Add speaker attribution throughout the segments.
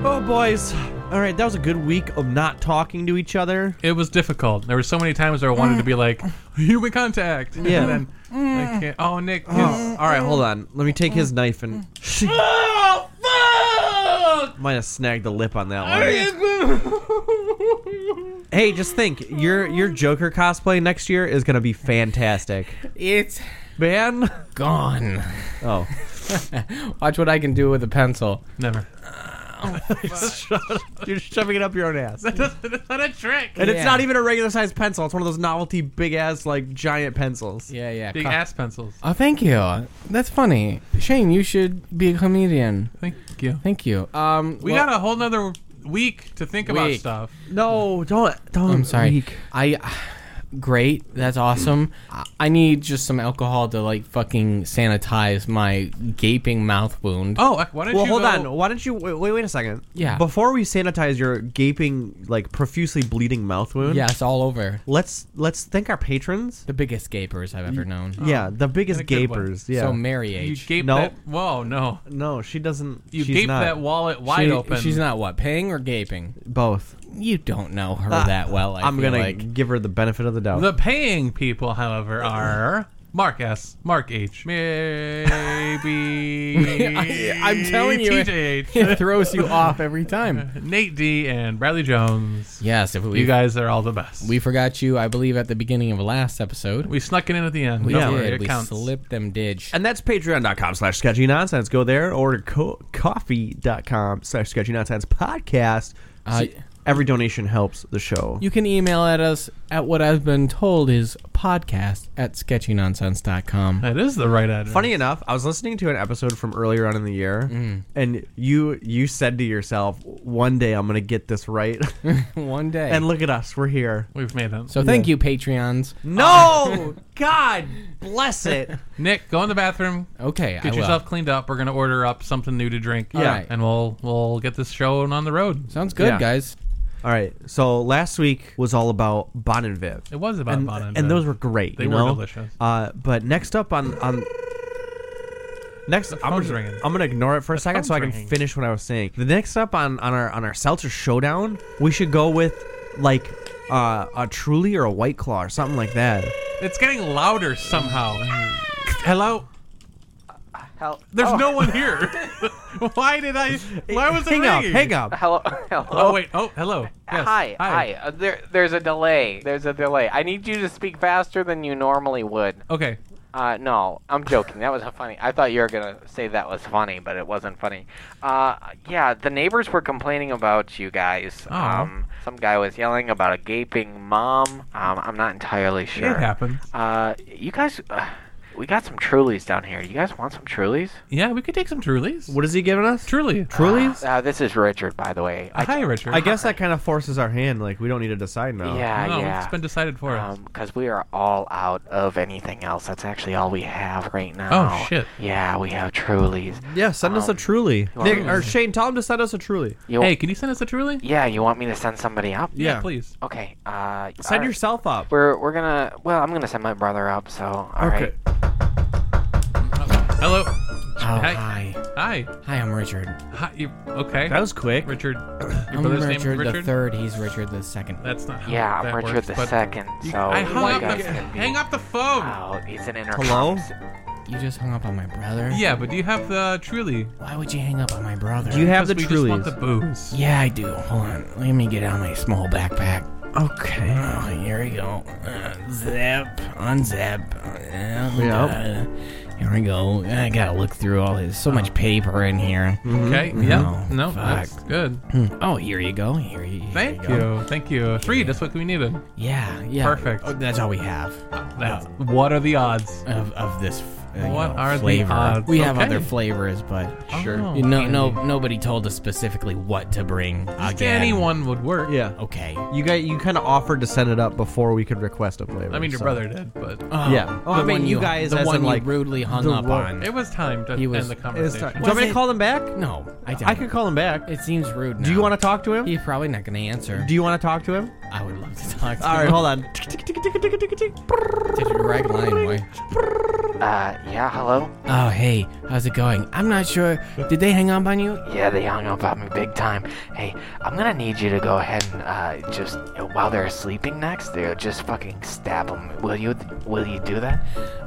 Speaker 1: Oh, boys. All right, that was a good week of not talking to each other.
Speaker 2: It was difficult. There were so many times where I wanted to be like human contact.
Speaker 1: Yeah.
Speaker 2: And then I can't. Oh, Nick. his-
Speaker 1: All right, hold on. Let me take his knife and
Speaker 2: Oh, fuck!
Speaker 1: might have snagged the lip on that one. Oh, Hey, just think your your Joker cosplay next year is gonna be fantastic,
Speaker 3: It's
Speaker 1: man.
Speaker 3: gone.
Speaker 1: Oh,
Speaker 3: Watch what I can do with a pencil.
Speaker 2: Never.
Speaker 1: you're shoving it up your own ass, and
Speaker 2: That's not a trick.
Speaker 1: it's
Speaker 3: Yeah.
Speaker 1: not even a regular sized pencil. It's one of those novelty big ass like giant pencils.
Speaker 3: Yeah, yeah.
Speaker 2: Big
Speaker 3: co-
Speaker 2: ass pencils.
Speaker 3: oh, thank you. That's funny. Shane, you should be a comedian.
Speaker 2: Thank you.
Speaker 3: Thank you. Um,
Speaker 2: We
Speaker 3: well-
Speaker 2: got a whole nother week to think about
Speaker 3: Week.
Speaker 2: stuff.
Speaker 1: No, don't don't.
Speaker 3: I'm sorry.
Speaker 1: Weak.
Speaker 3: I great. That's awesome. I- I need just some alcohol to like fucking sanitize my gaping mouth wound.
Speaker 2: Oh, why don't
Speaker 1: Well,
Speaker 2: you
Speaker 1: hold
Speaker 2: go-
Speaker 1: on. Why don't you wait? Wait, wait a second.
Speaker 3: Yeah.
Speaker 1: Before we sanitize your gaping, like profusely bleeding mouth wound.
Speaker 3: Yes, all over.
Speaker 1: Let's let's thank our patrons.
Speaker 3: The biggest gapers I've ever known.
Speaker 1: yeah, the biggest
Speaker 2: and a good one.
Speaker 1: gapers. Yeah.
Speaker 3: So Mary
Speaker 2: Oh. You
Speaker 3: H.
Speaker 2: gape
Speaker 1: No.
Speaker 2: that. Whoa, no.
Speaker 1: no, she doesn't.
Speaker 2: You
Speaker 1: she's
Speaker 2: gape
Speaker 1: not.
Speaker 2: that wallet wide
Speaker 3: She-
Speaker 2: open.
Speaker 3: She's not what paying or gaping.
Speaker 1: Both.
Speaker 3: You don't know her
Speaker 2: Uh,
Speaker 1: Ah,
Speaker 3: that well. I
Speaker 1: I'm
Speaker 3: feel
Speaker 1: gonna
Speaker 3: like.
Speaker 1: give her the benefit of the doubt.
Speaker 2: The paying people, however, are Mark S, Mark H, maybe.
Speaker 3: I- I'm telling you,
Speaker 2: TJH,
Speaker 3: It throws you off every time.
Speaker 2: Nate D, and Bradley Jones.
Speaker 3: Yes, if we
Speaker 2: You guys are all the best.
Speaker 3: we forgot you, I believe at the beginning of last episode.
Speaker 2: we snuck it in at the end.
Speaker 3: we
Speaker 2: Don't worry,
Speaker 3: did.
Speaker 2: it
Speaker 3: We
Speaker 2: counts.
Speaker 3: slipped them didge.
Speaker 1: And that's patreon.com slash sketchy nonsense. Go there or co- coffee.com slash sketchy nonsense podcast.
Speaker 3: Uh,
Speaker 1: See, every donation helps the show.
Speaker 3: You can email at us at what I've been told is podcast at sketchynonsense.com.
Speaker 2: That is the right address.
Speaker 1: Funny enough, I was listening to an episode from earlier on in the year, and you you said to yourself, "One day I'm gonna get this right."
Speaker 3: One day.
Speaker 1: and look at us, we're here.
Speaker 2: We've made it.
Speaker 3: so thank you, Patreons.
Speaker 1: Oh. No, God bless it.
Speaker 2: Nick, go in the bathroom.
Speaker 3: Okay, I
Speaker 2: Get
Speaker 3: will.
Speaker 2: yourself cleaned up. We're gonna order up something new to drink.
Speaker 3: Yeah. Alright.
Speaker 2: and we'll we'll get this show on the road.
Speaker 3: Sounds good,
Speaker 1: Yeah.
Speaker 3: guys.
Speaker 1: All right, so last week was all about Bon and Viv.
Speaker 2: It was about
Speaker 1: and,
Speaker 2: Bon and Viv.
Speaker 1: those were great.
Speaker 2: They
Speaker 1: you
Speaker 2: were
Speaker 1: know?
Speaker 2: delicious.
Speaker 1: Uh, but next up on on next, I'm
Speaker 2: phone's
Speaker 1: gonna,
Speaker 2: ringing.
Speaker 1: I'm gonna ignore it for a second so I
Speaker 2: phone's
Speaker 1: can
Speaker 2: ringing.
Speaker 1: finish what I was saying. The next up on on our on our seltzer showdown, we should go with like uh, a Truly or a White Claw or something like that.
Speaker 2: It's getting louder somehow. Hello.
Speaker 4: Hel-
Speaker 2: There's
Speaker 4: oh,
Speaker 2: no one here. why did I? Why was it
Speaker 1: hang up,
Speaker 2: ringing?
Speaker 1: hang up.
Speaker 4: Hello. Hello.
Speaker 2: Oh wait. Oh hello. Yes.
Speaker 4: Hi, hi. Uh, there, there's a delay. There's a delay. I need you to speak faster than you normally would.
Speaker 2: Okay.
Speaker 4: Uh, no, I'm joking. That was funny. I thought you were gonna say that was funny, but it wasn't funny. Uh, yeah, the neighbors were complaining about you guys.
Speaker 3: Oh.
Speaker 2: Aw.
Speaker 4: Um, some guy was yelling about a gaping mom. Um, I'm not entirely sure.
Speaker 2: It happened.
Speaker 4: Uh, you guys, uh, we got some Trulies down here. You guys want some Trulies?
Speaker 2: Yeah, we could take some Trulies.
Speaker 1: What is he giving us?
Speaker 2: Truly.
Speaker 1: Trulies?
Speaker 4: Uh, this is Richard, by the way. I-
Speaker 2: hi, Richard.
Speaker 1: I guess that kind of forces our hand. Like we don't need to decide now.
Speaker 4: Yeah,
Speaker 2: No,
Speaker 4: Ah, yeah.
Speaker 2: Oh,
Speaker 4: Um,
Speaker 2: it's been decided for us.
Speaker 4: because we are all out of anything else. That's actually all we have right now.
Speaker 2: Oh, shit.
Speaker 4: Yeah, we have Trulies.
Speaker 1: Yeah, send us a
Speaker 4: Um,
Speaker 1: Truly.
Speaker 4: you
Speaker 1: Nick,
Speaker 4: want-
Speaker 1: or Shane, tell him to send us a Truly.
Speaker 4: You,
Speaker 2: Hey, can you send us a Truly?
Speaker 4: Yeah, you want me to send somebody up?
Speaker 1: Yeah.
Speaker 2: please.
Speaker 4: Okay. Uh,
Speaker 1: Send
Speaker 4: alright.
Speaker 1: yourself up.
Speaker 4: We're we're gonna. Well, I'm gonna send my brother up. So all right.
Speaker 1: Okay.
Speaker 2: Hello.
Speaker 3: Oh,
Speaker 2: Hey.
Speaker 3: hi.
Speaker 2: Hi.
Speaker 3: Hi, I'm Richard.
Speaker 2: Hi. You, okay.
Speaker 1: That was quick.
Speaker 2: Richard. Your
Speaker 3: I'm
Speaker 2: brother's
Speaker 3: Richard,
Speaker 2: name is
Speaker 3: the
Speaker 2: Richard.
Speaker 3: third. He's Richard the second.
Speaker 2: That's not how
Speaker 4: Yeah, I'm
Speaker 2: that
Speaker 4: Richard
Speaker 2: works,
Speaker 4: the Oh
Speaker 2: but-
Speaker 4: second.
Speaker 2: You-
Speaker 4: So
Speaker 2: I
Speaker 4: you
Speaker 2: hung up.
Speaker 4: guys
Speaker 2: The,
Speaker 4: can be
Speaker 2: hang up the phone.
Speaker 4: out. It's an intercom.
Speaker 1: Hello?
Speaker 3: You just hung up on my brother?
Speaker 2: Yeah, but do you have the Truly?
Speaker 3: Why would you hang up on my brother?
Speaker 1: Do you have the
Speaker 2: we
Speaker 1: Trulies?
Speaker 2: just want the booze.
Speaker 3: Yeah, I do. Hold on. Let me get out my small backpack.
Speaker 1: okay.
Speaker 3: Oh, here we go. Uh, zip, unzip. And, uh, here we go. I gotta look through all this. So much paper in here.
Speaker 2: Okay.
Speaker 3: No,
Speaker 2: Yeah. No,
Speaker 3: fuck.
Speaker 2: that's good.
Speaker 3: Oh, here you go. Here you, here
Speaker 2: Thank
Speaker 3: go.
Speaker 2: you. Thank you. Three. That's what we needed.
Speaker 3: Yeah, yeah.
Speaker 2: Perfect.
Speaker 3: Oh, that's all we have
Speaker 2: That's, what are the odds?
Speaker 3: of, of this. f- Uh, you
Speaker 2: What
Speaker 3: know,
Speaker 2: are the
Speaker 3: flavor.
Speaker 2: odds?
Speaker 3: We have
Speaker 2: Okay.
Speaker 3: other flavors, but
Speaker 2: Sure. Oh,
Speaker 3: You know, no, nobody told us specifically what to bring. Again.
Speaker 2: Anyone would work.
Speaker 1: Yeah.
Speaker 3: Okay.
Speaker 1: You got you kind of offered to send it up before we could request a flavor.
Speaker 2: I mean, your
Speaker 1: so-
Speaker 2: brother did, but
Speaker 3: Oh,
Speaker 1: Yeah. Oh, I
Speaker 3: the
Speaker 1: mean,
Speaker 3: one
Speaker 1: you guys
Speaker 3: The
Speaker 1: as
Speaker 3: one
Speaker 1: in,
Speaker 3: you
Speaker 1: like,
Speaker 3: rudely hung
Speaker 1: the
Speaker 3: up
Speaker 1: one-
Speaker 3: on.
Speaker 2: it was time to
Speaker 3: He was-
Speaker 2: end the
Speaker 1: It was time. Do
Speaker 2: conversation.
Speaker 1: you want me
Speaker 3: Was
Speaker 1: to
Speaker 3: it-
Speaker 1: call him back?
Speaker 3: no, I don't.
Speaker 1: I could call him back.
Speaker 3: It seems rude. Now.
Speaker 1: Do you want to talk to him?
Speaker 3: He's probably not gonna answer.
Speaker 1: Do you want to talk to him?
Speaker 3: I would love to talk to
Speaker 1: All right,
Speaker 3: him.
Speaker 1: hold on.
Speaker 3: Did you rag line, boy?
Speaker 4: Uh, yeah, hello?
Speaker 3: Oh, hey, how's it going? I'm not sure. Did they hang up on you?
Speaker 4: Yeah, they hung up on me big time. Hey, I'm gonna need you to go ahead and, uh, just, while they're sleeping next, they'll just fucking stab them. Will you, will you do that?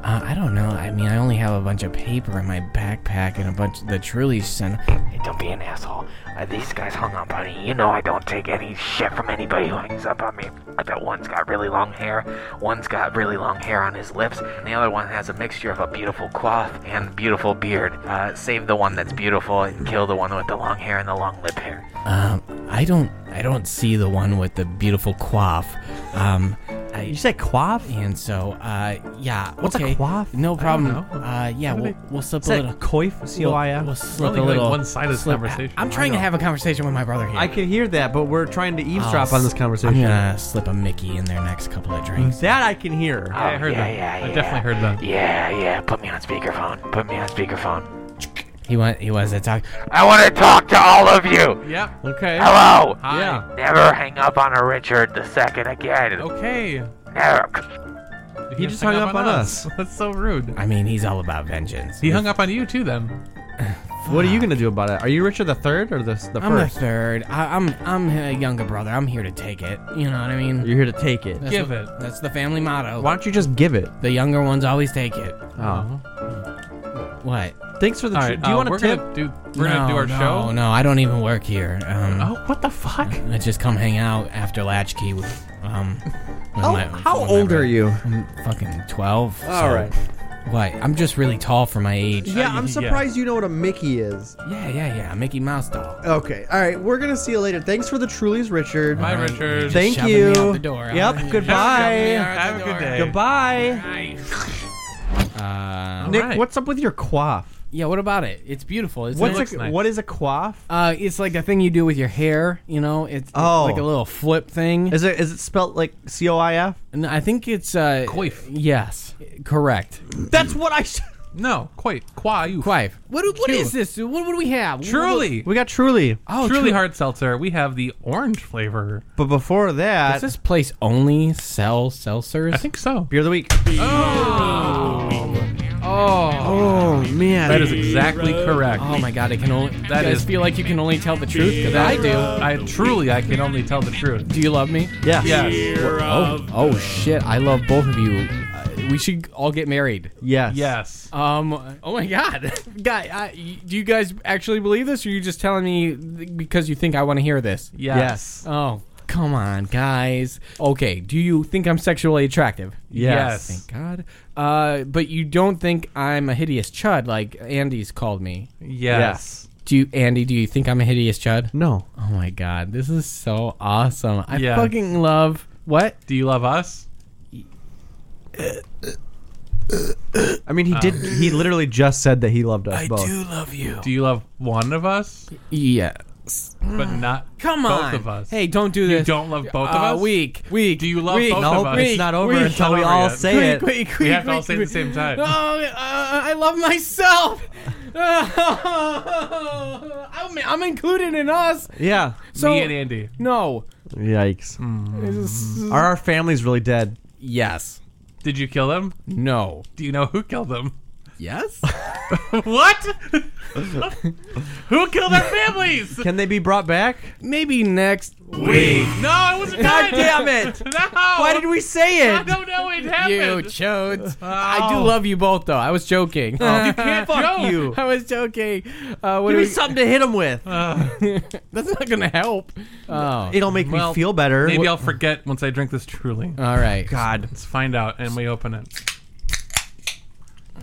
Speaker 3: Uh, I don't know. I mean, I only have a bunch of paper in my backpack and a bunch that Truly sent.
Speaker 4: Hey, don't be an asshole. Uh, these guys hung up on me. You know I don't take any shit from anybody who hangs up on me. I bet one's got really long hair, one's got really long hair on his lips, and the other one has a mixture of a beautiful coif and beautiful beard. Uh, save the one that's beautiful and kill the one with the long hair and the long lip hair.
Speaker 3: Um, I don't, I don't see the one with the beautiful coif. Um, I,
Speaker 1: You said quaff?
Speaker 3: and so, uh, yeah.
Speaker 1: What's a
Speaker 3: okay.
Speaker 1: coif?
Speaker 3: No problem.
Speaker 2: know.
Speaker 3: Uh, yeah,
Speaker 2: What do
Speaker 3: we'll,
Speaker 2: they-
Speaker 3: we'll slip
Speaker 1: Is
Speaker 3: a little.
Speaker 1: that coif? C O I
Speaker 3: We'll, we'll
Speaker 1: F?
Speaker 3: slip
Speaker 2: Really,
Speaker 3: a
Speaker 2: like,
Speaker 3: little
Speaker 2: one-sided
Speaker 3: slip-
Speaker 2: conversation.
Speaker 3: I, am trying to have a conversation with my brother here.
Speaker 1: I can hear that, but we're trying to
Speaker 3: I'll
Speaker 1: eavesdrop on this
Speaker 3: s-
Speaker 1: conversation.
Speaker 3: Oh, I'm gonna slip a Mickey in their next couple of drinks.
Speaker 1: That I can hear.
Speaker 2: I heard
Speaker 4: yeah,
Speaker 2: that.
Speaker 4: yeah,
Speaker 2: I
Speaker 4: yeah.
Speaker 2: definitely heard that.
Speaker 4: Yeah, yeah, put me on speakerphone. Put me on speakerphone.
Speaker 1: Mm.
Speaker 3: He went. He was to talk.
Speaker 4: I wanna talk to all of you!
Speaker 2: Yep.
Speaker 1: Okay.
Speaker 4: Hello!
Speaker 2: Hi.
Speaker 1: Yeah.
Speaker 4: Never hang up on a Richard the second again.
Speaker 2: Okay. You
Speaker 4: Never.
Speaker 1: He just hung up on us.
Speaker 2: That's so rude.
Speaker 3: I mean, he's all about vengeance.
Speaker 2: He hung up on you too, then.
Speaker 1: What are you gonna do about it? Are you Richard the third or the the
Speaker 3: I'm the
Speaker 1: first?
Speaker 3: third. I, I'm I'm a younger brother. I'm here to take it. You know what I mean?
Speaker 1: You're here to take it.
Speaker 3: That's
Speaker 2: Give
Speaker 3: what-
Speaker 2: it.
Speaker 3: That's the family motto.
Speaker 1: Why don't you just give it?
Speaker 3: The younger ones always take it.
Speaker 1: Oh.
Speaker 3: What?
Speaker 1: Thanks for the.
Speaker 2: All
Speaker 1: tr-
Speaker 2: right.
Speaker 1: do you
Speaker 2: uh,
Speaker 1: want
Speaker 2: we're
Speaker 1: a tip?
Speaker 2: Gonna do, we're
Speaker 3: no,
Speaker 2: gonna do our
Speaker 3: no,
Speaker 2: show.
Speaker 3: No, I don't even work here. Um,
Speaker 2: Oh, what the fuck?
Speaker 3: I just come hang out after Latchkey. With, um, with
Speaker 1: How,
Speaker 3: my-
Speaker 1: how
Speaker 3: with my
Speaker 1: old
Speaker 3: brother.
Speaker 1: are you?
Speaker 3: I'm fucking twelve.
Speaker 1: All
Speaker 3: so-
Speaker 1: right.
Speaker 3: What? I'm just really tall for my age.
Speaker 1: Yeah,
Speaker 2: Uh,
Speaker 1: I'm
Speaker 2: yeah.
Speaker 1: surprised you know what a Mickey is.
Speaker 3: Yeah, yeah, yeah. Mickey Mouse doll.
Speaker 1: Okay, all right, we're gonna see you later. Thanks for the Trulies, Richard.
Speaker 2: Bye,
Speaker 3: Alright,
Speaker 2: Richard.
Speaker 3: you're
Speaker 1: Thank
Speaker 3: shoving
Speaker 1: you.
Speaker 3: Me out the door.
Speaker 1: Yep,
Speaker 3: You're
Speaker 1: goodbye.
Speaker 3: shoving me out the
Speaker 2: Have a good
Speaker 3: door.
Speaker 2: day.
Speaker 1: Goodbye,
Speaker 3: Uh,
Speaker 1: Nick.
Speaker 2: right.
Speaker 1: What's up with your quaff?
Speaker 3: yeah, what about it? It's beautiful. Isn't
Speaker 1: What's
Speaker 3: it?
Speaker 1: a,
Speaker 2: looks nice.
Speaker 1: what is a quaff?
Speaker 3: Uh, it's like a thing you do with your hair. You know, it's, it's
Speaker 1: Oh.
Speaker 3: like a little flip thing.
Speaker 1: Is it is it spelled like C O I F?
Speaker 3: And I think it's uh,
Speaker 2: Coif.
Speaker 3: Yes, correct.
Speaker 1: That's what I. Said.
Speaker 2: No, quite. Qua you.
Speaker 3: Quife. What what is this? What would we have?
Speaker 2: Truly.
Speaker 1: We got Truly,
Speaker 3: Oh,
Speaker 2: truly
Speaker 3: tru-
Speaker 2: hard seltzer. We have the orange flavor.
Speaker 1: but before that,
Speaker 3: Does this place only sell seltzers?
Speaker 2: I think so.
Speaker 1: beer of the week.
Speaker 3: Oh.
Speaker 1: Oh man,
Speaker 2: That is exactly correct.
Speaker 3: Oh my God! I can only. That
Speaker 2: is-
Speaker 3: feel like you can only tell the truth because I do.
Speaker 2: I truly, I can only tell the truth.
Speaker 3: Do you love me?
Speaker 1: yeah.
Speaker 2: Yes.
Speaker 3: Oh, oh shit! I love both of you. Uh, we should all get married.
Speaker 1: Yes.
Speaker 2: Yes.
Speaker 3: Um. Oh my God, guy. I, y- do you guys actually believe this, or are you just telling me th- because you think I want to hear this?
Speaker 1: Yes.
Speaker 2: Yes.
Speaker 3: Oh, come on, guys. Okay. Do you think I'm sexually attractive?
Speaker 1: Yes.
Speaker 2: Yes.
Speaker 3: Thank God. Uh, but you don't think I'm a hideous chud like Andy's called me.
Speaker 2: Yes.
Speaker 3: Do you, Andy? Do you think I'm a hideous chud?
Speaker 1: No.
Speaker 3: Oh my God, this is so awesome. I
Speaker 2: Yes.
Speaker 3: fucking love what?
Speaker 2: Do you love us?
Speaker 1: I mean, he did. He literally just said that he loved us both.
Speaker 3: love you.
Speaker 2: Uh, Do you love one of us,
Speaker 3: Yeah.
Speaker 2: but not
Speaker 3: Come
Speaker 2: both
Speaker 3: on.
Speaker 2: of us?
Speaker 3: Hey, don't do this.
Speaker 2: you don't love both
Speaker 3: Uh,
Speaker 2: of us.
Speaker 3: Week, week.
Speaker 2: Do you love
Speaker 3: week,
Speaker 2: both
Speaker 1: No,
Speaker 2: of us?
Speaker 1: but it's not over
Speaker 3: we-
Speaker 1: until
Speaker 2: not
Speaker 1: we
Speaker 2: over
Speaker 1: all
Speaker 2: yet.
Speaker 1: say
Speaker 3: Quick,
Speaker 1: it.
Speaker 3: quick, quick,
Speaker 2: We have to all
Speaker 3: quick,
Speaker 2: say it at the
Speaker 3: quick.
Speaker 2: same time.
Speaker 3: Oh, uh, I love myself. I'm, I'm included in us.
Speaker 1: Yeah.
Speaker 3: So
Speaker 2: Me and Andy.
Speaker 3: no.
Speaker 1: Yikes.
Speaker 3: This is-
Speaker 1: Are our families really dead?
Speaker 3: Yes.
Speaker 2: Did you kill them?
Speaker 3: No.
Speaker 2: Do you know who killed them?
Speaker 3: Yes.
Speaker 2: what? who killed our families?
Speaker 1: Can they be brought back?
Speaker 3: Maybe next.
Speaker 2: We. No, I wasn't.
Speaker 1: God
Speaker 2: done.
Speaker 1: damn it!
Speaker 2: No.
Speaker 1: Why did we say
Speaker 2: I
Speaker 1: it?
Speaker 2: don't know. It
Speaker 3: You
Speaker 2: happened.
Speaker 3: chodes. I do love you both, though. I was joking.
Speaker 2: Oh.
Speaker 1: You can't fuck you.
Speaker 3: I was joking. Uh, what
Speaker 1: Give me
Speaker 3: do we,
Speaker 1: something to hit him with.
Speaker 2: Uh,
Speaker 3: that's not gonna help. Oh,
Speaker 1: It'll make
Speaker 2: Well,
Speaker 1: me feel better.
Speaker 2: Maybe I'll forget once I drink this truly.
Speaker 3: all right.
Speaker 1: God.
Speaker 2: Let's find out, and we open it.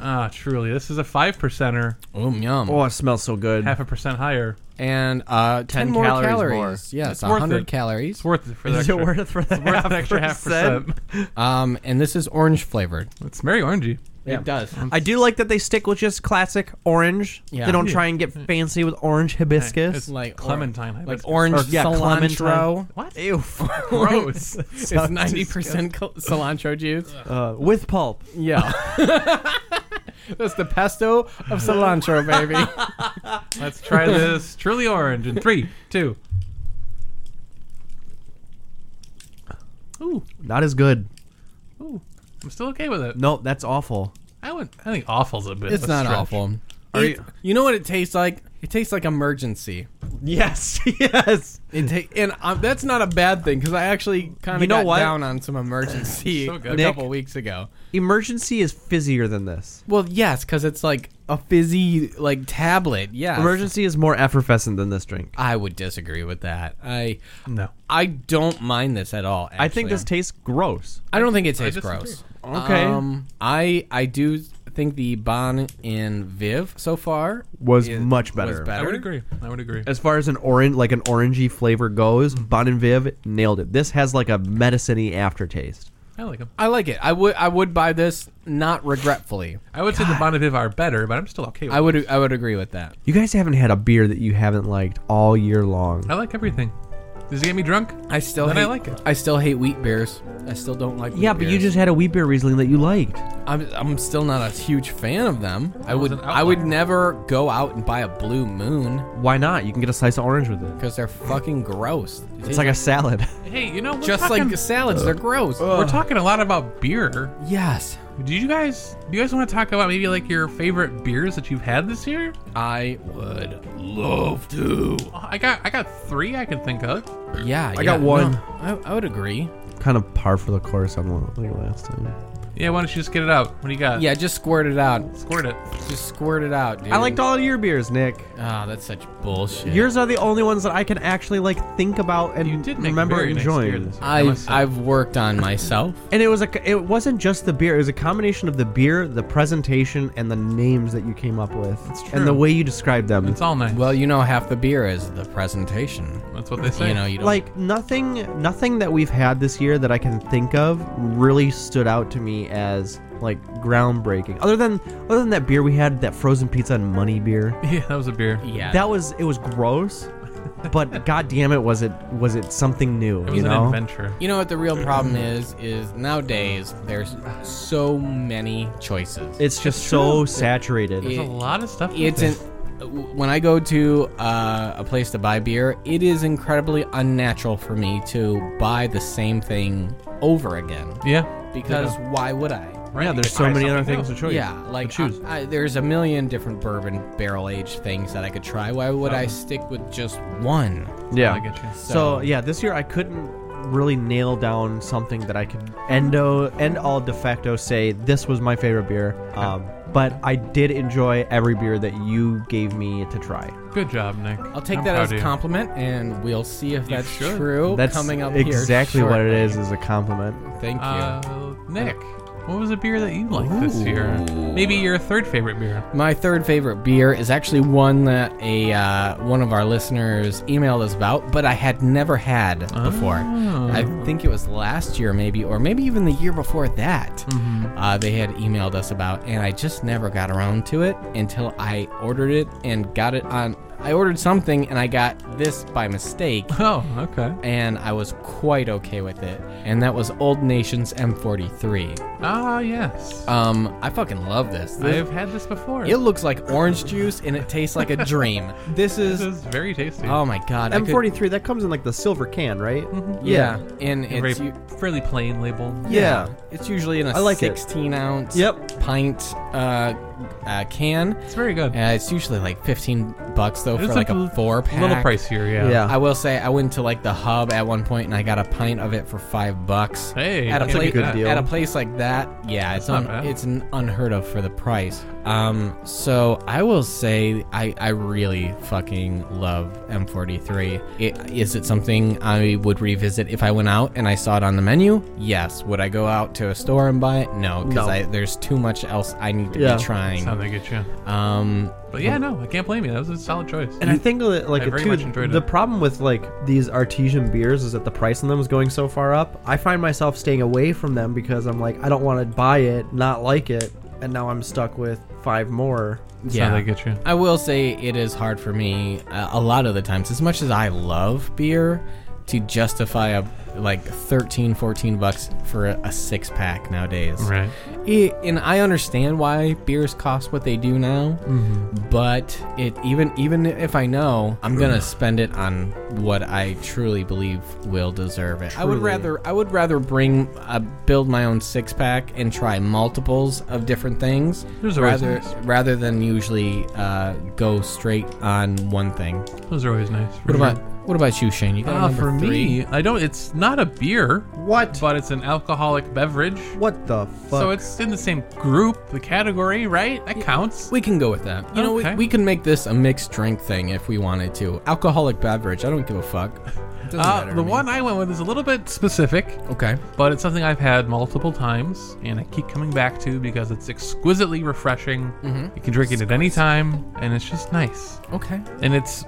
Speaker 2: Ah, truly, this is a five percenter,
Speaker 3: Oom yum.
Speaker 1: Oh, it smells so good.
Speaker 2: half a percent higher.
Speaker 3: and uh, 10,
Speaker 1: 10
Speaker 3: more
Speaker 1: calories
Speaker 3: calories.
Speaker 1: more.
Speaker 3: Yes,
Speaker 2: It's worth
Speaker 3: 100
Speaker 2: it.
Speaker 3: calories.
Speaker 2: It's worth it for the
Speaker 1: Is it
Speaker 2: extra.
Speaker 1: worth for that
Speaker 2: worth an extra half percent.
Speaker 3: Um, and this is orange flavored.
Speaker 2: It's very orangey.
Speaker 3: It does.
Speaker 1: I do like that they stick with just classic orange.
Speaker 3: Yeah.
Speaker 1: They don't try and get fancy with orange hibiscus.
Speaker 2: It's
Speaker 3: like or-
Speaker 2: clementine, I
Speaker 3: like
Speaker 2: bet.
Speaker 3: orange
Speaker 1: Or, yeah,
Speaker 3: cilantro.
Speaker 1: clementine.
Speaker 2: What?
Speaker 1: Ew.
Speaker 2: Gross.
Speaker 3: It's ninety percent cilantro juice.
Speaker 1: Uh, with pulp.
Speaker 3: Yeah, that's the pesto of cilantro, baby.
Speaker 2: Let's try this truly orange in three, two. Ooh,
Speaker 1: Not as good.
Speaker 2: ooh. I'm still okay with it.
Speaker 1: No, that's awful.
Speaker 2: I would. I think awful's a bit.
Speaker 3: It's
Speaker 2: of a
Speaker 3: not
Speaker 2: stretch.
Speaker 3: awful.
Speaker 1: Are
Speaker 3: It-
Speaker 1: you-
Speaker 3: you know what it tastes like? It tastes like emergency.
Speaker 1: Yes, yes.
Speaker 3: It ta- and um, that's not a bad thing because I actually kind
Speaker 1: You
Speaker 3: of
Speaker 1: know
Speaker 3: got
Speaker 1: what?
Speaker 3: down on some emergency
Speaker 2: So
Speaker 3: a
Speaker 2: good.
Speaker 3: couple
Speaker 1: Nick?
Speaker 3: weeks ago.
Speaker 1: Emergency is fizzier than this.
Speaker 3: Well, yes, because it's like a fizzy like tablet. Yeah,
Speaker 1: Emergency is more effervescent than this drink.
Speaker 3: I would disagree with that. I
Speaker 2: No.
Speaker 3: I don't mind this at all.
Speaker 1: I think
Speaker 3: actually.
Speaker 1: this tastes gross.
Speaker 3: I don't think it tastes
Speaker 2: disagree.
Speaker 3: gross.
Speaker 1: Okay.
Speaker 3: Um, I I do think the Bon and Viv so far
Speaker 1: Was
Speaker 3: is-
Speaker 1: much
Speaker 3: was
Speaker 1: better.
Speaker 2: I would agree. I would agree.
Speaker 1: As far as an orange, like an orangey flavor goes, Bon and Viv nailed it. This has like a medicine-y aftertaste.
Speaker 2: I like them.
Speaker 3: I like it. I would I would buy this not regretfully.
Speaker 2: I would say the Bonneviv are better, but I'm still okay with
Speaker 3: I would I would agree with that.
Speaker 1: You guys haven't had a beer that you haven't liked all year long.
Speaker 2: I like everything. Does it get me drunk?
Speaker 3: I still
Speaker 2: Then
Speaker 3: hate,
Speaker 2: I like it.
Speaker 3: I still hate wheat beers. I still don't like. Wheat
Speaker 1: Yeah, but you
Speaker 3: beers.
Speaker 1: just had a wheat beer Riesling that you liked.
Speaker 3: I'm, I'm still not a huge fan of them. I would
Speaker 2: an
Speaker 3: I would
Speaker 2: outlier.
Speaker 3: never go out and buy a Blue Moon
Speaker 1: Why not? You can get a slice of orange with it.
Speaker 3: because they're fucking gross.
Speaker 1: It's like a salad.
Speaker 2: Hey, you know, we're
Speaker 3: just
Speaker 2: talking,
Speaker 3: like uh, salads. They're gross.
Speaker 2: we're talking a lot about beer.
Speaker 3: Yes,
Speaker 2: Do you guys do you guys want to talk about maybe like your favorite beers that you've had this year?
Speaker 3: I would love to.
Speaker 2: I got I got three I can think of.
Speaker 3: Yeah, I
Speaker 1: got one.
Speaker 3: I, I would agree.
Speaker 1: kind of par for the course on the like last time.
Speaker 2: Yeah, why don't you just get it out? What do you got?
Speaker 3: Yeah, just squirt it out.
Speaker 2: squirt it.
Speaker 3: Just squirt it out, dude.
Speaker 1: I liked all of your beers, Nick.
Speaker 3: Ah, that's such bullshit.
Speaker 1: Yours are the only ones that I can actually like think about and
Speaker 2: You did make
Speaker 1: remember
Speaker 2: very nice beer
Speaker 1: enjoying.
Speaker 2: this year. I
Speaker 3: I
Speaker 2: must say.
Speaker 3: I've worked on myself.
Speaker 1: and it was a it wasn't just the beer; it was a combination of the beer, the presentation, and the names that you came up with,
Speaker 2: true.
Speaker 1: and the way you described them.
Speaker 2: It's all nice.
Speaker 3: Well, you know, half the beer is the presentation.
Speaker 2: that's what they say.
Speaker 3: You know, you don't
Speaker 1: like nothing, nothing that we've had this year that I can think of really stood out to me as like groundbreaking. Other than other than that beer we had, that frozen pizza and money beer.
Speaker 2: yeah, that was a beer.
Speaker 3: Yeah,
Speaker 1: That was it was gross, but god damn it was it was it something new,
Speaker 2: It was
Speaker 1: you
Speaker 2: an
Speaker 1: know?
Speaker 2: adventure.
Speaker 3: You know what the real problem is? Is nowadays there's so many choices.
Speaker 1: It's just so saturated.
Speaker 2: There's a lot of stuff. out
Speaker 3: It's
Speaker 2: there.
Speaker 3: an when I go to uh, a place to buy beer, it is incredibly unnatural for me to buy the same thing over again
Speaker 2: yeah.
Speaker 3: because why would I?
Speaker 2: Right,
Speaker 1: yeah,
Speaker 2: you
Speaker 1: there's
Speaker 2: could
Speaker 1: so
Speaker 2: try
Speaker 1: many other
Speaker 2: something
Speaker 1: things to
Speaker 2: else.
Speaker 1: choose.
Speaker 3: Yeah, like
Speaker 2: choose.
Speaker 3: I, I, there's a million different bourbon barrel aged things that I could try. Why would I stick with just one?
Speaker 1: yeah.
Speaker 2: I get you.
Speaker 1: So, yeah, this year I couldn't really nail down something that I could endo end all de facto say this was my favorite beer. Um, but I did enjoy every beer that you gave me to try.
Speaker 2: Good job, Nick.
Speaker 3: I'll take
Speaker 2: I'm
Speaker 3: that
Speaker 2: proud
Speaker 3: as
Speaker 2: of
Speaker 3: a
Speaker 2: you.
Speaker 3: compliment, and we'll see if that's
Speaker 2: should.
Speaker 3: true.
Speaker 1: That's
Speaker 3: coming up here
Speaker 1: exactly what it
Speaker 3: shortly.
Speaker 1: is is a compliment.
Speaker 3: Thank you.
Speaker 2: Uh, Nick, what was a beer that you liked this year? Maybe your third favorite beer.
Speaker 3: My third favorite beer is actually one that a uh, one of our listeners emailed us about, but I had never had before. I think it was last year, maybe, or maybe even the year before that. Uh, they had emailed us about, and I just never got around to it until I ordered it and got it on. I ordered something and I got this by mistake,
Speaker 2: Oh, okay.
Speaker 3: and I was quite okay with it. And that was Old Nation's M43.
Speaker 2: Ah, yes.
Speaker 3: Um, I fucking love this.
Speaker 2: I
Speaker 3: This-
Speaker 2: have had this before.
Speaker 3: it looks like orange juice and it tastes like a dream. This
Speaker 2: This
Speaker 3: is
Speaker 2: is very tasty.
Speaker 3: oh my god. I could-
Speaker 1: M43 that comes in like the silver can, right?
Speaker 3: yeah. and
Speaker 2: very,
Speaker 3: it's u-
Speaker 2: fairly plain label.
Speaker 1: Yeah.
Speaker 3: it's usually in a
Speaker 1: I like it.
Speaker 3: 16 ounce
Speaker 1: Yep.
Speaker 3: pint uh, uh, can.
Speaker 2: It's very good.
Speaker 3: Uh, it's usually like 15 bucks though
Speaker 2: It's
Speaker 3: for like, a
Speaker 2: l-
Speaker 3: four pack.
Speaker 2: Little pricier, yeah.
Speaker 1: Yeah.
Speaker 3: I will say I went to like the hub at one point and I got a pint of it for five bucks.
Speaker 2: Hey,
Speaker 3: at a
Speaker 2: that's a
Speaker 3: place
Speaker 2: good
Speaker 1: deal.
Speaker 3: at a place like that, yeah, it's
Speaker 2: not
Speaker 3: un,
Speaker 2: bad.
Speaker 3: it's an unheard of for the price. Um, so I will say I I really fucking love M43. It, is it something I would revisit if I went out and I saw it on the menu? Yes. Would I go out to a store and buy it? No, because
Speaker 1: No.
Speaker 3: I there's too much else I need to
Speaker 1: Yeah.
Speaker 3: be
Speaker 2: Sound
Speaker 3: trying.
Speaker 2: they get you.
Speaker 3: Um,
Speaker 2: But yeah, no, I can't blame you. That was a solid choice.
Speaker 1: And I think that, like
Speaker 2: I very
Speaker 1: too,
Speaker 2: much enjoyed
Speaker 1: the
Speaker 2: it.
Speaker 1: problem with like these artesian beers is that the price on them is going so far up. I find myself staying away from them because I'm like I don't want to buy it, not like it, and now I'm stuck with five more.
Speaker 2: Sound
Speaker 3: yeah.
Speaker 2: they get you.
Speaker 3: I will say it is hard for me uh, a lot of the times. As much as I love beer, to justify a like 13 14 bucks for a, a six pack nowadays.
Speaker 2: Right.
Speaker 3: I- and I understand why beers cost what they do now,
Speaker 2: Mm-hmm.
Speaker 3: but it even even if I know I'm gonna spend it on what I truly believe will deserve it. I would rather I would rather bring uh, build my own six pack and try multiples of different things
Speaker 2: There's always
Speaker 3: rather
Speaker 2: nice.
Speaker 3: rather than usually uh, go straight on one thing.
Speaker 2: Those are always nice.
Speaker 3: What about what about you, Shane? You got a
Speaker 2: Ah, Mm-hmm.
Speaker 3: number
Speaker 2: for
Speaker 3: three?
Speaker 2: me, I don't. It's not a beer,
Speaker 1: What?
Speaker 2: but it's an alcoholic beverage.
Speaker 1: What the fuck?
Speaker 2: So it's in the same group, the category, right? That counts.
Speaker 3: We can go with that. You know, we,
Speaker 2: Okay.
Speaker 3: we can make this a mixed drink thing if we wanted to. Alcoholic beverage. I don't give a fuck. It doesn't
Speaker 2: Uh,
Speaker 3: matter to
Speaker 2: the
Speaker 3: me.
Speaker 2: one I went with is a little bit specific,
Speaker 3: Okay.
Speaker 2: but it's something I've had multiple times, and I keep coming back to because it's exquisitely refreshing. You can drink it at any time, and it's just nice.
Speaker 3: Okay.
Speaker 2: And it's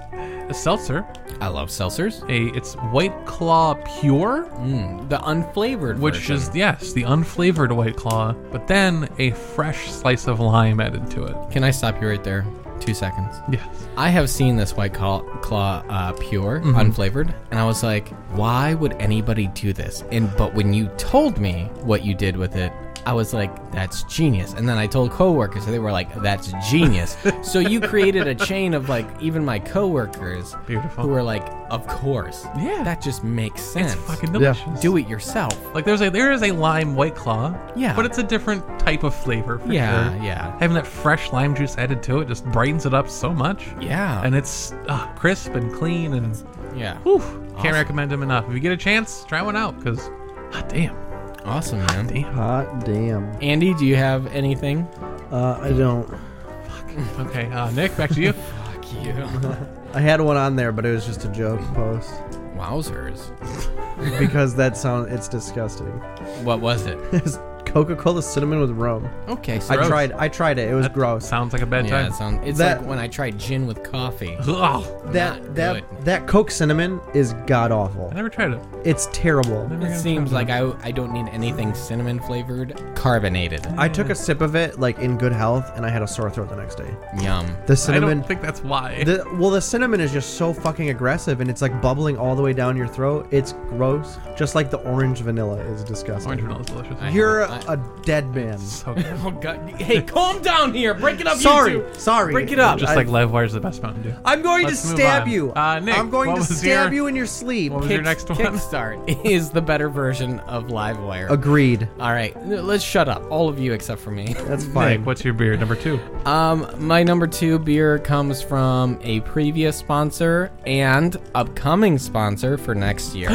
Speaker 2: a seltzer.
Speaker 3: I love seltzers.
Speaker 2: A it's White Claw Pure,
Speaker 3: Mm, the unflavored
Speaker 2: which
Speaker 3: version.
Speaker 2: is yes the unflavored White Claw, but then a fresh slice of lime added to it.
Speaker 3: Can I stop you right there? Two seconds.
Speaker 2: Yes.
Speaker 3: I have seen this White Claw, claw uh, pure, unflavored, and I was like, why would anybody do this? And but when you told me what you did with it, I was like, that's genius. And then I told coworkers, and they were like, that's genius. so you created a chain of like even my coworkers
Speaker 2: Beautiful.
Speaker 3: who were like, of course,
Speaker 2: Yeah.
Speaker 3: that just makes sense.
Speaker 2: It's fucking delicious.
Speaker 3: do it yourself.
Speaker 2: Like there's a there is a lime white claw.
Speaker 3: Yeah.
Speaker 2: But it's a different type of flavor for
Speaker 3: Yeah,
Speaker 2: sure.
Speaker 3: yeah.
Speaker 2: Having that fresh lime juice added to it just brightens it up so much.
Speaker 3: Yeah.
Speaker 2: And it's uh, crisp and clean and
Speaker 3: Yeah,
Speaker 2: whew, can't recommend them enough. If you get a chance, try one out because hot damn.
Speaker 3: awesome, man.
Speaker 2: Damn.
Speaker 1: Hot damn.
Speaker 3: Andy, do you have anything?
Speaker 1: Uh, I don't.
Speaker 2: Okay, uh, Nick, back to you.
Speaker 3: Fuck you.
Speaker 1: I had one on there, but it was just a joke post
Speaker 3: Wowzers.
Speaker 1: because that sound it's disgusting.
Speaker 3: What was it?
Speaker 1: It's Coca-Cola cinnamon with rum.
Speaker 3: Okay, so
Speaker 1: I tried. I tried it. It was gross.
Speaker 2: Sounds like a bad
Speaker 3: Yeah,
Speaker 2: time. Oh,
Speaker 3: it sound, it's
Speaker 1: That-
Speaker 3: like when I tried gin with coffee.
Speaker 2: Ugh.
Speaker 1: that
Speaker 3: not
Speaker 1: that
Speaker 3: good.
Speaker 1: that Coke cinnamon is god awful.
Speaker 2: I never tried it.
Speaker 1: It's terrible.
Speaker 2: Never
Speaker 3: It
Speaker 2: got
Speaker 3: seems
Speaker 2: something.
Speaker 3: like I, I don't need anything cinnamon flavored, carbonated.
Speaker 1: I took a sip of it like in good health, and I had a sore throat the next day.
Speaker 3: Yum.
Speaker 1: The
Speaker 2: I
Speaker 1: cinnamon.
Speaker 2: don't think that's why.
Speaker 1: The, well, the cinnamon is just so fucking aggressive, and it's like bubbling all the way down your throat. It's gross, just like the orange vanilla is disgusting.
Speaker 2: Orange vanilla is delicious.
Speaker 1: You're
Speaker 3: I-
Speaker 1: a dead man.
Speaker 2: so good.
Speaker 3: Oh god! Hey, calm down here. Break it up.
Speaker 1: Sorry, sorry.
Speaker 3: Break it up.
Speaker 2: Just
Speaker 1: I-
Speaker 2: like Livewire the best Mountain Dew.
Speaker 1: I'm going
Speaker 2: Let's
Speaker 1: to
Speaker 2: move
Speaker 1: stab
Speaker 2: on.
Speaker 1: you.
Speaker 2: Uh, Nick,
Speaker 1: I'm going
Speaker 2: what
Speaker 1: to
Speaker 2: was
Speaker 1: stab
Speaker 2: your-
Speaker 1: you in your sleep.
Speaker 2: What was your next one?
Speaker 3: Kickstart is the better version of Livewire.
Speaker 1: Agreed.
Speaker 3: All right, n- let's shut up, all of you except for me.
Speaker 1: That's
Speaker 2: Nick,
Speaker 1: fine.
Speaker 2: what's your beer? Number two.
Speaker 3: Um, my number two beer comes from a previous sponsor and upcoming sponsor for next year.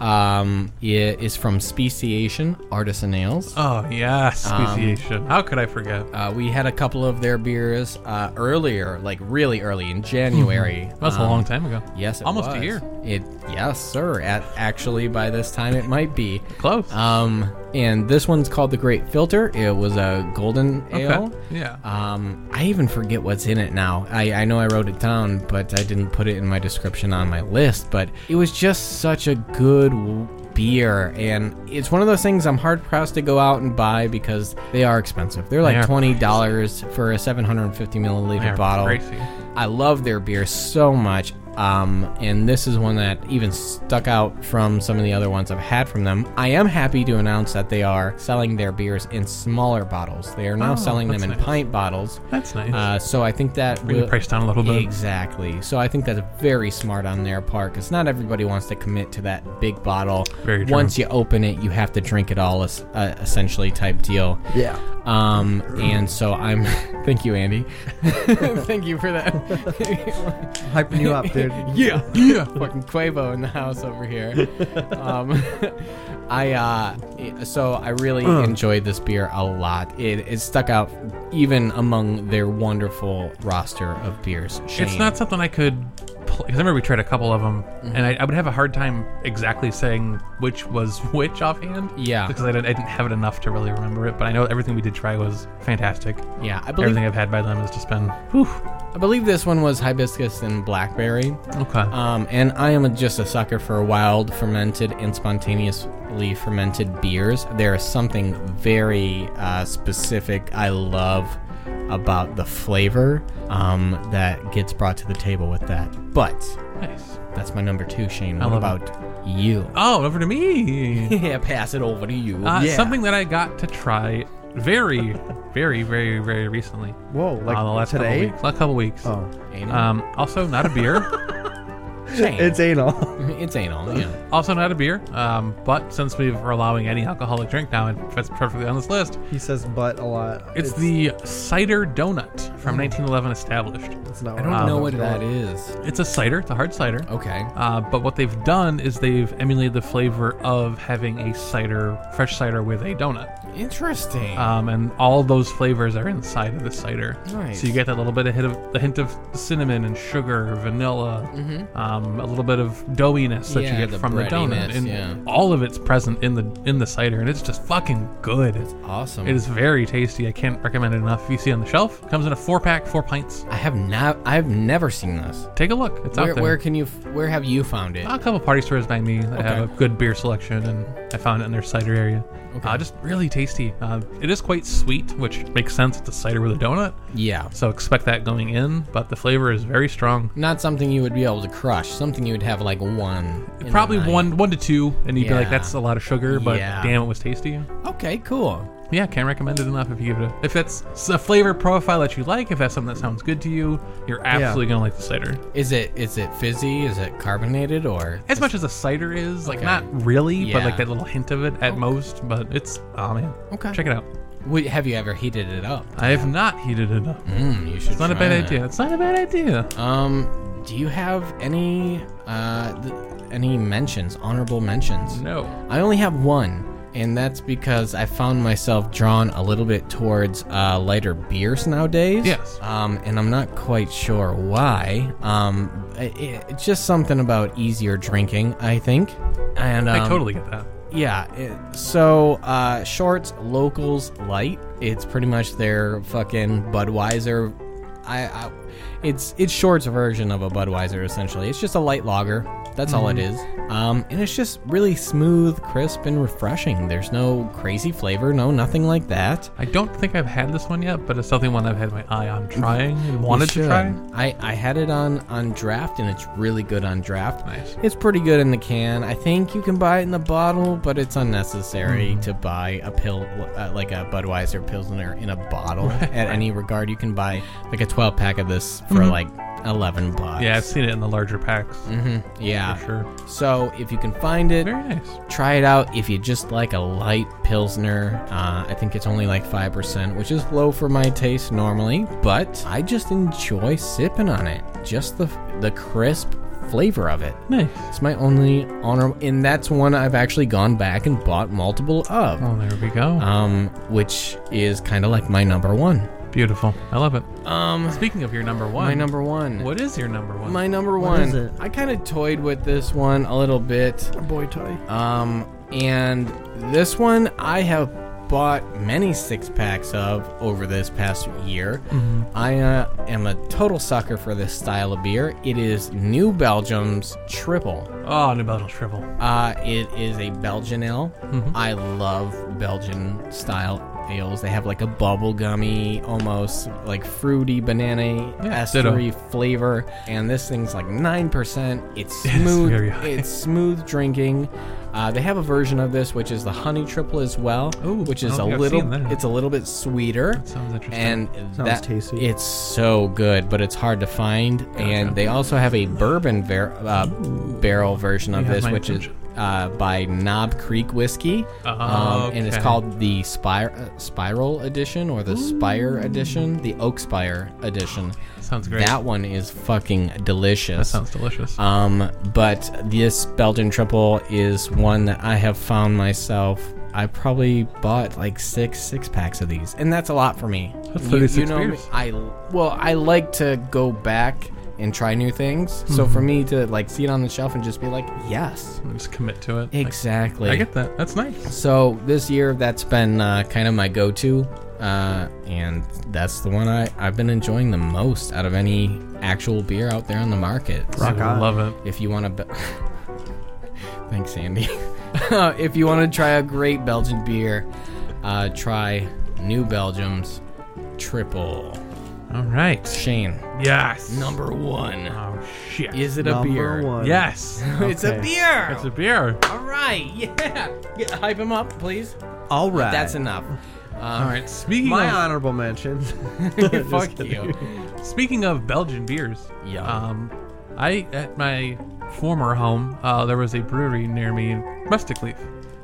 Speaker 3: um, it is from Speciation Artisan Ales.
Speaker 2: Oh yes,
Speaker 3: Um,
Speaker 2: speciation. How could I forget?
Speaker 3: Uh, we had a couple of their beers uh, earlier, like really early in January.
Speaker 2: That was a
Speaker 3: Um,
Speaker 2: long time ago.
Speaker 3: Yes, it
Speaker 2: almost
Speaker 3: was.
Speaker 2: a year.
Speaker 3: It yes, sir. At, actually, by this time, it might be.
Speaker 2: Close.
Speaker 3: Um, and this one's called the Great Filter. It was a golden ale.
Speaker 2: Yeah.
Speaker 3: Um, I even forget what's in it now. I, I know I wrote it down, but I didn't put it in my description on my list. But it was just such a good w- beer, and it's one of those things I'm hard pressed to go out and buy because they are expensive. They're like
Speaker 2: They are
Speaker 3: twenty dollars for a 750
Speaker 2: They
Speaker 3: milliliter
Speaker 2: are
Speaker 3: bottle.
Speaker 2: pricey.
Speaker 3: I love their beer so much. Um, and this is one that even stuck out from some of the other ones I've had from them. I am happy to announce that they are selling their beers in smaller bottles. They are now
Speaker 2: Oh,
Speaker 3: selling them
Speaker 2: that's
Speaker 3: in
Speaker 2: nice.
Speaker 3: pint bottles.
Speaker 2: That's nice.
Speaker 3: Uh, so I think that
Speaker 2: Bring the
Speaker 3: will-
Speaker 2: price down a little bit.
Speaker 3: Uh, Exactly. So I think that's very smart on their part because not everybody wants to commit to that big bottle.
Speaker 2: Very true.
Speaker 3: Once you open it, you have to drink it all, es- uh, essentially type deal.
Speaker 1: yeah.
Speaker 3: Um, and so I'm. thank you, Andy. thank you for that.
Speaker 1: Hyping you up, dude.
Speaker 3: yeah, yeah. Fucking Quavo in the house over here. Um, I uh, it- so I really
Speaker 2: Uh.
Speaker 3: enjoyed this beer a lot. It, it stuck out even among their wonderful roster of beers.
Speaker 2: it's
Speaker 3: Shane.
Speaker 2: not something I could. Because I remember we tried a couple of them,
Speaker 3: Mm-hmm.
Speaker 2: and I, I would have a hard time exactly saying which was which offhand.
Speaker 3: Yeah.
Speaker 2: Because I didn't, I didn't have it enough to really remember it, but I know everything we did try was fantastic.
Speaker 3: Yeah, I believe
Speaker 2: Everything I've had by them has just been. Whew.
Speaker 3: I believe this one was hibiscus and blackberry.
Speaker 2: Okay.
Speaker 3: Um, and I am a, just a sucker for wild fermented and spontaneously fermented beers. There is something very uh, specific I love about the flavor um, that gets brought to the table with that. But
Speaker 2: nice.
Speaker 3: that's my number two, Shane. What
Speaker 2: love
Speaker 3: about you.
Speaker 2: Oh, over to me.
Speaker 3: yeah, pass it over to you.
Speaker 2: Uh,
Speaker 1: Yeah.
Speaker 2: Something that I got to try very, very, very, very recently.
Speaker 1: Whoa, like
Speaker 2: uh, the last
Speaker 1: today?
Speaker 2: couple weeks. Last couple weeks.
Speaker 1: Oh,
Speaker 3: anal.
Speaker 2: Um, also not a beer.
Speaker 3: Shame.
Speaker 1: it's anal.
Speaker 3: it's anal. Yeah.
Speaker 2: also not a beer. Um, but since we are allowing any alcoholic drink now, and that's perfectly on this list,
Speaker 1: he says butt a lot.
Speaker 2: it's, the cider donut from 1911 established.
Speaker 1: It's not.
Speaker 3: I don't
Speaker 2: Um,
Speaker 3: know what that is.
Speaker 2: It's a cider. It's a hard cider.
Speaker 3: Okay.
Speaker 2: Uh, but what they've done is they've emulated the flavor of having a cider, fresh cider with a donut.
Speaker 3: Interesting.
Speaker 2: Um, and all those flavors are inside of the cider.
Speaker 3: Nice.
Speaker 2: So you get that little bit of hint of the hint of cinnamon and sugar, vanilla, um, a little bit of doughiness that
Speaker 3: Mm-hmm. Yeah,
Speaker 2: you get
Speaker 3: the
Speaker 2: from the donut,
Speaker 3: breadiness,
Speaker 2: and
Speaker 3: yeah.
Speaker 2: all of it's present in the in the cider, and it's just fucking good.
Speaker 3: awesome.
Speaker 2: It is very tasty. I can't recommend it enough. If you see it on the shelf, comes in a four pack, four pints.
Speaker 3: I have not. I've never seen this.
Speaker 2: Take a look. It's
Speaker 3: Where,
Speaker 2: out there.
Speaker 3: where can you? f- Where have you found it?
Speaker 2: A couple party stores by me that have a good beer selection, and I found it in their cider area. Uh, just really tasty. Uh, it is quite sweet, which makes sense. It's a cider with a donut,
Speaker 3: Yeah.
Speaker 2: so expect that going in, but the flavor is very strong.
Speaker 3: Not something you would be able to crush. Something you would have like one. in a
Speaker 2: Probably
Speaker 3: night.
Speaker 2: one one to two, and you'd be like,
Speaker 3: Yeah.
Speaker 2: that's a lot of sugar, but
Speaker 3: Yeah.
Speaker 2: damn, it was tasty.
Speaker 3: Okay. Cool.
Speaker 2: Yeah, can't recommend it enough if you give it a. If that's s- a flavor profile that you like, if that's something that sounds good to you, you're absolutely going to like the cider.
Speaker 3: Is it? Is it fizzy? Is it carbonated or?
Speaker 2: As much as a cider is, like
Speaker 3: Okay.
Speaker 2: not really, but
Speaker 3: Yeah. Oh.
Speaker 2: like that little hint of it at most, but it's, oh man.
Speaker 3: Okay.
Speaker 2: Check it out.
Speaker 3: Wait, have you ever heated it up?
Speaker 2: I have not heated it up. It's
Speaker 3: Mm, you should.
Speaker 2: not a
Speaker 3: try
Speaker 2: bad
Speaker 3: it.
Speaker 2: idea. It's not a bad idea.
Speaker 3: Um, do you have any uh th- any mentions, honorable mentions?
Speaker 2: No.
Speaker 3: I only have one, and that's because I found myself drawn a little bit towards uh, lighter beers nowadays.
Speaker 2: Yes.
Speaker 3: Um, and I'm not quite sure why. Um, i i- it's just something about easier drinking, I think. And um,
Speaker 2: I totally get that.
Speaker 3: yeah. It, so uh, shorts, locals, light. It's pretty much their fucking Budweiser. I, I, it's it's shorts version of a Budweiser essentially. It's just a light lager. That's all it is.
Speaker 2: Mm-hmm.
Speaker 3: Um, and it's just really smooth, crisp, and refreshing. There's no crazy flavor, no nothing like that.
Speaker 2: I don't think I've had this one yet, but it's something one I've had my eye on trying and wanted to
Speaker 3: should.
Speaker 2: try.
Speaker 3: I, I had it on on draft and it's really good on draft.
Speaker 2: Nice.
Speaker 3: It's pretty good in the can. I think you can buy it in the bottle, but it's unnecessary
Speaker 2: Mm-hmm.
Speaker 3: to buy a pill uh, like a Budweiser Pilsner in a bottle at any regard. You can buy like a 12 pack of this for
Speaker 2: Mm-hmm.
Speaker 3: like 11 bucks. Mm-hmm.
Speaker 2: Yeah, I've seen it in the larger packs
Speaker 3: Yeah.
Speaker 2: for sure.
Speaker 3: So if you can find it,
Speaker 2: Very nice.
Speaker 3: try it out if you just like a light pilsner uh, i think it's only like 5% which is low for my taste normally but i just enjoy sipping on it just the the crisp flavor of it
Speaker 2: Nice.
Speaker 3: it's my only honor and that's one i've actually gone back and bought multiple of
Speaker 2: Oh, there we go.
Speaker 3: um which is kind of like my number one
Speaker 2: Beautiful. I love it.
Speaker 3: Ah. um
Speaker 2: Speaking of your number one,
Speaker 3: my number one
Speaker 2: What is your number one?
Speaker 3: my number
Speaker 1: What
Speaker 3: one
Speaker 1: is it?
Speaker 3: i kind of toyed with this one a little bit
Speaker 1: boy toy.
Speaker 3: Um, and this one I have bought many six packs of over this past year. I uh, am a total sucker for this style of beer. It is New Belgium's triple.
Speaker 2: oh, New Belgium Triple.
Speaker 3: Uh, it is a Belgian ale.
Speaker 2: Mm-hmm.
Speaker 3: I love Belgian style ales. They have like a bubblegummy, almost like fruity banana
Speaker 2: Yeah,
Speaker 3: estery flavor. And this thing's like 9%. It's smooth.
Speaker 2: very high.
Speaker 3: it's smooth drinking. Uh, they have a version of this which is the honey triple as well,
Speaker 2: Ooh,
Speaker 3: which
Speaker 2: I
Speaker 3: is a
Speaker 2: don't think I've seen
Speaker 3: little
Speaker 2: that.
Speaker 3: it's a little bit sweeter.
Speaker 2: sounds interesting.
Speaker 3: And
Speaker 1: Sounds
Speaker 3: that
Speaker 1: tasty.
Speaker 3: it's so good, but it's hard to find. And they also have a bourbon ver- uh, barrel version of
Speaker 2: You have
Speaker 3: this,
Speaker 2: my
Speaker 3: which
Speaker 2: attention.
Speaker 3: is uh, by Knob Creek Whiskey, Um,
Speaker 2: Ah,
Speaker 3: and it's
Speaker 2: okay.
Speaker 3: called the Spire, uh, Spiral Edition or the Spire Edition, the Oak Spire Edition.
Speaker 2: Sounds great.
Speaker 3: That one is fucking delicious.
Speaker 2: That sounds delicious.
Speaker 3: Um, but this Belgian triple is one that I have found myself. I probably bought like six six packs of these, and that's a lot for me.
Speaker 2: That's
Speaker 3: You-
Speaker 2: 36
Speaker 3: you know
Speaker 2: beers.
Speaker 3: Me, I well, I like to go back and try new things. So
Speaker 2: Mm-hmm.
Speaker 3: for me to like see it on the shelf and just be like, yes,
Speaker 2: Just commit to it. Like,
Speaker 3: exactly.
Speaker 2: I get that. That's nice.
Speaker 3: So this year, that's been uh, kind of my go-to, uh, and that's the one I, I've been enjoying the most out of any actual beer out there on the market.
Speaker 1: Rock
Speaker 2: I
Speaker 1: on.
Speaker 2: love it.
Speaker 3: If you want to, be- thanks, Sandy. if you want to try a great Belgian beer, uh, try New Belgium's Triple.
Speaker 2: All right.
Speaker 3: Shane,
Speaker 2: Yes.
Speaker 3: number one.
Speaker 2: Oh shit.
Speaker 3: Is it a
Speaker 1: Number
Speaker 3: beer?
Speaker 1: one.
Speaker 2: yes.
Speaker 3: It's a
Speaker 1: Okay.
Speaker 3: beer.
Speaker 2: It's a beer.
Speaker 3: All right. Yeah. Get, hype him up, please.
Speaker 1: All right.
Speaker 3: That's enough. Um,
Speaker 2: All right. Speaking
Speaker 1: my
Speaker 2: of
Speaker 1: honorable mention.
Speaker 3: Fuck you.
Speaker 2: speaking of Belgian beers,
Speaker 3: Yum.
Speaker 2: um, I at my former home uh, there was a brewery near me, Rustic Leaf.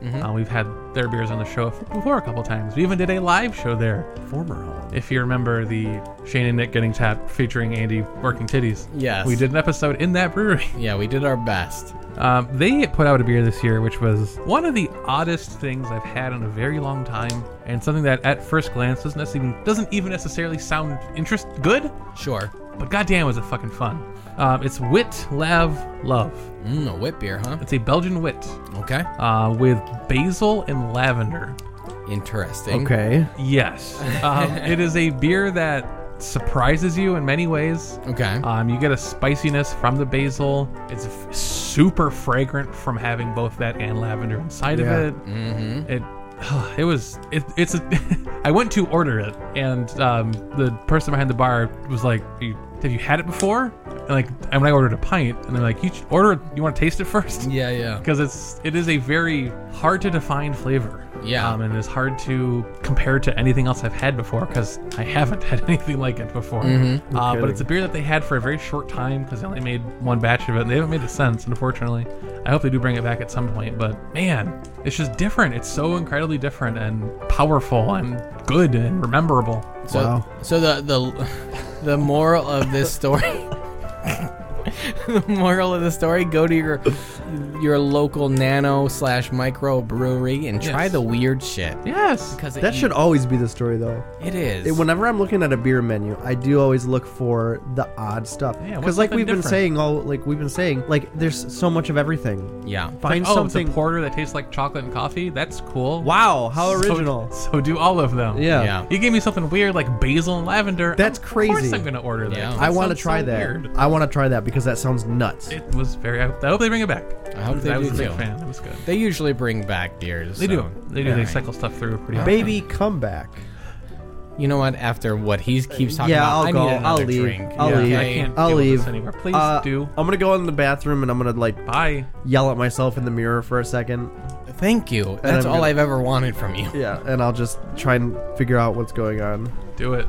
Speaker 1: Mm-hmm.
Speaker 2: Uh, we've had their beers on the show before a couple times. We even did a live show there.
Speaker 1: Former home.
Speaker 2: If you remember the Shane and Nick getting tapped featuring Andy working titties.
Speaker 3: Yes.
Speaker 2: We did an episode in that brewery.
Speaker 3: Yeah, we did our best.
Speaker 2: Um, they put out a beer this year, which was one of the oddest things I've had in a very long time, and something that at first glance doesn't even doesn't even necessarily sound interest good,
Speaker 3: Sure.
Speaker 2: but goddamn was it fucking fun. Um, it's Wit Lav Love.
Speaker 3: Mm, a whip beer, huh?
Speaker 2: It's a Belgian wit
Speaker 3: Okay.
Speaker 2: uh, with basil and lavender.
Speaker 3: Interesting.
Speaker 1: Okay.
Speaker 2: Yes, um, it is a beer that surprises you in many ways.
Speaker 3: Okay.
Speaker 1: Uh,
Speaker 2: Um, you get a spiciness from the basil. It's f- super fragrant from having both that and lavender inside
Speaker 1: Yeah.
Speaker 2: of it. Mm-hmm. It it was it, it's a, I went to order it and um, the person behind the bar was like, "Are you- "Have you had it before?" And like, and when I ordered a pint, and they're like, "You should order it. You want to taste it first?
Speaker 3: yeah, yeah.
Speaker 2: because it's it is a very hard to define flavor.
Speaker 3: Yeah.
Speaker 2: um, and it's hard to compare to anything else I've had before because I haven't had anything like it before. Uh, but
Speaker 1: kidding.
Speaker 2: it's a beer that they had for a very short time because they only made one batch of it. and They haven't made it since, unfortunately. I hope they do bring it back at some point. But man, it's just different. It's so incredibly different and powerful and good and rememberable.
Speaker 3: So,
Speaker 1: Wow.
Speaker 3: so the the the moral of this story. the moral of the story: Go to your your local nano slash micro brewery and try
Speaker 2: Yes.
Speaker 3: the weird shit.
Speaker 2: Yes.
Speaker 3: Because
Speaker 1: That should always be the story, though.
Speaker 3: it is.
Speaker 1: It- whenever I'm looking at a beer menu, I do always look for the odd stuff.
Speaker 2: Yeah, what's
Speaker 1: Because like
Speaker 2: something
Speaker 1: we've been
Speaker 2: different?
Speaker 1: saying, all like we've been saying, like there's so much of everything.
Speaker 3: yeah.
Speaker 1: Find
Speaker 2: oh,
Speaker 1: something.
Speaker 2: it's a porter that tastes like chocolate and coffee. That's cool.
Speaker 1: wow, how
Speaker 2: So-
Speaker 1: original.
Speaker 2: So, do all of them.
Speaker 1: yeah.
Speaker 3: Yeah.
Speaker 2: You gave me something weird like basil and lavender.
Speaker 1: That's
Speaker 2: of course
Speaker 1: crazy.
Speaker 2: I'm gonna order that.
Speaker 3: Yeah.
Speaker 2: That
Speaker 1: I want to
Speaker 2: sounds
Speaker 1: try
Speaker 2: so
Speaker 1: that.
Speaker 2: weird.
Speaker 1: I want to try that because that sounds nuts.
Speaker 2: It was very. I I hope they bring it back.
Speaker 3: I hope they
Speaker 2: I was
Speaker 3: do
Speaker 2: a big
Speaker 3: too.
Speaker 2: fan. It was good.
Speaker 3: They usually bring back beers.
Speaker 2: They do.
Speaker 3: so-
Speaker 2: They do.
Speaker 3: Yeah.
Speaker 2: They cycle stuff through pretty. often.
Speaker 1: Baby, come back.
Speaker 3: You know what? After what he keeps talking
Speaker 1: Yeah, I'll
Speaker 3: about, I
Speaker 1: go.
Speaker 3: need
Speaker 1: I'll
Speaker 3: another
Speaker 1: leave.
Speaker 3: drink.
Speaker 1: I'll
Speaker 2: Yeah,
Speaker 1: leave.
Speaker 2: I can't
Speaker 1: I'll
Speaker 2: deal with
Speaker 1: leave.
Speaker 2: this anymore. Please
Speaker 1: Uh,
Speaker 2: do.
Speaker 1: I'm gonna go in the bathroom and I'm gonna like
Speaker 2: Bye.
Speaker 1: yell at myself in the mirror for a second.
Speaker 3: Thank you. That's
Speaker 1: I'm
Speaker 3: all
Speaker 1: gonna-
Speaker 3: I've ever wanted from you.
Speaker 1: Yeah, and I'll just try and figure out what's going on.
Speaker 2: Do it.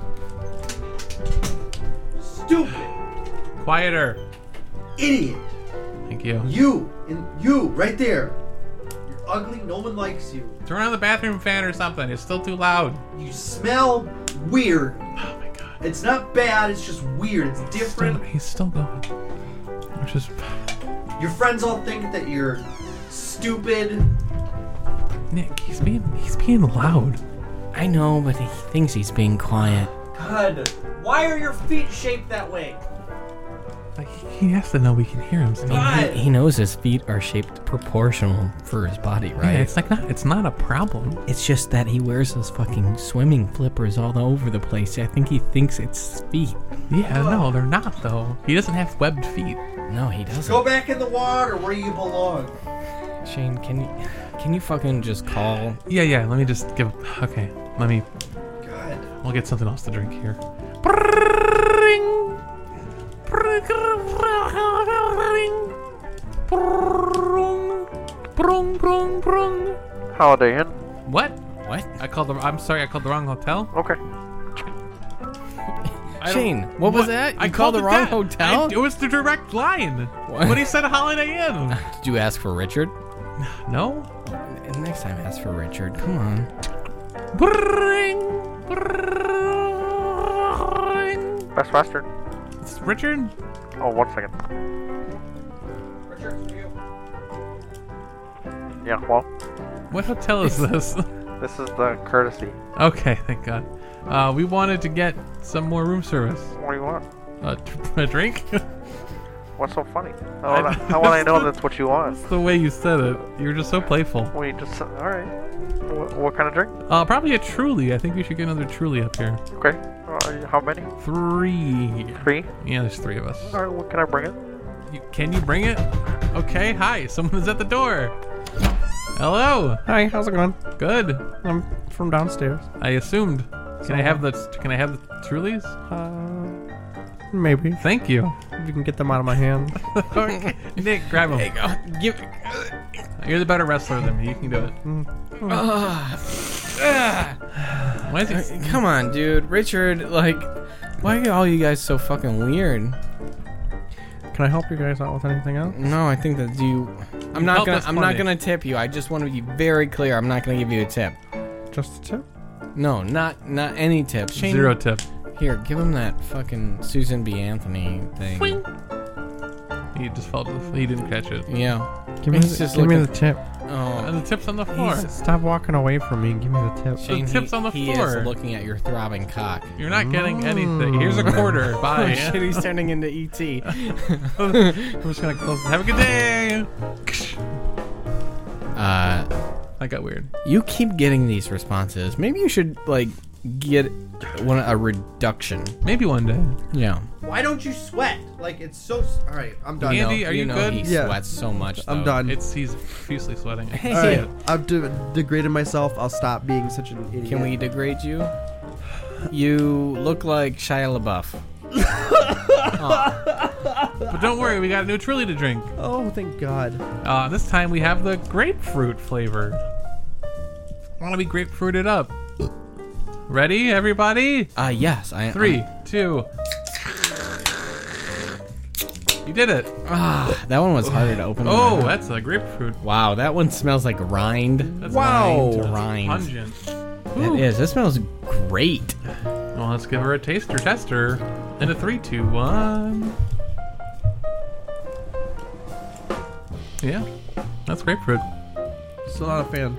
Speaker 1: Stupid
Speaker 2: Quieter.
Speaker 1: idiot.
Speaker 2: Thank you.
Speaker 1: You and you right there. You're ugly. No one likes you.
Speaker 2: Turn on the bathroom fan or something. It's still too loud.
Speaker 1: You smell weird.
Speaker 2: Oh my god.
Speaker 1: It's not bad. It's just weird. It's
Speaker 2: Still, he's still going. Which is
Speaker 1: Your friends all think that you're stupid.
Speaker 2: Nick. He's being. He's being loud.
Speaker 3: I know, but he thinks he's being quiet.
Speaker 1: God, why are your feet shaped that way?
Speaker 2: Like he, he has to know we can hear him. Still.
Speaker 1: God.
Speaker 3: He knows his feet are shaped proportional for his body,
Speaker 2: Yeah,
Speaker 3: right?
Speaker 2: it's like not. It's not a problem.
Speaker 3: It's just that he wears those fucking swimming flippers all over the place. I think he thinks it's feet.
Speaker 2: Yeah, no, they're not though. He doesn't have webbed feet.
Speaker 3: No, he doesn't.
Speaker 1: Go back in the water where you belong.
Speaker 3: Shane, can you can you fucking just call?
Speaker 2: Yeah, yeah. Let me just give. Okay, let me.
Speaker 1: God.
Speaker 2: We'll get something else to drink here. Pring. Pring. Prung. Prung, prung, prung.
Speaker 5: Holiday Inn.
Speaker 2: What?
Speaker 3: What?
Speaker 2: I called the. I'm sorry. I called the wrong hotel.
Speaker 5: Okay.
Speaker 2: I don't-
Speaker 3: Shane, what was that? You
Speaker 2: I
Speaker 3: called the
Speaker 2: it
Speaker 3: wrong
Speaker 2: that.
Speaker 3: hotel?
Speaker 2: I- it was the direct line.
Speaker 3: What?
Speaker 2: When he said Holiday Inn.
Speaker 3: Did you ask for Richard?
Speaker 2: no.
Speaker 3: Next time, ask for Richard. Come on.
Speaker 2: Pring. Pring.
Speaker 5: Best Western.
Speaker 2: It's Richard.
Speaker 5: Oh, one second. Yeah, well,
Speaker 2: What hotel is this?
Speaker 5: this is the courtesy.
Speaker 2: okay, thank God. Uh, we wanted to get some more room service.
Speaker 5: What do you want?
Speaker 2: A, t- a drink?
Speaker 5: What's so funny? How
Speaker 2: I-
Speaker 5: would I, how would I know that's what you want?
Speaker 2: That's the way you said it. You were just so playful.
Speaker 5: We just all right. What, what kind of drink?
Speaker 2: Uh, probably a Truly. I think we should get another Truly up here.
Speaker 5: Okay. Uh, how many?
Speaker 2: Three.
Speaker 5: Three.
Speaker 2: Yeah, there's three of us.
Speaker 5: All right. What can I bring it?
Speaker 2: You, can you bring it? Okay, hi. Someone's at the door. Hello.
Speaker 1: Hi, how's it going?
Speaker 2: Good.
Speaker 1: I'm from downstairs.
Speaker 2: I assumed. Can I have the Can I have the Trulies?
Speaker 1: Uh, Maybe.
Speaker 2: Thank you.
Speaker 1: If you can get them out of my hand.
Speaker 2: Nick, grab them.
Speaker 3: There you go. Give.
Speaker 2: You're the better wrestler than me. You can do it. Why is he?
Speaker 3: Ah, Come on, dude. Richard, like, why are all you guys so fucking weird?
Speaker 1: Can I help you guys out with anything else?
Speaker 3: No, I think that you. I'm not
Speaker 2: help
Speaker 3: gonna.
Speaker 2: us
Speaker 3: I'm not
Speaker 2: plenty.
Speaker 3: gonna tip you. I just want to be very clear. I'm not gonna give you a tip.
Speaker 1: Just a tip?
Speaker 3: No, not not any tip. Shane,
Speaker 2: Zero tip.
Speaker 3: Here, give him that fucking Susan B. Anthony thing.
Speaker 2: He just fell. To the, he didn't catch it.
Speaker 3: Yeah.
Speaker 1: Give me,
Speaker 3: He's
Speaker 1: the,
Speaker 3: just
Speaker 1: give me the
Speaker 3: looking-
Speaker 1: tip.
Speaker 3: Oh.
Speaker 2: And the tip's on the floor.
Speaker 1: Jesus, Stop walking away from me and give me the tip.
Speaker 3: Shane,
Speaker 2: the tip's
Speaker 3: he,
Speaker 2: on the
Speaker 3: he
Speaker 2: floor.
Speaker 3: is looking at your throbbing cock.
Speaker 2: You're not getting anything. Here's
Speaker 1: Mm.
Speaker 2: a quarter. Oh, Bye.
Speaker 3: shit, he's turning into
Speaker 2: E
Speaker 3: ET.
Speaker 2: I'm just gonna close. This. Have a good day.
Speaker 3: Uh,
Speaker 2: That got weird.
Speaker 3: you keep getting these responses. Maybe you should like get one a reduction.
Speaker 2: Maybe one day.
Speaker 3: Yeah.
Speaker 1: Why don't you sweat? Like, it's so. Alright, I'm done.
Speaker 2: Andy, are you,
Speaker 3: know
Speaker 2: good?
Speaker 3: He
Speaker 1: Yeah.
Speaker 3: sweats so much.
Speaker 1: I'm
Speaker 3: though.
Speaker 1: done.
Speaker 2: It's he's profusely sweating.
Speaker 3: Hey,
Speaker 1: All right, I've de- degraded myself. I'll stop being such an idiot.
Speaker 3: Can we degrade you? You look like Shia LaBeouf.
Speaker 2: But don't worry, we got a new Truly to drink.
Speaker 1: Oh, thank God.
Speaker 2: Uh, this time we have the grapefruit flavor. Want to be grapefruited up? Ready, everybody?
Speaker 3: Uh, yes, I
Speaker 2: Three,
Speaker 3: I-
Speaker 2: two. You did it.
Speaker 3: ah, that one was harder to open. than I
Speaker 2: Oh,
Speaker 3: thought.
Speaker 2: that's a grapefruit.
Speaker 3: wow, that one smells like rind.
Speaker 2: That's
Speaker 1: Wow.
Speaker 2: That's
Speaker 3: Rind.
Speaker 2: pungent.
Speaker 3: It is. That smells great.
Speaker 2: Well, let's give her a taster tester. And a three, two, one. Yeah, that's grapefruit.
Speaker 1: Still not a fan.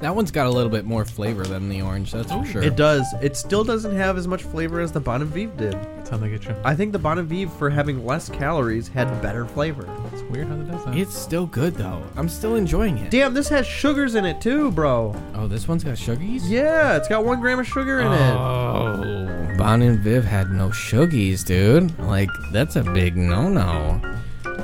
Speaker 3: That one's got a little bit more flavor than the orange. That's for sure.
Speaker 1: It does. It still doesn't have as much flavor as the Bon Vive did.
Speaker 2: That's how they get you.
Speaker 1: I think the Bon Vive, for having less calories, had better flavor.
Speaker 2: It's weird how that does that.
Speaker 3: It's still good though. I'm still enjoying it.
Speaker 1: Damn, this has sugars in it too, bro.
Speaker 3: Oh, this one's got sugars.
Speaker 1: Yeah, it's got one gram of sugar in it.
Speaker 3: Oh, Bon and Viv had no sugies, dude. Like that's a big no-no.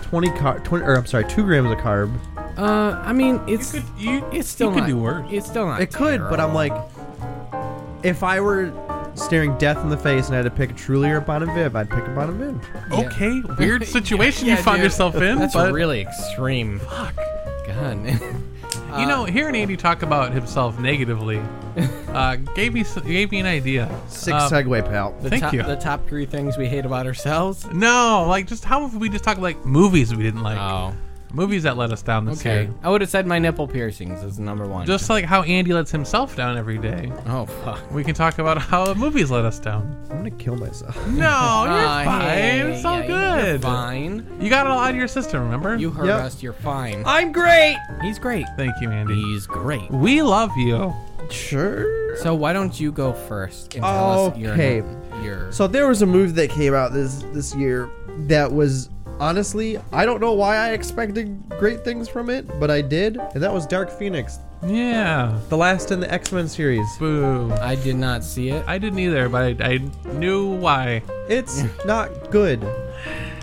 Speaker 1: Twenty car, twenty, or I'm sorry, two grams of carb.
Speaker 3: Uh, I mean, it's
Speaker 2: Could you,
Speaker 3: it's still
Speaker 2: you could
Speaker 3: not-
Speaker 2: do worse.
Speaker 3: It's still not.
Speaker 1: It could, but I'm
Speaker 3: terrible.
Speaker 1: like, if I were staring death in the face and I had to pick a Truly or a Bon Viv, I'd pick a Bon Viv.
Speaker 2: okay, weird situation
Speaker 3: Yeah,
Speaker 2: you found
Speaker 3: dude.
Speaker 2: yourself in.
Speaker 3: That's
Speaker 2: but
Speaker 3: really extreme. Fuck. God. Uh,
Speaker 2: you know, hearing Andy talk about himself negatively uh, gave me s- gave me an idea.
Speaker 1: Sick
Speaker 2: Um,
Speaker 1: segue, pal.
Speaker 3: the
Speaker 2: Thank
Speaker 3: top,
Speaker 2: you.
Speaker 3: The top three things we hate about ourselves.
Speaker 2: No, like just how if we just talk like movies we didn't like,
Speaker 3: Oh.
Speaker 2: movies that let us down this
Speaker 3: Okay.
Speaker 2: year.
Speaker 3: I would have said my nipple piercings is number one.
Speaker 2: Just like how Andy lets himself down every day,
Speaker 3: oh fuck.
Speaker 2: we can talk about how movies let us down.
Speaker 1: I'm gonna kill myself.
Speaker 2: No, Oh, you're
Speaker 3: Ah,
Speaker 2: fine.
Speaker 3: hey,
Speaker 2: it's all
Speaker 3: yeah,
Speaker 2: good.
Speaker 3: You're fine.
Speaker 2: You got it all out of your system, remember?
Speaker 3: You heard
Speaker 1: Yep.
Speaker 3: us. You're fine.
Speaker 1: I'm great.
Speaker 3: He's great.
Speaker 2: Thank you, Andy.
Speaker 3: He's great.
Speaker 2: We love you.
Speaker 1: Sure.
Speaker 3: So why don't you go first and tell us your
Speaker 1: Okay.
Speaker 3: your
Speaker 1: So there was a movie that came out this this year that was honestly I don't know why I expected great things from it, but I did, and that was Dark Phoenix,
Speaker 2: Yeah.
Speaker 1: the last in the X Men series.
Speaker 2: Boo.
Speaker 3: I did not see it.
Speaker 2: I didn't either, but I, I knew why.
Speaker 1: It's not good,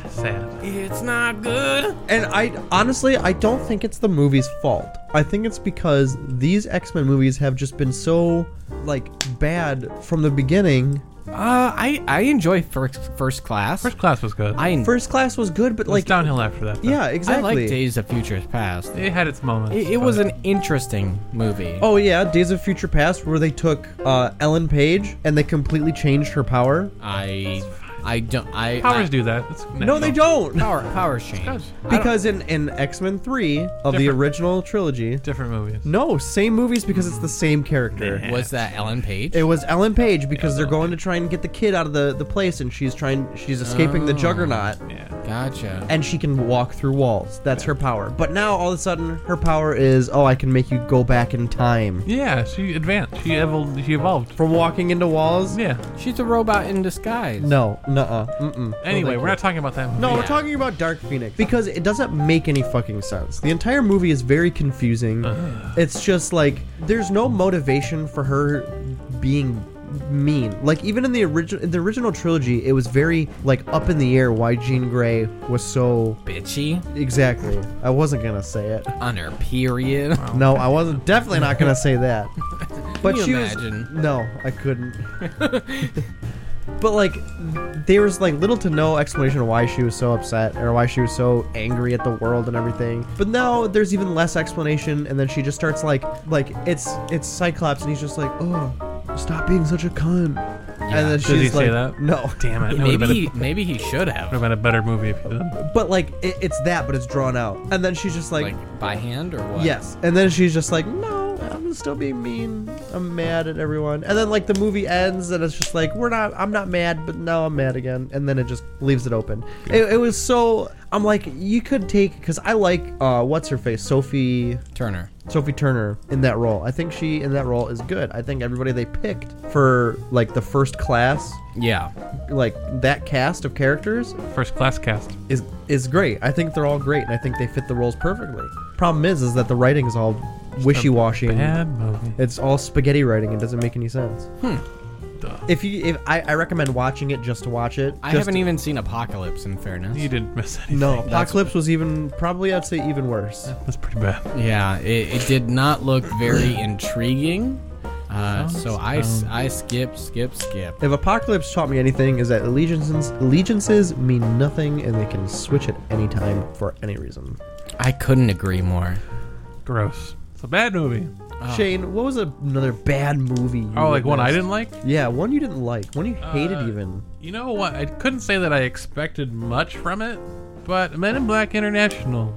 Speaker 2: Sad.
Speaker 3: It's not good.
Speaker 1: and I honestly I don't think it's the movie's fault. I think it's because these X Men movies have just been so like bad from the beginning.
Speaker 3: Uh, I I enjoy first first class.
Speaker 2: First class was good.
Speaker 3: I
Speaker 1: First Class was good, but
Speaker 2: like
Speaker 1: like
Speaker 2: downhill after that. though.
Speaker 1: yeah,
Speaker 3: I
Speaker 1: exactly.
Speaker 3: like Days of Futures Past. It,
Speaker 2: It had its moments.
Speaker 3: it
Speaker 2: but
Speaker 3: was an interesting movie.
Speaker 1: Oh yeah, Days of Future Past, where they took uh, Ellen Page and they completely changed her power.
Speaker 3: I I don't I
Speaker 2: powers
Speaker 3: I,
Speaker 2: do that. It's
Speaker 1: No, they don't.
Speaker 3: power powers change.
Speaker 1: Because in, in X Men Three of the
Speaker 2: Different.
Speaker 1: original trilogy,
Speaker 2: Different movies.
Speaker 3: Mm.
Speaker 1: no, same movies because it's the same character.
Speaker 3: Was that Ellen Page?
Speaker 1: It was Ellen Page because they're going to try and get the kid out of the, the place, and she's trying she's escaping the Juggernaut,
Speaker 2: Yeah.
Speaker 3: gotcha.
Speaker 1: and she can walk through walls. That's her power. But now all of a sudden, her power is oh, I can make you go back in time
Speaker 2: Yeah. She advanced. She evolved. She evolved.
Speaker 1: from walking into walls.
Speaker 2: Yeah.
Speaker 3: She's a robot in disguise.
Speaker 1: No, nuh-uh, mm-mm. Oh,
Speaker 2: Anyway,
Speaker 1: No,
Speaker 2: we're not talking about that. Movie.
Speaker 1: No, we're talking about Dark Phoenix because it doesn't make any fucking sense. The entire movie is very confusing. It's just like there's no motivation for her being mean. Like even in the original in the original trilogy, it was very like up in the air why Jean Grey was so
Speaker 3: Bitchy
Speaker 1: exactly. I wasn't gonna say it.
Speaker 3: on her period.
Speaker 1: No, I wasn't definitely not gonna say that. but
Speaker 3: you
Speaker 1: she
Speaker 3: imagine?
Speaker 1: was no, I couldn't. but like, there was like little to no explanation of why she was so upset or why she was so angry at the world and everything. But now there's even less explanation, and then she just starts like, like it's it's Cyclops, and he's just like, oh, stop being such a cunt. and then
Speaker 2: Does
Speaker 1: she's
Speaker 2: he
Speaker 1: like,
Speaker 2: say that?
Speaker 1: no,
Speaker 2: Damn it. That would have
Speaker 3: Maybe
Speaker 2: been,
Speaker 3: he, maybe he should have.
Speaker 2: would've been a better movie if he did.
Speaker 1: but like it, it's that, but it's drawn out. And then she's just like
Speaker 3: Like by hand or what?
Speaker 1: Yes. And then she's just like, no, I'm still being mean. I'm mad at everyone. And then like the movie ends and it's just like, we're not, I'm not mad, but now I'm mad again. And then it just leaves it open. It, it was so, I'm like, you could take, cause I like, uh, what's her face? Sophie,
Speaker 3: Turner.
Speaker 1: Sophie Turner in that role. I think she in that role is good. I think everybody they picked for like the first class,
Speaker 3: Yeah.
Speaker 1: like that cast of characters
Speaker 2: First class cast.
Speaker 1: is is great. I think they're all great, and I think they fit the roles perfectly. Problem is, is that the writing is all wishy washy.
Speaker 2: Bad movie.
Speaker 1: It's all spaghetti writing. It doesn't make any sense.
Speaker 3: Hmm.
Speaker 2: Duh.
Speaker 1: If you, if I, I recommend watching it just to watch it.
Speaker 3: I
Speaker 1: Just-
Speaker 3: haven't even seen Apocalypse. In fairness.
Speaker 2: You didn't miss anything.
Speaker 1: No, Apocalypse was even probably I'd say even worse.
Speaker 2: That's pretty bad.
Speaker 3: Yeah, it, it did not look very intriguing. Uh, so I, s- I skip, skip, skip.
Speaker 1: If Apocalypse taught me anything, is that allegiances allegiances mean nothing, and they can switch at any time for any reason.
Speaker 3: I couldn't agree more.
Speaker 2: Gross. It's a bad movie.
Speaker 3: Oh
Speaker 1: Shane, what was another bad movie? you
Speaker 2: Oh, like one I
Speaker 1: witnessed?
Speaker 2: didn't like?
Speaker 1: Yeah, one you didn't like, one you hated
Speaker 2: Uh,
Speaker 1: even.
Speaker 2: You know what? I couldn't say that I expected much from it, but Men in Black International.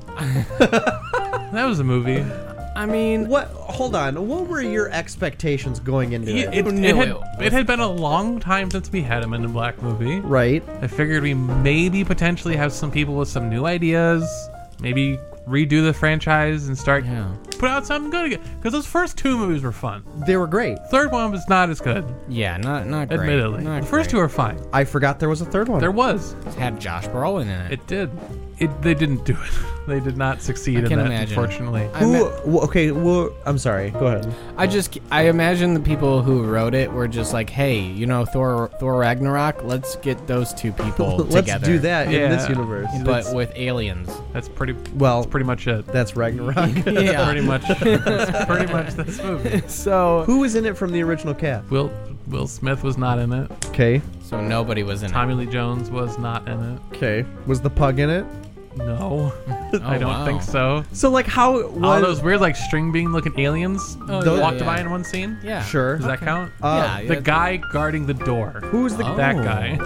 Speaker 2: that was a movie.
Speaker 3: I mean,
Speaker 1: What? Hold on. What were your expectations going into
Speaker 2: It,
Speaker 1: it?
Speaker 2: it,
Speaker 3: Who
Speaker 2: it
Speaker 3: knew
Speaker 2: had,
Speaker 3: it was-
Speaker 2: it had been a long time since we had a Men in Black movie.
Speaker 1: Right.
Speaker 2: I figured we maybe potentially have some people with some new ideas, maybe redo the franchise and start
Speaker 3: Yeah.
Speaker 2: put out something good again. Because those first two movies were fun.
Speaker 1: They were great.
Speaker 2: Third one was not as good,
Speaker 3: yeah, not not great.
Speaker 2: admittedly.
Speaker 3: Not
Speaker 2: the first two
Speaker 3: great.
Speaker 2: are fine.
Speaker 1: I forgot there was a third one.
Speaker 2: There was.
Speaker 3: had Josh Brolin in it.
Speaker 2: It did. It they didn't do it. They did not succeed
Speaker 3: I
Speaker 2: in that,
Speaker 3: can imagine.
Speaker 2: unfortunately.
Speaker 3: I,
Speaker 1: Who?
Speaker 3: ma-
Speaker 1: wh- okay. Well, I'm sorry. Go ahead.
Speaker 3: I just I imagine the people who wrote it were just like, hey, you know, Thor Thor Ragnarok. Let's get those two people
Speaker 1: Let's
Speaker 3: together.
Speaker 1: do that in
Speaker 2: Yeah.
Speaker 1: this universe.
Speaker 3: but with aliens.
Speaker 2: That's pretty
Speaker 1: Well-
Speaker 2: that's pretty much it.
Speaker 1: That's Ragnarok.
Speaker 3: Yeah.
Speaker 2: Pretty much that's pretty much this movie.
Speaker 3: So
Speaker 1: Who was in it from the original cat?
Speaker 2: Will Will Smith was not in it.
Speaker 1: Okay.
Speaker 3: so nobody was in it.
Speaker 2: Tommy Lee Jones was not in it.
Speaker 1: Okay. Was the pug in it?
Speaker 2: No. I don't
Speaker 3: Oh, wow.
Speaker 2: think so.
Speaker 1: So like, how
Speaker 2: All
Speaker 1: was?
Speaker 2: those weird like string bean looking aliens
Speaker 3: Oh, yeah,
Speaker 2: walked
Speaker 3: yeah.
Speaker 2: by in one scene.
Speaker 3: Yeah.
Speaker 1: Sure.
Speaker 2: Does that count?
Speaker 1: Uh,
Speaker 3: yeah, yeah.
Speaker 2: the guy guarding the door.
Speaker 1: Who was the
Speaker 3: Oh,
Speaker 2: that guy.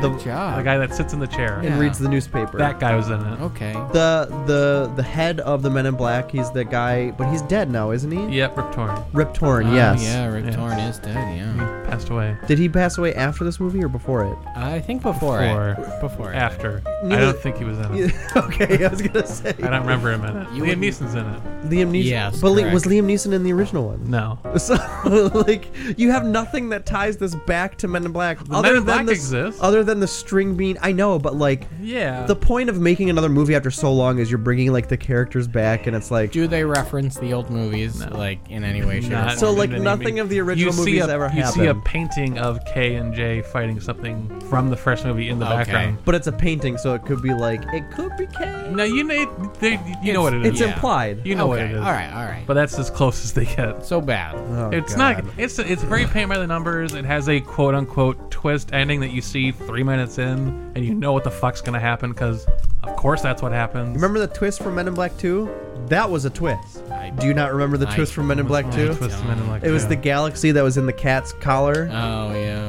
Speaker 1: the
Speaker 3: Good job.
Speaker 2: The guy that sits in the chair.
Speaker 1: and
Speaker 3: Yeah. Oh.
Speaker 1: reads the newspaper?
Speaker 2: That guy was in it.
Speaker 3: Okay.
Speaker 1: the the the head of the Men in Black. He's the guy, but he's dead now, isn't he?
Speaker 2: Yep, Rip Torn.
Speaker 1: Rip Torn.
Speaker 2: Ah,
Speaker 3: Oh,
Speaker 1: yes.
Speaker 3: yeah, Rick
Speaker 2: Yes.
Speaker 3: Torn is dead.
Speaker 2: He
Speaker 3: Yeah.
Speaker 2: passed away.
Speaker 1: Did he pass away after this movie or before it?
Speaker 3: I think before.
Speaker 2: Before.
Speaker 3: It, before. it.
Speaker 2: After. I
Speaker 1: Neither-
Speaker 2: don't think he was in it.
Speaker 1: okay, I was gonna say.
Speaker 2: I don't remember him in it.
Speaker 3: You
Speaker 2: Liam
Speaker 3: wouldn't-
Speaker 2: Neeson's in it.
Speaker 1: Liam Neeson.
Speaker 3: Yes,
Speaker 1: but Li- was
Speaker 3: correct.
Speaker 1: Liam Neeson in the original one?
Speaker 2: No.
Speaker 1: So, like, you have nothing that ties this back to Men in Black.
Speaker 2: Men in Black
Speaker 1: the,
Speaker 2: exists.
Speaker 1: Other than the string bean, I know, but like,
Speaker 2: Yeah.
Speaker 1: the point of making another movie after so long is you're bringing like the characters back, and it's like,
Speaker 3: Do they reference the old movies like in any way? Shape, or
Speaker 2: Not
Speaker 1: So,
Speaker 2: in
Speaker 1: like,
Speaker 2: any
Speaker 1: nothing
Speaker 2: movie.
Speaker 1: of the original
Speaker 2: you see
Speaker 1: movies
Speaker 2: a,
Speaker 1: ever
Speaker 2: You see a
Speaker 1: happened.
Speaker 2: painting of K and J fighting something from the first movie in the
Speaker 3: Okay.
Speaker 2: background.
Speaker 1: but it's a painting, so it could be like, it could be K.
Speaker 2: No, you know, they, you know what it is.
Speaker 1: It's
Speaker 3: Yeah.
Speaker 1: implied.
Speaker 2: You know what
Speaker 3: Okay,
Speaker 2: it is.
Speaker 3: All right. All right.
Speaker 2: But that's as close as they get.
Speaker 3: so bad.
Speaker 1: Oh,
Speaker 2: it's
Speaker 1: God.
Speaker 2: not. It's it's very paint by the numbers. It has a quote unquote twist ending that you see three minutes in, and you know what the fuck's gonna happen because, of course, that's what happens.
Speaker 1: Remember the twist from Men in Black 2? That was a twist.
Speaker 3: I-
Speaker 1: Do you not remember the
Speaker 3: I-
Speaker 1: twist from Men in Black 2?
Speaker 2: Oh, Twist in Men in Black
Speaker 1: It was
Speaker 2: Two. Uh,
Speaker 1: the galaxy that was in the cat's collar.
Speaker 3: Oh yeah.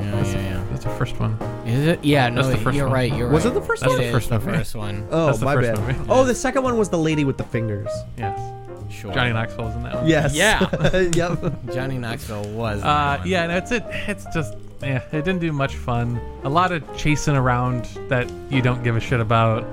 Speaker 3: Yeah. Yeah.
Speaker 2: That's the first one.
Speaker 3: yeah. Is it? Yeah. No.
Speaker 2: That's the first
Speaker 3: you're
Speaker 2: one.
Speaker 3: right. You're
Speaker 1: Was
Speaker 3: right.
Speaker 1: it the first
Speaker 2: That's
Speaker 1: one?
Speaker 2: the
Speaker 3: It
Speaker 2: first
Speaker 3: is the
Speaker 2: one, right?
Speaker 3: first one.
Speaker 1: Oh,
Speaker 2: That's the
Speaker 1: my
Speaker 2: first
Speaker 1: bad.
Speaker 2: movie.
Speaker 1: Oh, the second one was the lady with the fingers.
Speaker 2: Yes.
Speaker 1: Oh.
Speaker 3: Sure.
Speaker 2: Johnny Knoxville's in that one.
Speaker 1: Yes.
Speaker 3: Yeah.
Speaker 1: yep.
Speaker 3: Johnny Knoxville was. the
Speaker 2: Uh,
Speaker 3: one.
Speaker 2: yeah, and it's it. It's just yeah, it didn't do much fun. A lot of chasing around that you don't give a shit about,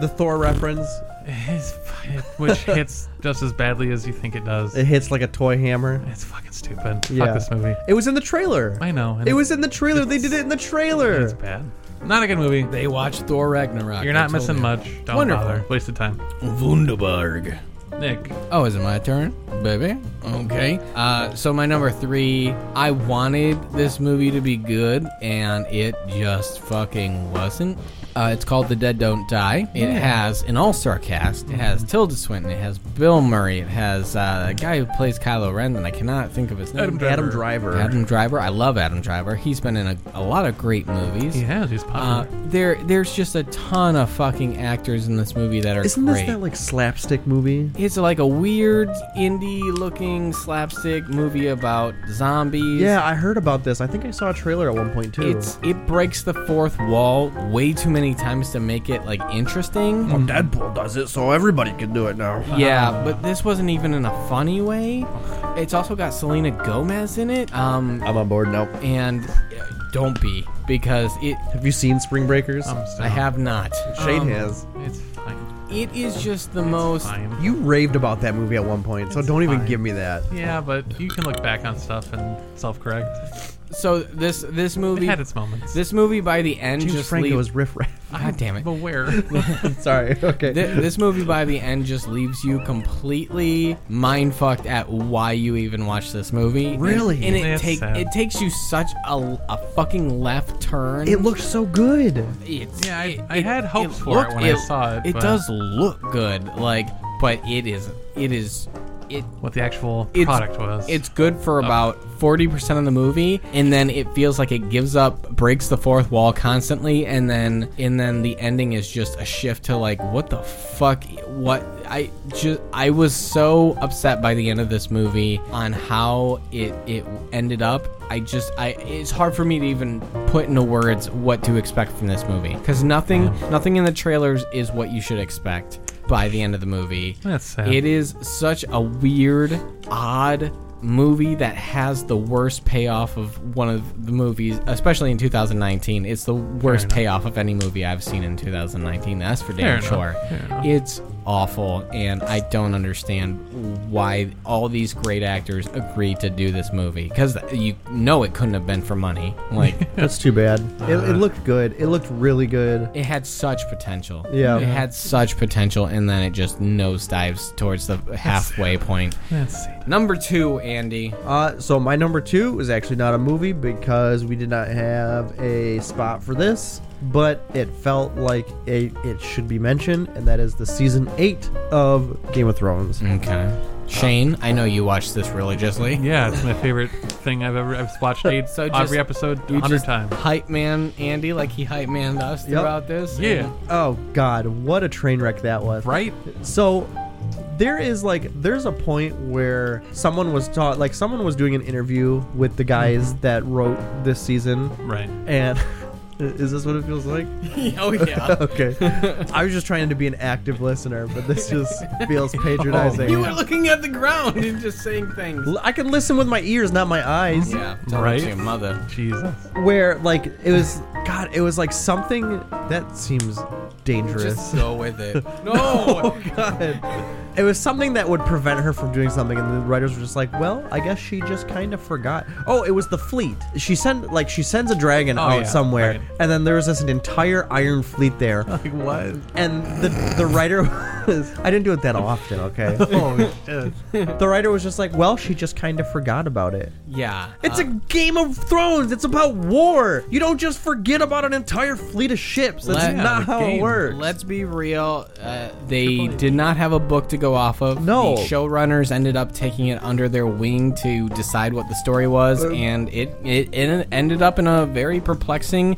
Speaker 1: The Thor reference.
Speaker 2: It's- which hits just as badly as you think it does.
Speaker 1: It hits like a toy hammer.
Speaker 2: It's fucking stupid.
Speaker 1: Yeah.
Speaker 2: Fuck this movie.
Speaker 1: It was in the trailer.
Speaker 2: I know. and
Speaker 1: It was in the trailer. They did it in the
Speaker 2: It's
Speaker 1: trailer.
Speaker 2: bad. Not a good movie.
Speaker 3: They watched Thor Ragnarok.
Speaker 2: You're
Speaker 3: I
Speaker 2: not
Speaker 3: told
Speaker 2: missing
Speaker 3: you.
Speaker 2: much. Don't
Speaker 3: Wonderful.
Speaker 2: bother. Wasted time.
Speaker 3: Wunderbarg.
Speaker 2: Nick.
Speaker 3: Oh, is it my turn, baby? Okay. Uh, so my number three, I wanted this movie to be good, and it just fucking wasn't. Uh, it's called The Dead Don't Die.
Speaker 2: Hmm.
Speaker 3: It has an all star cast. It has Tilda Swinton. It has Bill Murray. It has uh, the guy who plays Kylo Ren, and I cannot think of his name.
Speaker 2: Adam
Speaker 1: Adam Driver.
Speaker 3: Adam Driver. I love Adam Driver. He's been in a, a lot of great movies.
Speaker 2: He has. He's
Speaker 3: Uh,
Speaker 2: popular.
Speaker 3: there, there's just a ton of fucking actors in this movie that are
Speaker 1: Isn't this
Speaker 3: great.
Speaker 1: that like slapstick movie?
Speaker 3: it's like a weird indie-looking slapstick movie about zombies.
Speaker 1: Yeah, I heard about this. I think I saw a trailer at one point too.
Speaker 3: it's it breaks the fourth wall way too many times to make it like interesting.
Speaker 1: Mm. Deadpool does it, so everybody can do it now.
Speaker 3: Yeah, but this wasn't even in a funny way. It's also got Selena Gomez in it. Um,
Speaker 1: I'm on board now.
Speaker 3: and uh, don't be because it.
Speaker 1: Have you seen Spring Breakers?
Speaker 2: I'm so-
Speaker 3: I have not.
Speaker 1: Shane
Speaker 2: um,
Speaker 1: has.
Speaker 2: It's fine.
Speaker 3: It is just the most.
Speaker 2: Fine.
Speaker 1: You raved about that movie at one point, so don't even
Speaker 2: fine.
Speaker 1: give me that.
Speaker 2: Yeah, but you can look back on stuff and self-correct.
Speaker 3: So this this
Speaker 2: It
Speaker 3: movie
Speaker 2: had its moments.
Speaker 3: this movie by the end
Speaker 1: James
Speaker 3: just
Speaker 1: Franco
Speaker 3: leaves.
Speaker 1: was riff raff.
Speaker 3: God damn it.
Speaker 2: But where?
Speaker 1: Sorry. Okay.
Speaker 3: Th- this movie by the end just leaves you completely mind fucked at why you even watch this movie. And-
Speaker 1: Really?
Speaker 3: and, it
Speaker 2: That's
Speaker 3: take
Speaker 2: sad.
Speaker 3: it takes you such a, a fucking left turn.
Speaker 1: it looked so good.
Speaker 3: It's,
Speaker 2: Yeah, I-
Speaker 3: it-
Speaker 2: I
Speaker 3: it-
Speaker 2: had hopes for it when I saw it,
Speaker 3: It
Speaker 2: but-
Speaker 3: does look good, like, but it is it is it
Speaker 2: what the actual
Speaker 3: it's,
Speaker 2: product was. Oh.
Speaker 3: It's good for about forty percent of the movie, and then it feels like it gives up, breaks the fourth wall constantly, and then and then the ending is just a shift to like, what the fuck? What I just I was so upset by the end of this movie on how it it ended up. I just I it's hard for me to even put into words what to expect from this movie because nothing nothing in the trailers is what you should expect by the end of the movie.
Speaker 2: That's sad.
Speaker 3: It is such a weird, odd movie that has the worst payoff of one of the movies, especially in 2019. It's the worst
Speaker 2: enough.
Speaker 3: payoff of any movie I've seen in 2019. That's for
Speaker 2: Fair
Speaker 3: damn
Speaker 2: enough.
Speaker 3: sure.
Speaker 2: Fair enough.
Speaker 3: It's awful, and I don't understand why all these great actors agreed to do this movie because you know it couldn't have been for money. Like.
Speaker 1: That's too bad. Uh, it, it looked good. It looked really good.
Speaker 3: It had such potential.
Speaker 1: Yeah.
Speaker 3: It had such potential, and then it just nosedives towards the halfway point.
Speaker 2: Let's see.
Speaker 3: Number two, Andy.
Speaker 1: Uh, so my number two was actually not a movie because we did not have a spot for this, but it felt like a, it should be mentioned, and that is the season eight of Game of Thrones.
Speaker 3: Okay. Shane, I know you watch this religiously.
Speaker 2: Yeah, it's my favorite thing I've ever I've watched eight,
Speaker 3: So just-
Speaker 2: every episode
Speaker 3: You
Speaker 2: a hundred
Speaker 3: just
Speaker 2: times.
Speaker 3: Hype man, Andy, like he hype manned us throughout this.
Speaker 2: Yeah,
Speaker 1: Oh God, what a train wreck that was!
Speaker 2: right.
Speaker 1: So there is like there's a point where someone was taught like someone was doing an interview with the guys
Speaker 3: Mm-hmm.
Speaker 1: that wrote this season,
Speaker 2: Right.
Speaker 1: and is this what it feels like?
Speaker 3: oh yeah.
Speaker 1: Okay. I was just trying to be an active listener, but this just feels patronizing.
Speaker 3: Oh. you were looking at the ground and just saying things.
Speaker 1: L- I can listen with my ears, not my eyes.
Speaker 3: Yeah.
Speaker 2: Right.
Speaker 3: Right. Your mother.
Speaker 2: Jesus.
Speaker 3: Mm-hmm.
Speaker 1: Where like it was God, it was like something that seems dangerous.
Speaker 3: Just go with it. No.
Speaker 1: God. It was something that would prevent her from doing something, and the writers were just like, "Well, I guess she just kind of forgot." Oh, it was the fleet. She sent like she sends a dragon
Speaker 2: Oh,
Speaker 1: out
Speaker 2: yeah,
Speaker 1: somewhere,
Speaker 2: right.
Speaker 1: and then there was this entire Iron Fleet there,
Speaker 2: Like what?
Speaker 1: and the the writer was I didn't do it that often, okay?
Speaker 2: Oh shit.
Speaker 1: the writer was just like, "Well, she just kind of forgot about it."
Speaker 3: yeah.
Speaker 1: It's a
Speaker 2: Uh.
Speaker 1: Game of Thrones. It's about war. You don't just forget about an entire fleet of ships. That's
Speaker 3: Let-
Speaker 1: not
Speaker 2: the
Speaker 1: how it
Speaker 2: game.
Speaker 1: works.
Speaker 3: Let's be real. Uh, they did not have a book to go off of.
Speaker 1: No.
Speaker 3: The showrunners ended up taking it under their wing to decide what the story was, and it, it it ended up in a very perplexing,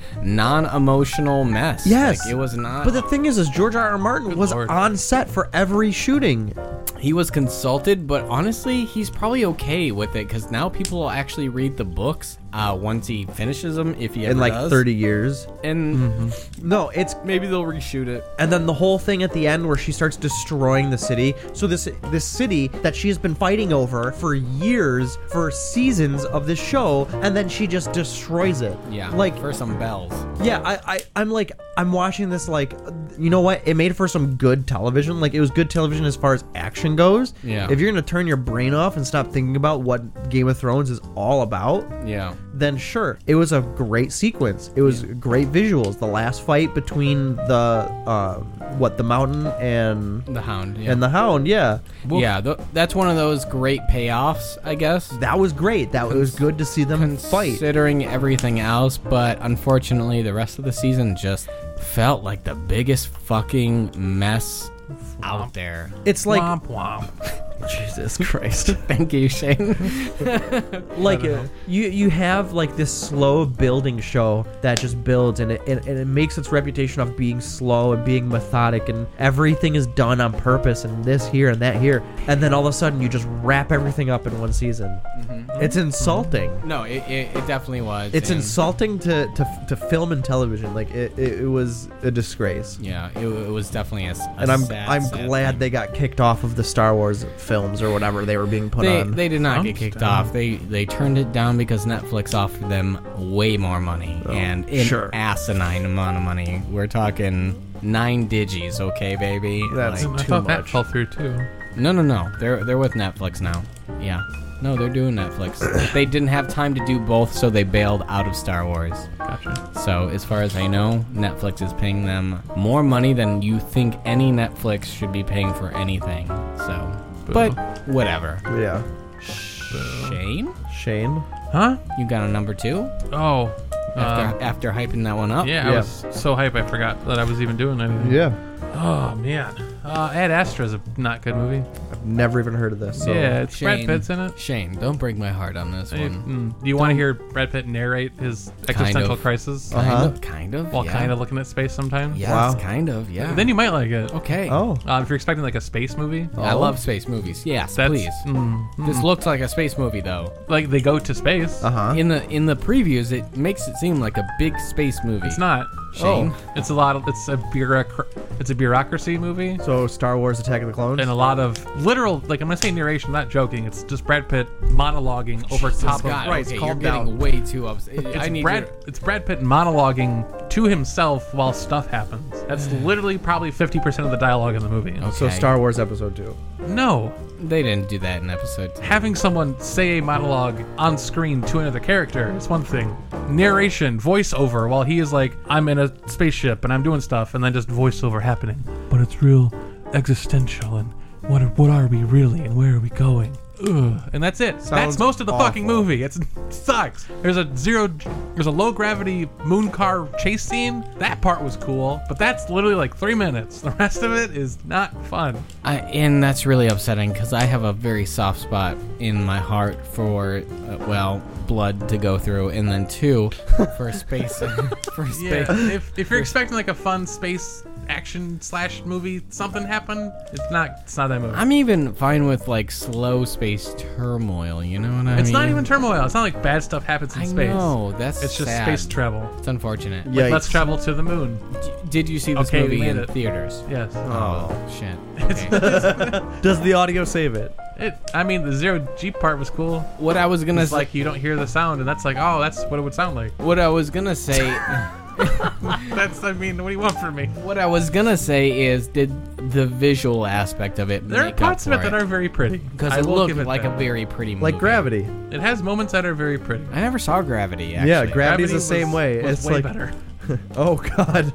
Speaker 3: non-emotional mess.
Speaker 1: Yes,
Speaker 3: Like, it was not.
Speaker 1: But the thing is, is George R. R. Martin was
Speaker 2: lord.
Speaker 1: on set for every shooting.
Speaker 3: he was consulted, but honestly, he's probably okay with it because now people will actually read the books uh, once he finishes them, if he ever
Speaker 1: in like
Speaker 3: does.
Speaker 1: 30 years.
Speaker 3: and
Speaker 1: No, it's
Speaker 3: maybe they'll reshoot it.
Speaker 1: and then the whole thing at the end where she starts destroying the city. So this this city that she's been fighting over for years, for seasons of this show, and then she just destroys it.
Speaker 3: Yeah,
Speaker 1: like
Speaker 3: for some bells.
Speaker 1: yeah, I, I I'm like I'm watching this like you know what? It made for some good television. Like it was good television as far as action goes.
Speaker 3: Yeah.
Speaker 1: If you're gonna turn your brain off and stop thinking about what Game of Thrones is all about,
Speaker 3: Yeah.
Speaker 1: then sure, it was a great sequence. It was great visuals. The last fight between the uh, what the mountain and
Speaker 3: The hound. Yeah.
Speaker 1: and the hound, yeah,
Speaker 3: yeah, th- that's one of those great payoffs, I guess.
Speaker 1: that was great. That it was good to see them fight.
Speaker 3: Considering everything else, but unfortunately, the rest of the season just felt like the biggest fucking mess out there.
Speaker 1: It's like
Speaker 2: womp womp.
Speaker 1: Jesus Christ.
Speaker 3: Thank you, Shane.
Speaker 1: like uh, you you have like this slow building show that just builds and it, and, and it makes its reputation of being slow and being methodic and everything is done on purpose and this here and that here and then all of a sudden you just wrap everything up in one season
Speaker 3: Mm-hmm.
Speaker 1: it's insulting
Speaker 3: no, it, it, it definitely was.
Speaker 1: it's
Speaker 3: and-
Speaker 1: insulting to, to to film and television like it, it, it was a disgrace
Speaker 3: Yeah, it, it was definitely a, s- a
Speaker 1: and i'm
Speaker 3: sad,
Speaker 1: i'm
Speaker 3: sad
Speaker 1: glad
Speaker 3: thing.
Speaker 1: they got kicked off of the star wars films or whatever they were being put
Speaker 3: They,
Speaker 1: on
Speaker 3: they did not get
Speaker 2: Thumbs
Speaker 3: kicked
Speaker 2: down.
Speaker 3: off. They they turned it down because Netflix offered them way more money and an
Speaker 1: Oh, sure.
Speaker 3: asinine amount of money. We're talking nine digis, okay, baby.
Speaker 1: That's-
Speaker 2: I
Speaker 1: Too
Speaker 2: thought that
Speaker 1: much.
Speaker 2: fell through too.
Speaker 3: no, no, no. They're they're with Netflix now. Yeah, no, they're doing Netflix. they didn't have time to do both, so they bailed out of Star Wars.
Speaker 2: Gotcha.
Speaker 3: So as far as I know, Netflix is paying them more money than you think any Netflix should be paying for anything. So,
Speaker 2: Boo.
Speaker 3: but whatever.
Speaker 1: yeah
Speaker 3: Shane,
Speaker 1: shane
Speaker 2: Huh?
Speaker 3: you got a number two.
Speaker 2: Oh. Uh,
Speaker 3: after, after hyping that one up.
Speaker 2: yeah, I
Speaker 1: Yeah.
Speaker 2: was so hype I forgot that I was even doing anything.
Speaker 1: yeah
Speaker 2: Oh man, uh, Ad Astra's a not good movie.
Speaker 1: i've never even heard of this so
Speaker 2: yeah, it's Brad Pitt's in it.
Speaker 3: Shane, don't break my heart on this
Speaker 2: Hey,
Speaker 3: one.
Speaker 2: mm, do you want to hear Brad Pitt narrate his existential
Speaker 3: of.
Speaker 2: crisis
Speaker 1: Uh-huh.
Speaker 3: Kind of, kind of.
Speaker 2: while
Speaker 3: yeah.
Speaker 2: kind of looking at space sometimes?
Speaker 3: Yes,
Speaker 1: Wow.
Speaker 3: kind of. Yeah.
Speaker 2: Then you might like it.
Speaker 3: okay.
Speaker 1: oh
Speaker 2: Uh, if you're expecting like a space movie,
Speaker 3: I
Speaker 1: Oh.
Speaker 3: love space movies. Yes,
Speaker 2: that's
Speaker 3: please.
Speaker 2: mm,
Speaker 3: This looks like a space movie, though.
Speaker 2: like they go to space.
Speaker 1: uh-huh
Speaker 3: In the in the previews, it makes it seem like a big space movie.
Speaker 2: It's not.
Speaker 3: Shane.
Speaker 2: It's a lot. Of, it's a bureaucra- It's a bureaucracy movie,
Speaker 1: So Star Wars: Attack of the Clones.
Speaker 2: and a lot of literal. Like I'm gonna say narration. I'm not joking. It's just Brad Pitt monologuing over top
Speaker 3: God,
Speaker 2: of.
Speaker 1: Christ,
Speaker 3: okay,
Speaker 1: calm
Speaker 3: you're
Speaker 1: down.
Speaker 3: getting way too upset.
Speaker 2: It's
Speaker 3: I need
Speaker 2: Brad.
Speaker 3: you-
Speaker 2: It's Brad Pitt monologuing to himself while stuff happens. That's literally probably 50% of the dialogue in the movie.
Speaker 1: so
Speaker 3: Okay.
Speaker 1: Star Wars Episode Two.
Speaker 2: No,
Speaker 3: They didn't do that in episode. Two.
Speaker 2: having someone say a monologue on screen to another character is one thing. Narration, voiceover, while he is like, I'm in a spaceship and I'm doing stuff, and then just voiceover happening. But it's real existential and what are, what are we really and where are we going? Ugh. And that's it. that's
Speaker 1: Sounds
Speaker 2: most of the fucking
Speaker 1: awful.
Speaker 2: movie. It's, it sucks. There's a zero, there's a low gravity moon car chase scene. That part was cool, but that's literally like three minutes. The rest of it is not fun.
Speaker 3: I, and that's really upsetting because I have a very soft spot in my heart for, uh, well, blood to go through, and then two for space. for space.
Speaker 2: Yeah, if, if you're expecting like a fun space action slash movie, something happen, it's not it's not that movie.
Speaker 3: I'm even fine with like slow space turmoil. You know what I mean?
Speaker 2: it's not even turmoil. It's not like bad stuff happens in
Speaker 3: I
Speaker 2: space.
Speaker 3: know that's
Speaker 2: It's just
Speaker 3: sad.
Speaker 2: space travel.
Speaker 3: It's unfortunate.
Speaker 1: Yeah.
Speaker 2: Let's travel to the moon.
Speaker 3: D- Did you see this
Speaker 2: Okay, we
Speaker 3: movie
Speaker 2: made
Speaker 3: in
Speaker 2: it.
Speaker 3: theaters?
Speaker 2: Yes.
Speaker 1: Oh.
Speaker 3: Shit. Okay.
Speaker 1: Does the audio save it?
Speaker 2: It. I mean, the zero G part was cool.
Speaker 3: what I was gonna
Speaker 2: It's
Speaker 3: say,
Speaker 2: like you don't hear the sound, and that's like, oh, that's what it would sound like.
Speaker 3: what I was gonna say,
Speaker 2: That's. I mean, what do you want from me?
Speaker 3: what I was gonna say is, did the visual aspect of it?
Speaker 2: There are
Speaker 3: make
Speaker 2: parts of
Speaker 3: up
Speaker 2: it
Speaker 3: for
Speaker 2: that are very pretty.
Speaker 3: because
Speaker 2: I
Speaker 3: it
Speaker 2: will
Speaker 3: looked
Speaker 2: give it
Speaker 3: like a
Speaker 2: that.
Speaker 3: very pretty movie.
Speaker 1: Like Gravity.
Speaker 2: It has moments that are very pretty.
Speaker 3: I never saw Gravity. Actually.
Speaker 1: Yeah, Gra- Gravity's the
Speaker 2: was-
Speaker 1: same way.
Speaker 2: was
Speaker 1: It's
Speaker 2: way
Speaker 1: like-
Speaker 2: better.
Speaker 1: Oh God.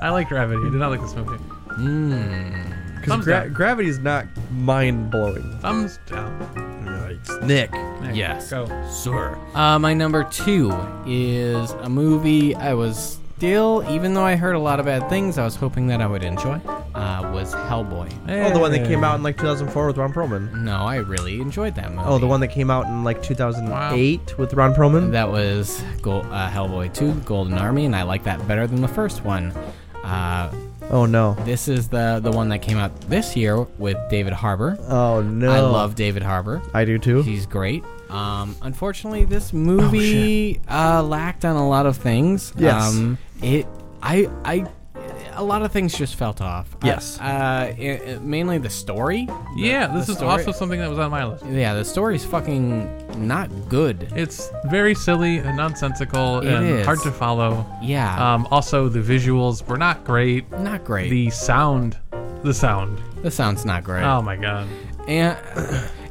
Speaker 2: I like Gravity. I did not like this movie.
Speaker 1: Because
Speaker 3: Mm,
Speaker 2: Thumbs
Speaker 1: gra-
Speaker 2: down.
Speaker 1: Gravity is not mind blowing.
Speaker 2: Thumbs down.
Speaker 1: Nick.
Speaker 2: Nick,
Speaker 3: Yes.
Speaker 2: Go.
Speaker 3: sure. Uh, my number two is a movie I was still, even though I heard a lot of bad things, I was hoping that I would enjoy. Uh, was Hellboy.
Speaker 1: Oh, the one that came out in like 2004 with Ron Perlman.
Speaker 3: No, I really enjoyed that movie.
Speaker 1: Oh, the one that came out in like 2008 with Ron Perlman.
Speaker 3: That was Go- uh, Hellboy 2, Golden Army, and I like that better than the first one. Uh,
Speaker 1: oh no.
Speaker 3: this is the the one that came out this year with David Harbour.
Speaker 1: Oh no.
Speaker 3: I love David Harbour.
Speaker 1: I do too.
Speaker 3: He's great. Um, unfortunately, this
Speaker 2: Oh,
Speaker 3: movie uh, lacked on a lot of things.
Speaker 1: Yes.
Speaker 3: Um, it, I, I, a lot of things just felt off.
Speaker 1: Yes.
Speaker 3: Uh, uh, it- it- mainly the story.
Speaker 2: Yeah, this
Speaker 3: the
Speaker 2: is
Speaker 3: story-
Speaker 2: also something that was on my list.
Speaker 3: Yeah, the story's fucking not good.
Speaker 2: It's very silly and nonsensical
Speaker 3: It
Speaker 2: and
Speaker 3: is.
Speaker 2: hard to follow.
Speaker 3: Yeah.
Speaker 2: Um, also, the visuals were not great.
Speaker 3: not great.
Speaker 2: The sound, the sound.
Speaker 3: the sound's not great.
Speaker 2: Oh my god.
Speaker 3: And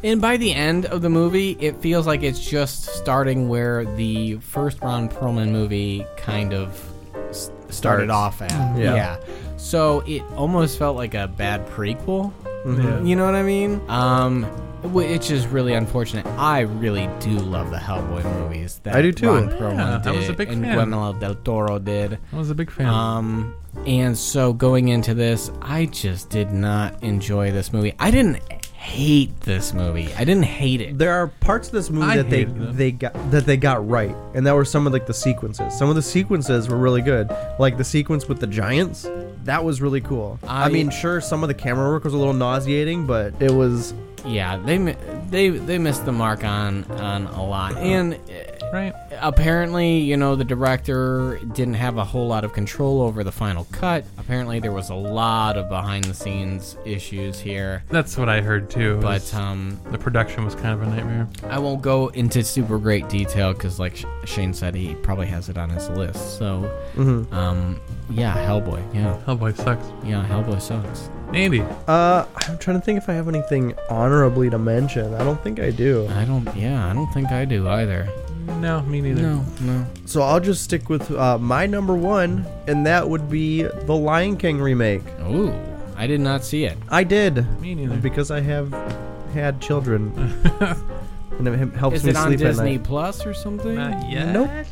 Speaker 3: and by the end of the movie, it feels like it's just starting where the first Ron Perlman movie kind of s- started
Speaker 1: Starts. Mm-hmm.
Speaker 3: off at.
Speaker 1: Yeah.
Speaker 3: So it almost felt like a bad prequel.
Speaker 2: Yeah.
Speaker 1: Mm-hmm.
Speaker 3: You know what I mean? Um Which is really unfortunate. I really do love the Hellboy movies. That
Speaker 1: I do too.
Speaker 3: Ron Perlman
Speaker 2: Yeah, I
Speaker 3: did,
Speaker 2: was a big
Speaker 3: and
Speaker 2: fan.
Speaker 3: Guillermo del Toro did.
Speaker 2: I was a big fan.
Speaker 3: Um, and so going into this, I just did not enjoy this movie. I didn't hate this movie. I didn't hate it.
Speaker 1: there are parts of this movie
Speaker 2: I
Speaker 1: that they
Speaker 2: hated it.
Speaker 1: they got that they got right, and that were some of like the sequences. Some of the sequences were really good, like the sequence with the giants. That was really cool. I,
Speaker 3: I-
Speaker 1: mean, sure, some of the camera work was a little nauseating, but it was
Speaker 3: Yeah, they mi- they they missed the mark on on a lot. And uh,
Speaker 2: right.
Speaker 3: apparently, you know, the director didn't have a whole lot of control over the final cut. Apparently, there was a lot of behind the scenes issues here.
Speaker 2: That's what I heard too.
Speaker 3: But
Speaker 2: is
Speaker 3: um,
Speaker 2: the production was kind of a nightmare.
Speaker 3: I won't go into super great detail because, like Sh- Shane said, he probably has it on his list. So,
Speaker 1: Mm-hmm.
Speaker 3: um, yeah, Hellboy. Yeah,
Speaker 2: Hellboy sucks.
Speaker 3: yeah, Hellboy sucks.
Speaker 2: Andy,
Speaker 1: Uh, I'm trying to think if I have anything honorably to mention. I don't think I do.
Speaker 3: I don't. Yeah, I don't think I do either.
Speaker 2: no, me neither.
Speaker 3: No, no.
Speaker 1: So I'll just stick with uh, my number one, and that would be the Lion King remake.
Speaker 3: Ooh, I did not see it.
Speaker 1: I did
Speaker 2: Me neither.
Speaker 1: because I have had children, and it helps
Speaker 3: Is
Speaker 1: me
Speaker 3: it on
Speaker 1: sleep at
Speaker 3: Disney
Speaker 1: night.
Speaker 3: Plus or something?
Speaker 2: Not yet.
Speaker 1: Nope.
Speaker 2: I don't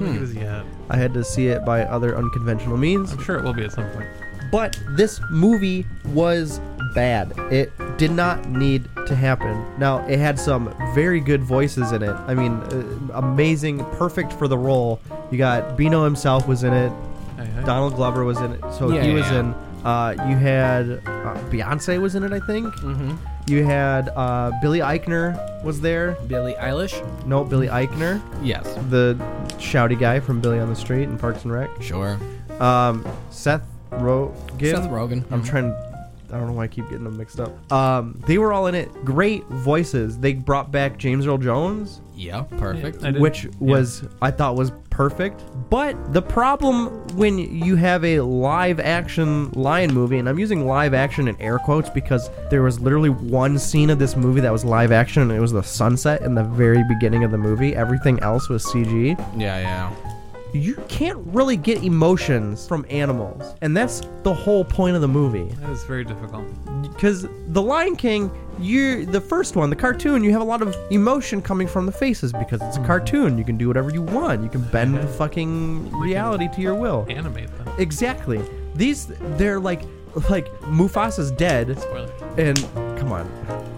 Speaker 2: think it is yet.
Speaker 1: I had to see it by other unconventional means.
Speaker 2: I'm sure it will be at some point.
Speaker 1: But this movie was bad. It did not need to happen. Now, it had some very good voices in it. I mean, uh, amazing, perfect for the role. You got Bino himself was in it.
Speaker 2: Hey, hey.
Speaker 1: Donald Glover was in it. So
Speaker 3: Yeah,
Speaker 1: he
Speaker 3: yeah,
Speaker 1: was
Speaker 3: yeah.
Speaker 1: in. Uh, you had uh, Beyonce was in it, I think.
Speaker 3: Mhm.
Speaker 1: You had uh, Billy Eichner was there.
Speaker 3: Billie Eilish?
Speaker 1: No, Billy Eichner,
Speaker 3: Yes.
Speaker 1: the shouty guy from Billy on the Street and Parks and Rec.
Speaker 3: Sure.
Speaker 1: Um, Seth Rogen.
Speaker 3: Seth Rogen.
Speaker 1: I'm trying. I don't know why I keep getting them mixed up. Um, they were all in it. Great voices. They brought back James Earl Jones,
Speaker 3: Yeah, perfect.
Speaker 2: I did-
Speaker 1: which
Speaker 2: yeah.
Speaker 1: was I thought was perfect. But the problem when you have a live action lion movie, and I'm using live action in air quotes because there was literally one scene of this movie that was live action, and it was the sunset in the very beginning of the movie. Everything else was CG
Speaker 3: Yeah, yeah.
Speaker 1: you can't really get emotions from animals. And that's the whole point of the movie.
Speaker 2: That is very difficult.
Speaker 1: Because The Lion King, you the first one, the cartoon, you have a lot of emotion coming from the faces because it's a cartoon. You can do whatever you want. You can bend the fucking reality to your will.
Speaker 2: Animate them.
Speaker 1: Exactly. These they're like like Mufasa's dead
Speaker 2: Spoiler.
Speaker 1: and come on.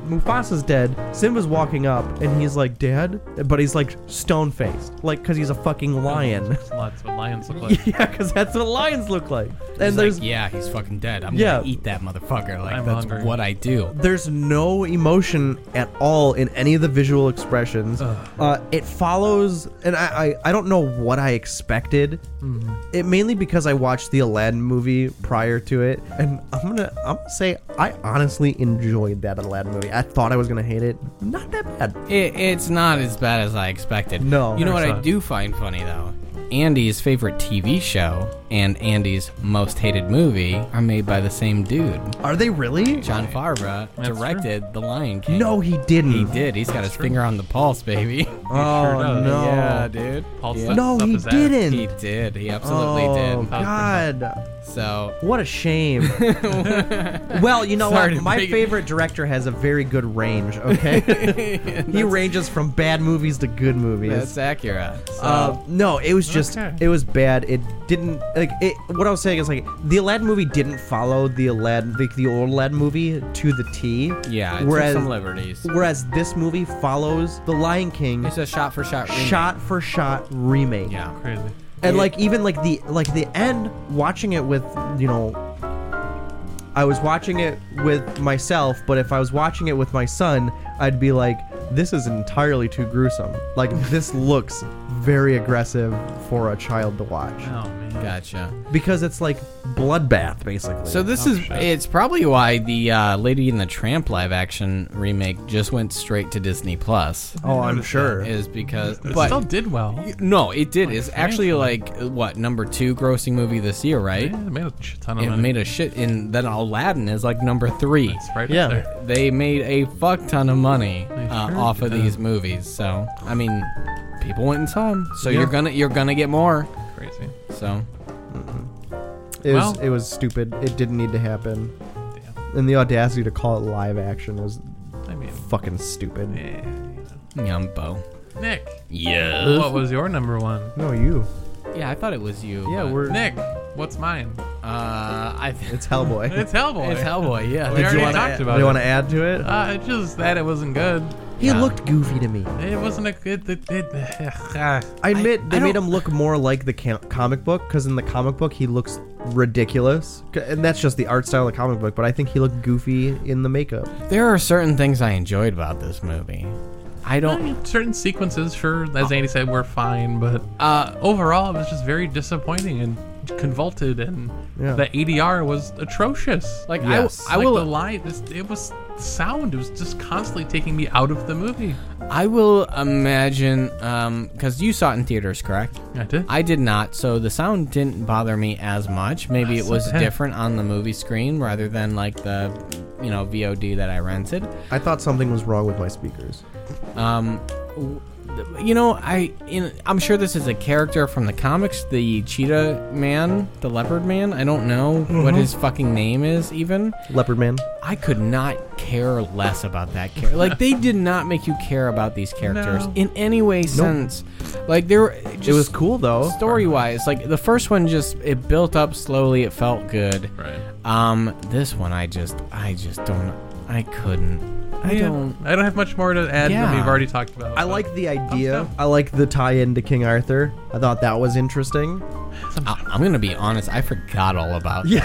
Speaker 1: Mufasa's dead. Simba's walking up and he's like, "Dad?" But he's like stone faced. Like cuz he's a fucking lion.
Speaker 2: Lots of lions look like.
Speaker 1: Yeah, because that's what lions look like. And
Speaker 3: He's
Speaker 1: there's
Speaker 3: like, yeah, he's fucking dead. I'm
Speaker 1: Yeah.
Speaker 3: gonna eat that motherfucker. Like
Speaker 2: I'm
Speaker 3: that's
Speaker 2: hungry.
Speaker 3: what I do.
Speaker 1: there's no emotion at all in any of the visual expressions.
Speaker 2: Ugh.
Speaker 1: Uh, it follows, and I, I I don't know what I expected.
Speaker 3: Mm-hmm.
Speaker 1: It mainly because I watched the Aladdin movie prior to it, and I'm gonna I'm gonna say I honestly enjoyed that Aladdin movie. I thought I was gonna hate it. Not that bad.
Speaker 3: It, it's not as bad as I expected.
Speaker 1: No.
Speaker 3: You know what
Speaker 2: Never saw
Speaker 3: I
Speaker 2: it.
Speaker 3: do find funny though? Andy's favorite TV show and Andy's most hated movie are made by the same dude.
Speaker 1: Are they really?
Speaker 3: John Favreau
Speaker 2: That's
Speaker 3: directed The Lion King.
Speaker 1: No, he didn't.
Speaker 3: He did. He's got his finger on the pulse, baby.
Speaker 1: Oh
Speaker 2: does.
Speaker 1: no.
Speaker 3: Yeah, dude.
Speaker 2: Paul
Speaker 3: Yeah.
Speaker 2: Stubbs
Speaker 1: No,
Speaker 2: up
Speaker 1: he
Speaker 2: his ass.
Speaker 1: didn't.
Speaker 3: He did. He absolutely
Speaker 1: oh
Speaker 3: did.
Speaker 1: God.
Speaker 3: So
Speaker 1: What a shame. well, you know
Speaker 3: Sorry
Speaker 1: what?
Speaker 3: to
Speaker 1: My
Speaker 3: make-
Speaker 1: favorite director has a very good range, okay? he ranges from bad movies to good
Speaker 3: that's
Speaker 1: movies.
Speaker 3: Acura. So,
Speaker 1: Uh, no, it was just
Speaker 2: Okay.
Speaker 1: it was bad. It didn't like it. What I was saying is like the Aladdin movie didn't follow the Aladdin like the old Aladdin movie to the T.
Speaker 3: yeah, it took
Speaker 1: whereas
Speaker 3: some liberties.
Speaker 1: whereas this movie follows the Lion King
Speaker 3: It's a shot for shot. remake.
Speaker 1: shot for shot remake
Speaker 3: Yeah.
Speaker 2: Crazy.
Speaker 1: and
Speaker 3: It-
Speaker 1: like even like the like the end watching it with you know i was watching it with myself but if i was watching it with my son i'd be like this is entirely too gruesome like this looks very aggressive for a child to watch
Speaker 2: Oh man.
Speaker 3: Gotcha.
Speaker 1: because it's like bloodbath basically
Speaker 3: So this is it's probably why the uh, Lady and the Tramp live action remake just went straight to Disney Plus
Speaker 1: oh i'm sure
Speaker 3: is because
Speaker 2: It
Speaker 3: but
Speaker 2: still did well.
Speaker 3: no, it did. It's
Speaker 2: thank
Speaker 3: actually like what number 2 grossing movie this year, right?
Speaker 2: Yeah, it made a shit ton of
Speaker 3: It
Speaker 2: money.
Speaker 3: made a shit and then Aladdin is like number 3.
Speaker 2: It's right
Speaker 1: Yeah.
Speaker 2: up there.
Speaker 3: They made a fuck ton of money uh,
Speaker 2: sure
Speaker 3: off of
Speaker 2: did.
Speaker 3: these movies. So, I mean, people went and saw them. So
Speaker 1: Yeah.
Speaker 3: you're going to you're going to get more.
Speaker 2: Crazy.
Speaker 3: So,
Speaker 1: it was
Speaker 2: well-
Speaker 1: it was stupid it didn't need to happen
Speaker 2: Damn.
Speaker 1: and the audacity to call it live action was
Speaker 2: I mean,
Speaker 1: fucking stupid.
Speaker 2: Eh,
Speaker 3: Yumbo.
Speaker 2: Nick,
Speaker 3: Yes.
Speaker 2: what was your number one?
Speaker 1: No, you.
Speaker 3: Yeah, I thought it was you.
Speaker 1: Yeah,
Speaker 3: but,
Speaker 1: we're.
Speaker 2: Nick, what's mine?
Speaker 3: Uh, I.
Speaker 1: It's Hellboy.
Speaker 2: It's Hellboy.
Speaker 3: It's Hellboy. Yeah.
Speaker 2: We
Speaker 3: Did you
Speaker 2: already
Speaker 3: want
Speaker 2: talked
Speaker 3: to?
Speaker 2: about
Speaker 1: Do you
Speaker 2: it.
Speaker 1: want to add to it?
Speaker 2: Uh, it's just that it wasn't good.
Speaker 1: he
Speaker 3: yeah.
Speaker 1: looked goofy to me.
Speaker 2: It wasn't a good. It, it, ah. it,
Speaker 1: I admit they
Speaker 3: I
Speaker 1: made
Speaker 3: don't-
Speaker 1: him look more like the cam- comic book because in the comic book he looks ridiculous, C- and that's just the art style of the comic book. But I think he looked goofy in the makeup.
Speaker 3: There are certain things I enjoyed about this movie. I don't.
Speaker 2: certain sequences, sure, as Andy said, were fine, but
Speaker 3: Uh,
Speaker 2: overall, it was just very disappointing and convoluted, and
Speaker 1: Yeah.
Speaker 2: the ADR was atrocious. Like
Speaker 3: like
Speaker 1: Yes.
Speaker 3: I, I will.
Speaker 2: the line, this, it was sound. It was just constantly taking me out of the movie.
Speaker 3: I will imagine. Um, because you saw it in theaters, correct?
Speaker 2: I did.
Speaker 3: I did not, so the sound didn't bother me as much. Maybe it
Speaker 2: That's
Speaker 3: was
Speaker 2: okay.
Speaker 3: different on the movie screen rather than like the, you know, VOD that I rented.
Speaker 1: I thought something was wrong with my speakers.
Speaker 3: Um, w- you know, I in, I'm sure this is a character from the comics, the Cheetah Man, the Leopard Man. I don't know what his fucking name is even.
Speaker 1: Leopard Man.
Speaker 3: I could not care less about that character. Like they did not make you care about these characters
Speaker 2: No.
Speaker 3: in any way sense. Like there, were- just
Speaker 1: It was cool though.
Speaker 3: story wise. Like the first one, just it built up slowly. It felt good.
Speaker 2: right.
Speaker 3: Um, this one, I just, I just don't, I couldn't. I
Speaker 2: Yeah,
Speaker 3: don't.
Speaker 2: I don't have much more to add than
Speaker 3: Yeah.
Speaker 2: we've already talked about.
Speaker 1: I
Speaker 2: but
Speaker 1: like the idea.
Speaker 2: down.
Speaker 1: I like the tie-in to King Arthur. I thought that was interesting.
Speaker 3: I, I'm gonna be honest. I forgot all about. Yeah.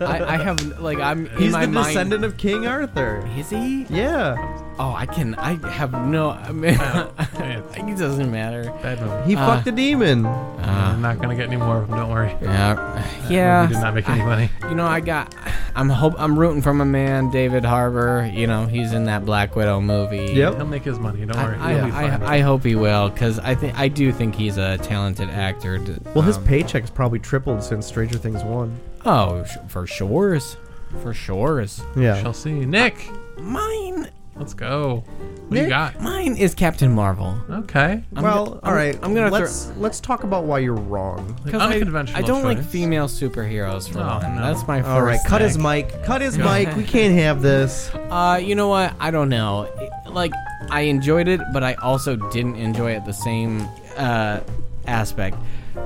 Speaker 3: I, I have like I'm. in
Speaker 1: He's
Speaker 3: my
Speaker 1: the
Speaker 3: mind,
Speaker 1: descendant of King Arthur.
Speaker 3: Is he?
Speaker 1: Yeah,
Speaker 3: Oh, I can. I have no. I mean, it doesn't matter.
Speaker 2: bad movie.
Speaker 1: he
Speaker 3: Uh,
Speaker 1: fucked a demon.
Speaker 2: I'm not gonna get any more of them. Don't worry.
Speaker 3: Yeah.
Speaker 2: We did
Speaker 3: Yeah.
Speaker 2: not make any money.
Speaker 3: You know, I got. I'm hope. I'm rooting for my man, David Harbour. You know, he's in that Black Widow movie.
Speaker 1: Yep.
Speaker 2: He'll make his money. Don't
Speaker 3: I,
Speaker 2: worry.
Speaker 3: I,
Speaker 2: He'll be fine.
Speaker 3: I, I hope he will, because I think I do think he's a talented actor. d-
Speaker 1: Well, his
Speaker 3: um,
Speaker 1: paycheck's probably tripled since Stranger Things one.
Speaker 3: oh, sh- for sure's, for sure's.
Speaker 1: Yeah,
Speaker 2: Shall see. Nick,
Speaker 3: Mine,
Speaker 2: let's go. What you
Speaker 1: Nick?
Speaker 2: got?
Speaker 3: mine is Captain Marvel.
Speaker 2: Okay.
Speaker 1: well,
Speaker 3: go-
Speaker 1: all right.
Speaker 3: I'm gonna
Speaker 1: let's let's talk about why you're wrong.
Speaker 2: Like,
Speaker 3: 'Cause I-
Speaker 2: unconventional
Speaker 3: I, don't like
Speaker 2: choice.
Speaker 3: female superheroes for
Speaker 2: Oh,
Speaker 3: one.
Speaker 2: no.
Speaker 3: That's my first.
Speaker 1: All right, cut his
Speaker 3: thing.
Speaker 1: mic. Cut his mic. We can't have this.
Speaker 3: Uh, you know what? I don't know. It- like, I enjoyed it, but I also didn't enjoy it the same uh, aspect.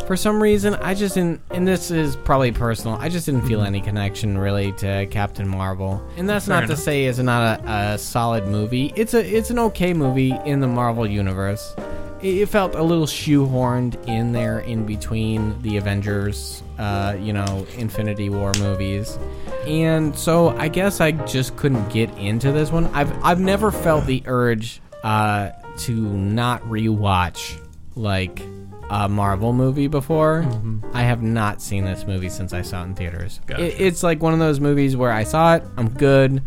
Speaker 3: For some reason, I just didn't, and this is probably personal. I just didn't feel any connection really to Captain Marvel, and that's not
Speaker 2: enough.
Speaker 3: to say it's not a, a solid movie. It's a it's an okay movie in the Marvel universe. It, it felt a little shoehorned in there in between the Avengers, uh, you know, Infinity War movies, and so I guess I just couldn't get into this one. I've I've never felt the urge uh, to not rewatch like a Marvel movie before. I have not seen this movie since I saw it in theaters.
Speaker 2: Mm-hmm. Gotcha.
Speaker 3: It, it's like one of those movies where I saw it, I'm good,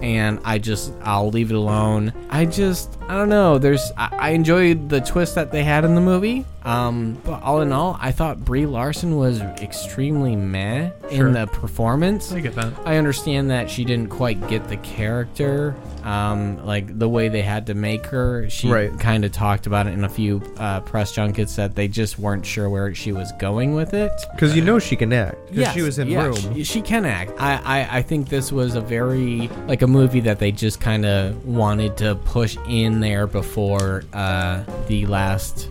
Speaker 3: and I just I'll leave it alone. I just I don't know. There's I, I enjoyed the twist that they had in the movie. Um, but all in all, I thought Brie Larson was extremely meh
Speaker 2: Sure.
Speaker 3: in the performance.
Speaker 2: I get that.
Speaker 3: I understand that she didn't quite get the character, um, like the way they had to make her. She
Speaker 1: Right.
Speaker 3: kind of talked about it in a few uh, press junkets that they just weren't sure where she was going with it.
Speaker 1: Because you know she can act. Because
Speaker 3: Yes,
Speaker 1: she was in
Speaker 3: yeah,
Speaker 1: Room.
Speaker 3: She, she can act. I, I, I think this was a very like a movie that they just kind of wanted to push in there before uh, the last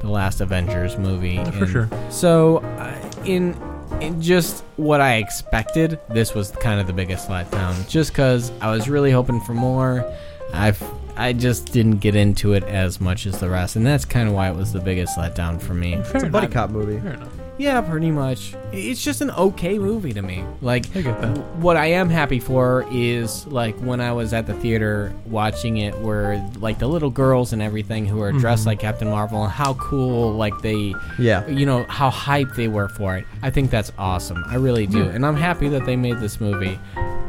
Speaker 3: the last Avengers movie.
Speaker 1: Oh,
Speaker 2: for
Speaker 3: And
Speaker 2: sure.
Speaker 3: So uh, in in just what I expected, this was kind of the biggest letdown. Just because I was really hoping for more. I've I just didn't get into it as much as the rest, and that's kind of why it was the biggest letdown for me.
Speaker 2: Fair enough.
Speaker 1: Buddy cop movie.
Speaker 2: Fair enough.
Speaker 3: Yeah, pretty much. It's just an okay movie to me. Like,
Speaker 2: I get that.
Speaker 3: what I am happy for is like when I was at the theater watching it, where like the little girls and everything who
Speaker 2: Mm-hmm.
Speaker 3: are dressed like Captain Marvel, and how cool like they,
Speaker 1: Yeah.
Speaker 3: you know, how hyped they were for it. I think that's awesome. I really do,
Speaker 2: Mm.
Speaker 3: and I'm happy that they made this movie.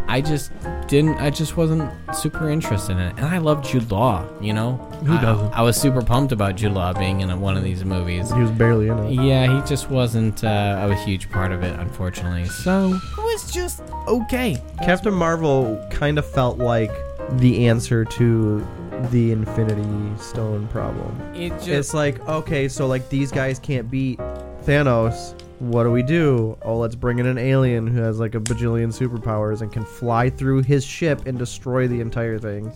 Speaker 3: I just didn't. I just wasn't super interested in it, and I love Jude Law. You know,
Speaker 2: Who
Speaker 3: I-
Speaker 2: doesn't?
Speaker 3: I, was super pumped about Jude Law being in one of these movies.
Speaker 1: He was barely in it.
Speaker 3: Yeah, he just wasn't uh, a huge part of it, unfortunately. So it was just okay.
Speaker 1: Captain Marvel kind of felt like the answer to the Infinity Stone problem.
Speaker 3: It just
Speaker 1: It's like, okay, so like these guys can't beat Thanos. what do we do? Oh, let's bring in an alien who has like a bajillion superpowers and can fly through his ship and destroy the entire thing.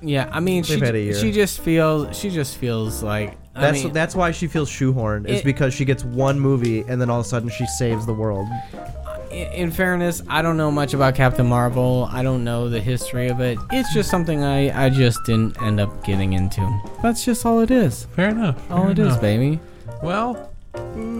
Speaker 3: Yeah, I mean, she,
Speaker 1: They've had a year.
Speaker 3: she just feels she just feels like I
Speaker 1: That's
Speaker 3: mean,
Speaker 1: that's why she feels shoehorned. Is
Speaker 3: It-
Speaker 1: because she gets one movie and then all of a sudden she saves the world.
Speaker 3: i- in fairness, I don't know much about Captain Marvel. I don't know the history of it. It's just something I I just didn't end up getting into. That's just all it is.
Speaker 2: Fair enough.
Speaker 3: All
Speaker 2: fair
Speaker 3: it is,
Speaker 2: enough.
Speaker 3: baby.
Speaker 2: Well,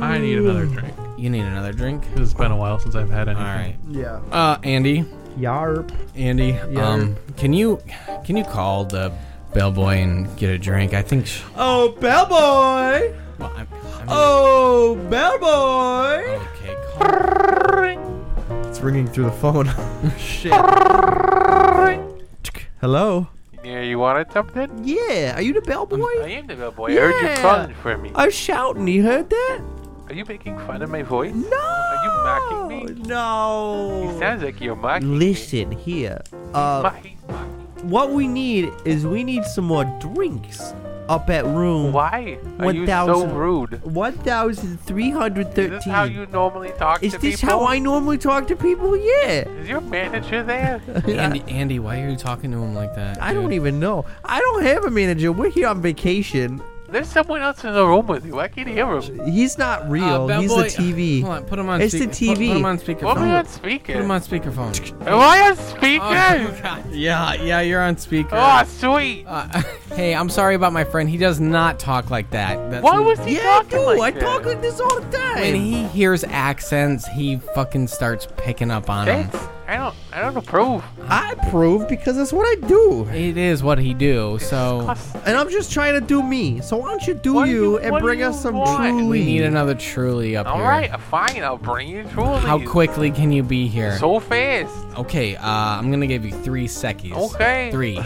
Speaker 2: I need another drink.
Speaker 3: You need another drink.
Speaker 2: It's been a while since I've had anything.
Speaker 3: All right.
Speaker 1: Yeah.
Speaker 3: Uh, Andy,
Speaker 1: Yarp.
Speaker 3: Andy,
Speaker 1: Yeah.
Speaker 3: um, can you can you call the bellboy and get a drink? I think. She,
Speaker 1: Oh, bellboy.
Speaker 3: well, I, I mean,
Speaker 1: Oh, bellboy.
Speaker 3: Okay. Call.
Speaker 1: It's ringing through the phone. Shit. Hello.
Speaker 6: Yeah, you wanted something?
Speaker 1: Yeah. Are you the bellboy?
Speaker 6: I am the bellboy. I heard you
Speaker 1: Yeah.
Speaker 6: calling for me.
Speaker 1: I'm shouting. You heard that?
Speaker 6: Are you making fun of my voice?
Speaker 1: No. Are
Speaker 6: you mocking me?
Speaker 1: No.
Speaker 6: It sounds like you're mocking
Speaker 1: Listen here.
Speaker 6: me.
Speaker 1: Uh,
Speaker 6: Mocking, mocking.
Speaker 1: what we need is we need some more drinks up at room
Speaker 6: Why are you so
Speaker 1: 1000.
Speaker 6: rude?
Speaker 1: one thousand three hundred
Speaker 6: Is
Speaker 1: thirteen.
Speaker 6: this how you normally talk
Speaker 1: Is
Speaker 6: to
Speaker 1: this
Speaker 6: people?
Speaker 1: how I normally talk to people? Yeah.
Speaker 6: Is your manager there?
Speaker 3: Andy, Andy, why are you talking to him like that?
Speaker 1: I don't
Speaker 3: dude?
Speaker 1: even know. I don't have a manager. We're here on vacation.
Speaker 6: There's someone else in the room with you. I can hear him.
Speaker 1: He's not real.
Speaker 3: Uh,
Speaker 1: He's
Speaker 3: bellboy-
Speaker 1: the TV.
Speaker 3: Hold on, put him on.
Speaker 1: It's the
Speaker 3: speak- Put, put
Speaker 1: TV.
Speaker 6: Why am
Speaker 3: him on
Speaker 6: I on
Speaker 3: speakerphone.
Speaker 6: speaker?
Speaker 3: Put him on speakerphone.
Speaker 6: Am I on speaker?
Speaker 3: Oh,
Speaker 6: Oh,
Speaker 3: God. yeah, yeah, you're on speaker.
Speaker 2: Oh,
Speaker 6: sweet.
Speaker 3: Uh, hey, I'm sorry about my friend. He does not talk like that. That's
Speaker 6: Why was he
Speaker 1: yeah, I
Speaker 6: talking
Speaker 1: do.
Speaker 6: like
Speaker 1: I
Speaker 6: that?
Speaker 1: talk like this all the
Speaker 3: when
Speaker 1: time.
Speaker 3: he hears accents, he fucking starts picking up on them.
Speaker 6: That's, I don't, I don't approve.
Speaker 1: I approve because that's what I do.
Speaker 3: It is what he do. So
Speaker 6: Disgusting.
Speaker 1: And I'm just trying to do me. So why don't you do
Speaker 6: What do
Speaker 1: you,
Speaker 6: you-
Speaker 1: and
Speaker 6: what do
Speaker 1: bring
Speaker 6: you
Speaker 1: us some
Speaker 6: want?
Speaker 1: truly?
Speaker 3: we need another truly up
Speaker 6: All
Speaker 3: here.
Speaker 6: right, fine. I'll bring you truly.
Speaker 3: How quickly can you be here?
Speaker 6: So fast.
Speaker 3: okay, uh, I'm gonna give you three seconds.
Speaker 6: Okay.
Speaker 3: Three,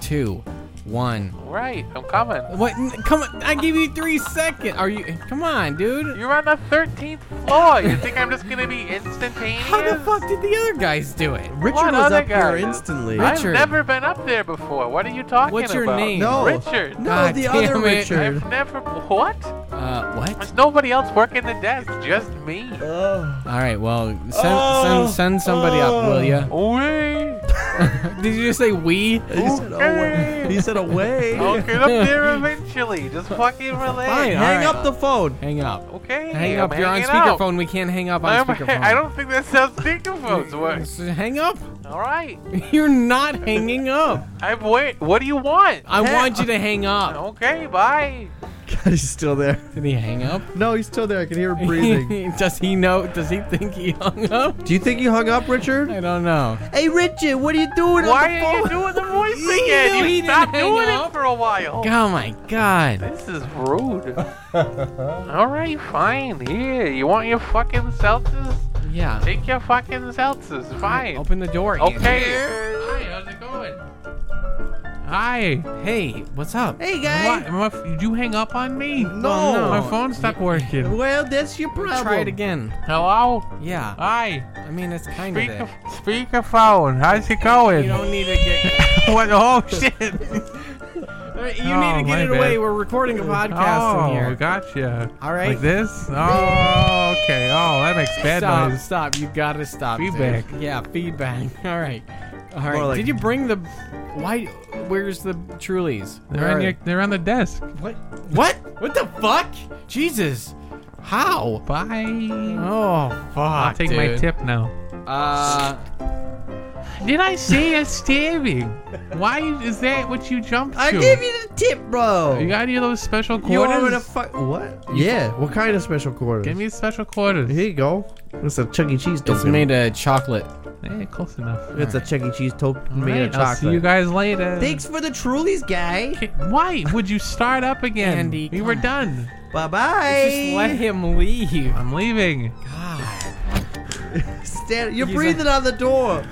Speaker 3: two, one.
Speaker 6: All right, I'm coming.
Speaker 3: What? N- Come on! I give you three seconds. Are you? Come on, dude.
Speaker 6: You're on the 13th floor. You think I'm just gonna be instantaneous?
Speaker 3: How the fuck did the other guys do it?
Speaker 1: Richard
Speaker 6: What
Speaker 1: was
Speaker 6: other
Speaker 1: up here
Speaker 6: guys?
Speaker 1: instantly.
Speaker 3: I-
Speaker 6: I've
Speaker 3: Richard.
Speaker 6: never been up there before. What are you talking
Speaker 3: What's your
Speaker 6: about?
Speaker 3: name?
Speaker 1: no,
Speaker 6: Richard.
Speaker 1: No,
Speaker 3: God
Speaker 1: the
Speaker 3: damn
Speaker 1: other
Speaker 3: it.
Speaker 1: Richard.
Speaker 6: I've never. What?
Speaker 3: Uh, what?
Speaker 6: There's nobody else working the desk. Just me.
Speaker 1: Ugh.
Speaker 3: All right. Well, send
Speaker 1: Oh,
Speaker 3: send, send somebody up, will ya?
Speaker 6: Wee. Oh.
Speaker 3: Did you just say we?
Speaker 1: he said away.
Speaker 6: Okay. Oh,
Speaker 1: He said away.
Speaker 6: I'll get up there eventually. Just fucking relax.
Speaker 3: Fine.
Speaker 1: Hang
Speaker 3: Alright.
Speaker 1: up the phone.
Speaker 3: Hang up.
Speaker 6: Okay.
Speaker 3: Hang
Speaker 6: I'm
Speaker 3: up. You're on
Speaker 6: hanging out.
Speaker 3: speakerphone. We can't hang up on
Speaker 6: I'm,
Speaker 3: speakerphone.
Speaker 6: I don't think that's how speakerphones work.
Speaker 3: So Hang up.
Speaker 6: All right.
Speaker 3: You're not hanging up.
Speaker 6: I've wait. What do you want?
Speaker 3: I want
Speaker 6: uh,
Speaker 3: you to hang up.
Speaker 6: Okay. Bye.
Speaker 1: God, he's still there.
Speaker 3: Did he hang up?
Speaker 1: No, he's still there. I can hear him breathing.
Speaker 3: does he know? Does he think he hung up?
Speaker 1: do you think he hung up, Richard?
Speaker 3: I don't know.
Speaker 1: Hey, Richard, what are you doing
Speaker 6: Why
Speaker 1: on
Speaker 6: are
Speaker 1: the
Speaker 6: you
Speaker 1: phone?
Speaker 6: doing the voice
Speaker 3: He knew
Speaker 6: again?
Speaker 3: he
Speaker 6: You
Speaker 3: didn't
Speaker 6: stopped
Speaker 3: hang
Speaker 6: doing
Speaker 3: up.
Speaker 6: it for a while.
Speaker 3: Oh my god.
Speaker 6: This is rude. All right, fine. Here, you want your fucking seltzers?
Speaker 3: Yeah.
Speaker 6: Take your fucking seltzers. Fine.
Speaker 3: Open the door. Andy.
Speaker 6: Okay. Hi, how's it going?
Speaker 2: Hi.
Speaker 3: Hey, what's up?
Speaker 1: hey,
Speaker 2: Why,
Speaker 1: guy.
Speaker 2: am I- did you hang up on me?
Speaker 1: No.
Speaker 2: My phone stopped working.
Speaker 1: Well, that's your problem.
Speaker 3: Try it again.
Speaker 2: Hello?
Speaker 3: Yeah.
Speaker 2: Hi.
Speaker 3: I mean, it's kind of
Speaker 6: Speaker,
Speaker 3: it.
Speaker 6: speakerphone. How's it
Speaker 3: You
Speaker 6: going?
Speaker 3: don't need to get. Uh,
Speaker 2: What? Oh, shit.
Speaker 3: You
Speaker 2: Oh,
Speaker 3: need to
Speaker 2: my
Speaker 3: get it
Speaker 2: bad.
Speaker 3: away. We're recording a podcast
Speaker 2: Oh,
Speaker 3: in here.
Speaker 2: gotcha.
Speaker 3: All right.
Speaker 2: Like this? Oh, okay. Oh, that makes bad
Speaker 3: stop,
Speaker 2: noise.
Speaker 3: stop. You gotta stop. dude.
Speaker 2: Feedback.
Speaker 3: Yeah, feedback. All right. All right.
Speaker 1: More like-
Speaker 3: Did you bring the. Why? Where's the Trulies?
Speaker 2: They're
Speaker 3: Where
Speaker 2: on,
Speaker 3: are
Speaker 2: your,
Speaker 3: they?
Speaker 2: they're on the desk.
Speaker 3: What? What? What the fuck? Jesus. How?
Speaker 2: Bye.
Speaker 3: Oh, fuck.
Speaker 2: I'll take my
Speaker 3: dude.
Speaker 2: tip now.
Speaker 3: Uh,
Speaker 2: Did I say a stabbing? Why is that what you jumped to?
Speaker 1: I gave you the tip, bro.
Speaker 2: You got any of those special
Speaker 1: You want me
Speaker 2: quarters?
Speaker 1: to fu- what? Yeah. What kind of special quarters?
Speaker 2: Give me special quarters.
Speaker 1: Here you go. It's a Chuck E. Cheese token.
Speaker 3: it's made of chocolate.
Speaker 2: Hey, Eh, close enough.
Speaker 1: It's a Chuck E. Cheese token made of
Speaker 2: Alright, I'll
Speaker 1: chocolate.
Speaker 2: see you guys later.
Speaker 1: Thanks for the Trulies, guy.
Speaker 2: Why would you start up again?
Speaker 3: Andy,
Speaker 2: we
Speaker 3: come
Speaker 2: were
Speaker 3: on.
Speaker 2: done.
Speaker 1: Bye bye.
Speaker 3: Just let him leave.
Speaker 2: I'm leaving.
Speaker 3: God.
Speaker 1: Stand- You're
Speaker 3: He's
Speaker 1: breathing on the door.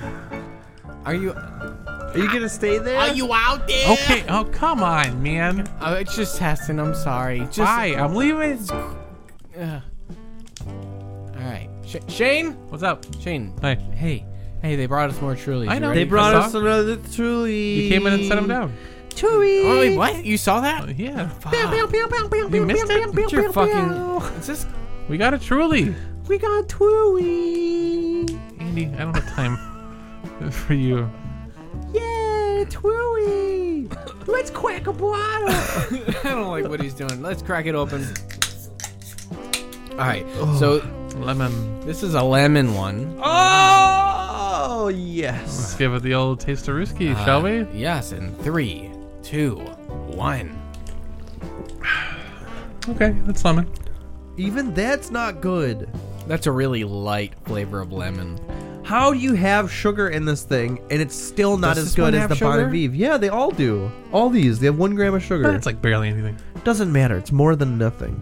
Speaker 3: Are you?
Speaker 1: Are you gonna stay there?
Speaker 3: out there?
Speaker 2: Okay. Oh, come on, man.
Speaker 3: Oh, it's just testing. I'm sorry. Just.
Speaker 2: Bye. I'm leaving.
Speaker 3: Ugh. All right. Sh- Shane.
Speaker 2: What's up?
Speaker 3: Shane.
Speaker 2: Hey.
Speaker 3: Hey. Hey, they brought us more Trulies.
Speaker 2: I
Speaker 3: You
Speaker 2: know.
Speaker 3: ready?
Speaker 1: They brought
Speaker 2: Huzzah.
Speaker 1: us another Trulies.
Speaker 2: You came in and set him down.
Speaker 1: Trulies.
Speaker 3: Oh, wait, what? You saw
Speaker 2: Oh,
Speaker 3: that?
Speaker 2: Yeah.
Speaker 3: Fuck.
Speaker 2: You missed it?
Speaker 3: It's your fucking. Is this?
Speaker 2: We got a truly.
Speaker 1: We got Twooey.
Speaker 2: Andy, I don't have time for you.
Speaker 1: Yeah, Twooey. Let's crack a bottle.
Speaker 3: I don't like what he's doing. Let's crack it open. All right. So
Speaker 2: Lemon.
Speaker 3: this is a lemon one.
Speaker 1: oh yes.
Speaker 2: Let's give it the old taste of Ruski, shall we?
Speaker 3: Yes. In three, two, one.
Speaker 2: Okay, that's lemon.
Speaker 1: Even that's not good.
Speaker 3: That's a really light flavor of lemon.
Speaker 1: How do you have sugar in this thing and it's still not
Speaker 3: Does
Speaker 1: as
Speaker 3: this one
Speaker 1: good as
Speaker 3: have
Speaker 1: the
Speaker 3: sugar?
Speaker 1: Bon Vive? Yeah, they all do. All these, they have one gram of sugar.
Speaker 2: That's like barely anything.
Speaker 1: Doesn't matter. It's more than nothing.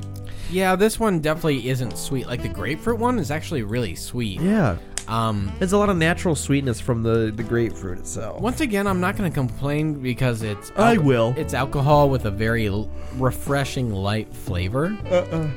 Speaker 3: Yeah, this one definitely isn't sweet. Like the grapefruit one is actually really sweet.
Speaker 1: Yeah,
Speaker 3: Um,
Speaker 1: there's a lot of natural sweetness from the the grapefruit itself.
Speaker 3: once again, I'm not going to complain because it's
Speaker 1: I will.
Speaker 3: It's alcohol with a very l- refreshing light flavor.
Speaker 1: Uh-uh.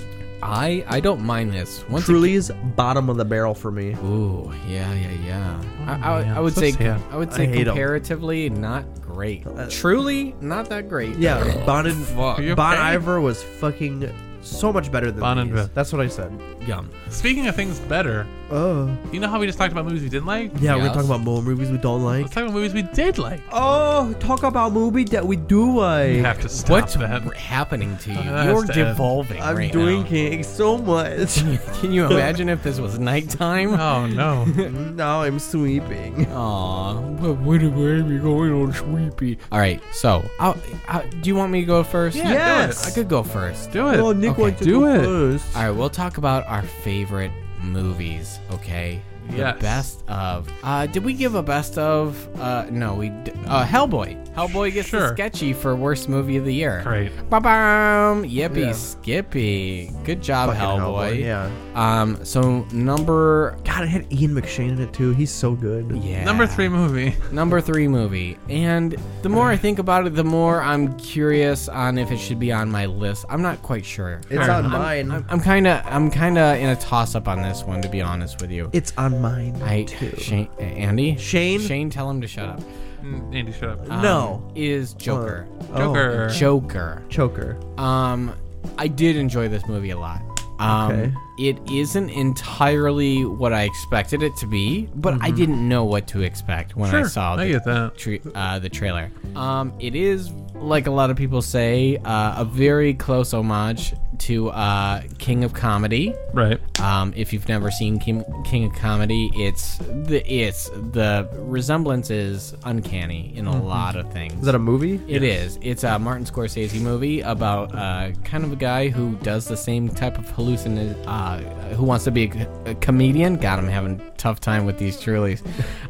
Speaker 3: I I don't mind this. Once again-
Speaker 1: Truly's bottom of the barrel for me.
Speaker 3: Ooh, yeah, yeah, yeah. I,
Speaker 2: man,
Speaker 3: I, I would
Speaker 2: so
Speaker 3: say
Speaker 2: sad.
Speaker 3: I would
Speaker 1: I
Speaker 3: say
Speaker 1: hate 'em.
Speaker 3: comparatively not great. Truly not that great.
Speaker 1: Yeah, Bon and
Speaker 3: Fuck.
Speaker 2: Are you
Speaker 1: Bon
Speaker 2: okay?
Speaker 1: Iver was fucking so much better than
Speaker 2: Bon
Speaker 1: bon
Speaker 2: Iver.
Speaker 1: these. That's what I said.
Speaker 3: Yum.
Speaker 2: Speaking of things better,
Speaker 1: Oh,
Speaker 2: you know how we just talked about movies we didn't like?
Speaker 1: yeah, we're
Speaker 3: Yes.
Speaker 1: talking about more movies we don't like.
Speaker 2: Let's talk about movies we did like.
Speaker 1: Oh, talk about movie that we do like.
Speaker 2: You have to stop
Speaker 3: What's
Speaker 2: that.
Speaker 3: happening to you?
Speaker 2: That's
Speaker 3: You're
Speaker 2: the-
Speaker 3: devolving
Speaker 1: I'm
Speaker 3: right now.
Speaker 1: drinking so much.
Speaker 3: Can you imagine if this was nighttime?
Speaker 2: Oh no.
Speaker 1: now I'm sleeping.
Speaker 3: Aw, but what a baby going on sleepy. All right, so I'll, i do you want me to go first?
Speaker 2: Yeah, do
Speaker 1: Yes.
Speaker 3: I could go first.
Speaker 2: Do it.
Speaker 1: Oh, Nick
Speaker 3: Okay,
Speaker 1: wants to
Speaker 2: do
Speaker 1: go
Speaker 2: it.
Speaker 1: first.
Speaker 3: All right, we'll talk about our favorite movies, okay?
Speaker 2: Yes.
Speaker 3: The best of. Uh, did we give a best of? Uh, no, we. D- uh, Hellboy. Hellboy gets
Speaker 2: Sure.
Speaker 3: the sketchy for worst movie of the year.
Speaker 2: Great.
Speaker 3: Ba-bam! Yippee
Speaker 1: Yeah.
Speaker 3: skippy. Good job,
Speaker 1: Fucking
Speaker 3: Hellboy.
Speaker 1: Yeah.
Speaker 3: Um. So number.
Speaker 1: God, it had Ian McShane in it too. He's so good.
Speaker 3: Yeah.
Speaker 2: Number three movie.
Speaker 3: Number three movie. And the more I think about it, the more I'm curious on if it should be on my list. I'm not quite sure.
Speaker 1: It's on mine.
Speaker 3: I'm kind of I'm kind of in a toss up on this one to be honest with you.
Speaker 1: it's on mine.
Speaker 3: I
Speaker 1: too.
Speaker 3: Shane, uh, Andy
Speaker 1: Shane?
Speaker 3: Shane tell him to shut up.
Speaker 2: Mm, Andy, shut up.
Speaker 3: Um,
Speaker 1: No.
Speaker 3: is Joker.
Speaker 1: Oh,
Speaker 2: Joker.
Speaker 3: Joker.
Speaker 1: choker.
Speaker 3: Um I did enjoy this movie a lot. Um
Speaker 1: Okay.
Speaker 3: it isn't entirely what I expected it to be, but I didn't know what to expect when I
Speaker 2: Sure,
Speaker 3: saw
Speaker 2: I
Speaker 3: the,
Speaker 2: get that.
Speaker 3: tra- uh, the trailer. Um it is like a lot of people say uh, a very close homage to uh, King of Comedy.
Speaker 2: Right.
Speaker 3: Um, if you've never seen King, King of Comedy, it's the it's the resemblance is uncanny in a lot of things.
Speaker 1: Is that a movie?
Speaker 3: It is. It's a Martin Scorsese movie about uh, kind of a guy who does the same type of hallucin. Uh, who wants to be a, a comedian? God, I'm having a tough time with these trulies.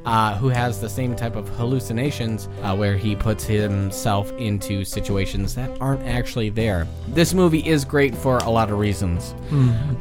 Speaker 3: Uh, who has the same type of hallucinations uh, where he puts himself into situations that aren't actually there. This movie is great for a lot of reasons.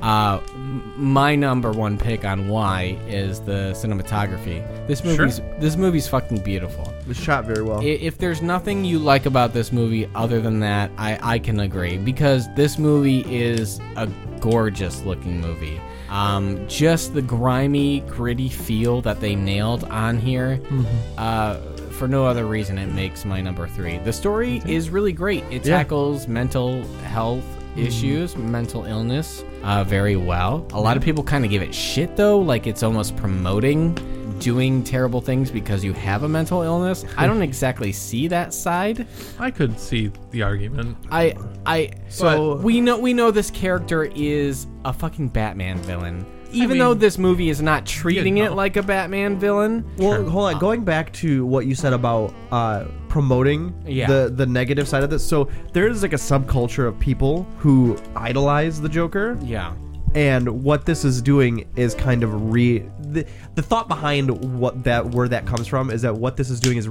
Speaker 3: Uh, m- my number one pick on why is the cinematography. This movie's this movie's fucking beautiful.
Speaker 1: It was shot very well.
Speaker 3: I- If there's nothing you like about this movie other than that, I, I can agree because this movie is a gorgeous looking movie. Um, just the grimy, gritty feel that they nailed on here.
Speaker 1: Mm-hmm.
Speaker 3: Uh, for no other reason, it makes my number three. The story is really great. It
Speaker 1: Yeah.
Speaker 3: tackles mental health issues, mental illness, uh, very well. A lot of people kind of give it shit though, like it's almost promoting doing terrible things because you have a mental illness. I don't exactly see that side.
Speaker 2: I could see the argument.
Speaker 3: I I
Speaker 1: So-
Speaker 3: so we know we know this character is a fucking Batman villain. Even
Speaker 2: mean-
Speaker 3: though this movie is not treating
Speaker 2: Yeah,
Speaker 3: it
Speaker 2: no.
Speaker 3: like a Batman villain,
Speaker 1: Well, hold
Speaker 3: Uh,
Speaker 1: on. Going back to what you said about uh, promoting
Speaker 3: Yeah.
Speaker 1: the the negative side of this, so there is like a subculture of people who idolize the Joker,
Speaker 3: yeah.
Speaker 1: and what this is doing is kind of re the, the thought behind what that where that comes from is that what this is doing is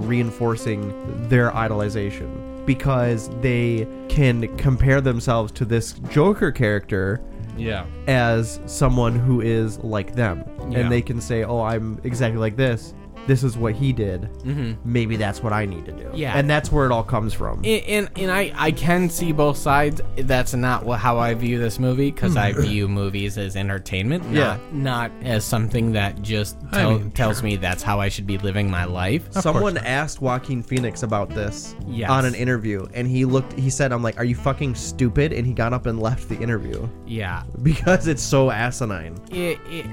Speaker 1: reinforcing their idolization because they can compare themselves to this Joker character
Speaker 3: Yeah.
Speaker 1: as someone who is like them
Speaker 3: Yeah.
Speaker 1: and they can say oh i'm exactly like this this is what he did. Maybe that's what I need to do.
Speaker 3: Yeah.
Speaker 1: and that's where it all comes from.
Speaker 3: And, and, and I, I can see both sides. That's not wha- how I view this movie because I
Speaker 2: Hmm.
Speaker 3: view movies as entertainment, not,
Speaker 1: Yeah.
Speaker 3: not as something that just tell,
Speaker 2: mean,
Speaker 3: tells me that's how I should be living my life.
Speaker 1: Someone asked Joaquin Phoenix about this
Speaker 3: Yes.
Speaker 1: on an interview, and he looked. He said, "I'm like, are you fucking stupid?" And he got up and left the interview
Speaker 3: Yeah.
Speaker 1: because it's so asinine.
Speaker 3: it, it,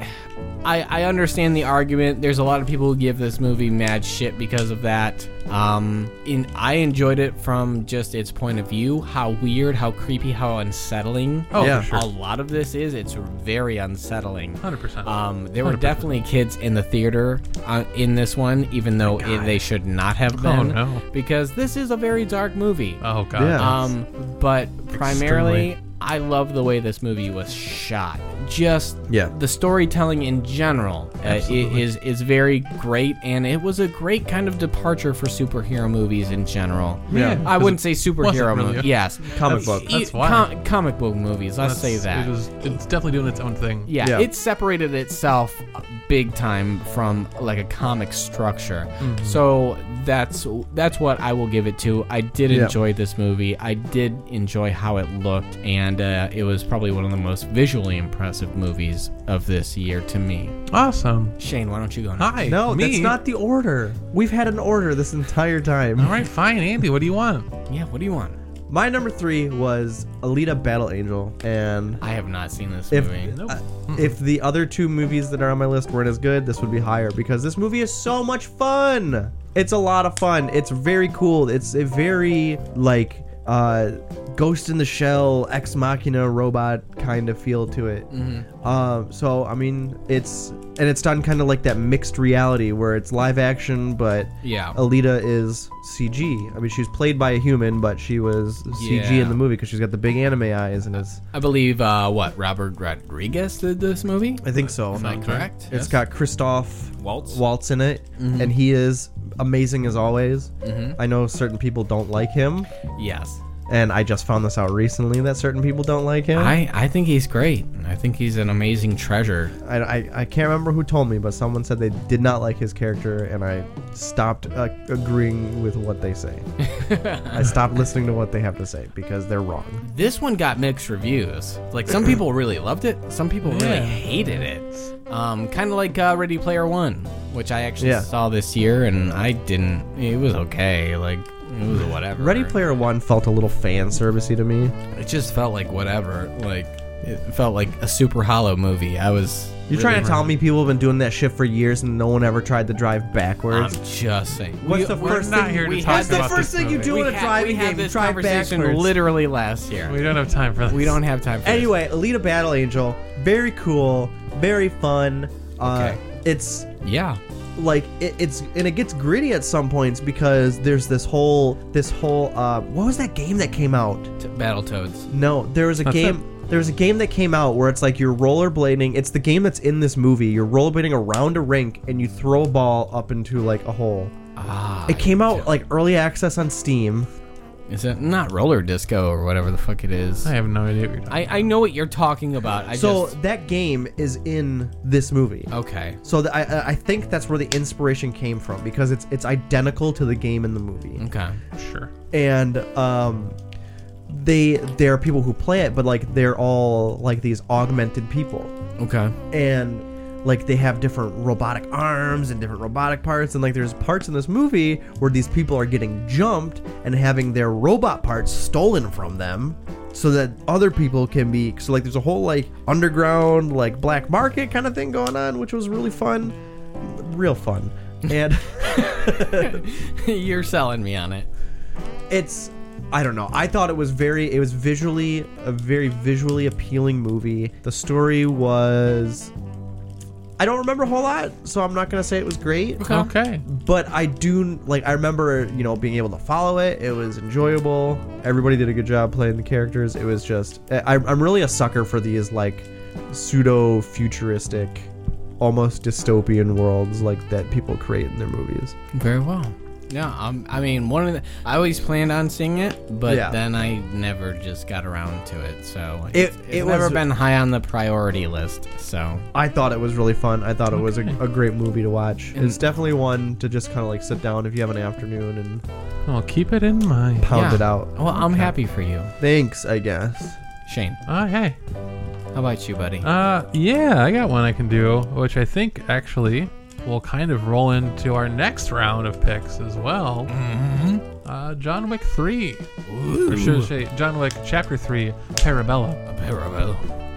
Speaker 3: I, I understand the argument. There's a lot of people who give this movie mad shit because of that. Um, in I enjoyed it from just its point of view. How weird, how creepy, how unsettling.
Speaker 2: Oh,
Speaker 1: Yeah.
Speaker 2: for sure.
Speaker 3: a lot of this is. It's very unsettling.
Speaker 2: 100%.
Speaker 3: Um, there were definitely kids in the theater uh, in this one, even though it, they should not have
Speaker 2: Oh,
Speaker 3: been.
Speaker 2: no.
Speaker 3: Because this is a very dark movie.
Speaker 2: oh, God.
Speaker 1: Yeah.
Speaker 3: Um, but primarily, I love the way this movie was shot. Just
Speaker 1: Yeah.
Speaker 3: the storytelling in general uh, i- is is very great, and it was a great kind of departure for superhero movies in general.
Speaker 1: Yeah.
Speaker 3: I wouldn't say
Speaker 2: wasn't
Speaker 3: superhero
Speaker 2: really.
Speaker 3: movies. Yes,
Speaker 1: Comic book.
Speaker 2: That's
Speaker 3: E-
Speaker 2: why.
Speaker 3: com- comic book movies. Let's
Speaker 2: That's-
Speaker 3: say that.
Speaker 2: It was, it's definitely doing its own thing.
Speaker 3: Yeah,
Speaker 1: Yeah.
Speaker 3: it separated itself big time from like a comic structure. So that's that's what I will give it to. I did
Speaker 1: Yeah.
Speaker 3: enjoy this movie. I did enjoy how it looked, and uh, it was probably one of the most visually impressive movies of this year to me.
Speaker 2: Awesome.
Speaker 3: Shane, why don't you go next?
Speaker 2: Hi.
Speaker 1: No,
Speaker 2: me.
Speaker 1: that's not the order. We've had an order this entire time.
Speaker 2: All right, fine, Andy. What do you want?
Speaker 3: Yeah, what do you want?
Speaker 1: My number three was Alita: Battle Angel, and
Speaker 3: I have not seen this
Speaker 1: if
Speaker 3: movie.
Speaker 1: uh, if the other two movies that are on my list weren't as good, this would be higher because this movie is so much fun. It's a lot of fun. It's very cool. It's a very like uh, Ghost in the Shell, Ex Machina robot kind of feel to it.
Speaker 3: Mm-hmm.
Speaker 1: Um, so I mean, it's and it's done kind of like that mixed reality where it's live action, but
Speaker 3: Yeah.
Speaker 1: Alita is CG. I mean, she's played by a human, but she was CG
Speaker 3: Yeah.
Speaker 1: in the movie because she's got the big anime eyes and it's.
Speaker 3: I believe uh, what Robert Rodriguez did this movie.
Speaker 1: I think so.
Speaker 3: Am I correct?
Speaker 1: It's got Christoph
Speaker 3: Waltz?
Speaker 1: Waltz in it, and he is amazing as always. I know certain people don't like him,
Speaker 3: Uh, yes.
Speaker 1: and I just found this out recently that certain people don't like him. I,
Speaker 3: I, I think he's great. I think he's an amazing treasure.
Speaker 1: I, I can't remember who told me, but someone said they did not like his character, and I stopped uh, agreeing with what they say. I stopped listening to what they have to say because they're wrong.
Speaker 3: This one got mixed reviews. Like some people really loved it, some people really hated it. Um, kind of like uh, Ready Player One, which I actually
Speaker 1: Yeah.
Speaker 3: saw this year, and I didn't. It was okay. Like it was whatever.
Speaker 1: Ready Player One felt a little fan servicey to me.
Speaker 3: It just felt like whatever. Like it felt like a super hollow movie. I was.
Speaker 1: You're trying to tell me people have been doing that shit for years and no one ever tried to drive
Speaker 3: I'm
Speaker 1: backwards.
Speaker 3: just saying.
Speaker 1: What's the
Speaker 3: We-
Speaker 2: We're
Speaker 1: first
Speaker 2: not
Speaker 1: thing
Speaker 2: here to
Speaker 3: we
Speaker 2: talk
Speaker 3: had-
Speaker 2: about
Speaker 1: What's the first
Speaker 2: this
Speaker 1: thing you
Speaker 2: movie.
Speaker 1: do in a
Speaker 3: had-
Speaker 1: driving
Speaker 3: had
Speaker 1: game?
Speaker 3: this
Speaker 1: Drive
Speaker 3: conversation
Speaker 1: backwards.
Speaker 3: literally last year.
Speaker 2: We don't have time for this.
Speaker 3: We don't have time for this.
Speaker 1: Anyway, Alita Battle Angel, very cool, very fun. Uh, It's
Speaker 3: Yeah.
Speaker 1: like it, it's and it gets gritty at some points because there's this whole this whole uh, what was that game that came out?
Speaker 3: T- Battletoads.
Speaker 1: No, there was a game. There was a game that came out where it's like you're rollerblading. It's the game that's in this movie. You're rollerblading around a rink and you throw a ball up into like a hole.
Speaker 3: Ah.
Speaker 1: It came out like early access on Steam.
Speaker 3: Is it not roller disco or whatever the fuck it is?
Speaker 2: I have no idea what you're talking
Speaker 3: I, I know what you're talking about. I
Speaker 1: So
Speaker 3: just
Speaker 1: that game is in this movie.
Speaker 3: okay.
Speaker 1: So th- I- I I think that's where the inspiration came from because it's it's identical to the game in the movie,
Speaker 3: Okay.
Speaker 2: about. Sure.
Speaker 1: and um, they there are people who play it, but like they're all like these augmented people,
Speaker 3: Okay.
Speaker 1: and like they have different robotic arms and different robotic parts, and like there's parts in this movie where these people are getting jumped and having their robot parts stolen from them. So that other people can be so like there's a whole like underground like black market kind of thing going on, which was really fun real fun. And
Speaker 3: you're selling me on it.
Speaker 1: it's I don't know. I thought it was very it was visually a very visually appealing movie. The story was I don't remember a whole lot, so I'm not going to say it was great,
Speaker 2: Okay.
Speaker 1: but I do like I remember, you know, being able to follow it. It was enjoyable. Everybody did a good job playing the characters. It was just I I'm really a sucker for these like pseudo futuristic almost dystopian worlds like that people create in their movies.
Speaker 3: Very well. No, um, I mean, one of the I always planned on seeing it, but
Speaker 1: Yeah.
Speaker 3: then I never just got around to it. So
Speaker 1: It-
Speaker 3: it's, it's
Speaker 1: it
Speaker 3: never
Speaker 1: was-
Speaker 3: been high on the priority list. So
Speaker 1: I thought it was really fun. I thought it was a, a great movie to watch. it's definitely one to just kind of like sit down if you have an afternoon and
Speaker 2: I'll keep it in mind.
Speaker 1: pound
Speaker 3: Yeah.
Speaker 1: it out.
Speaker 3: well, I'm happy for you,
Speaker 1: Thanks, I guess.
Speaker 3: Shane.
Speaker 2: Oh, hey.
Speaker 3: How about you, buddy?
Speaker 2: Uh, yeah, I got one I can do, which I think actually will kind of roll into our next round of picks as well. Uh, John Wick 3. Or should I say John Wick Chapter 3, Parabellum.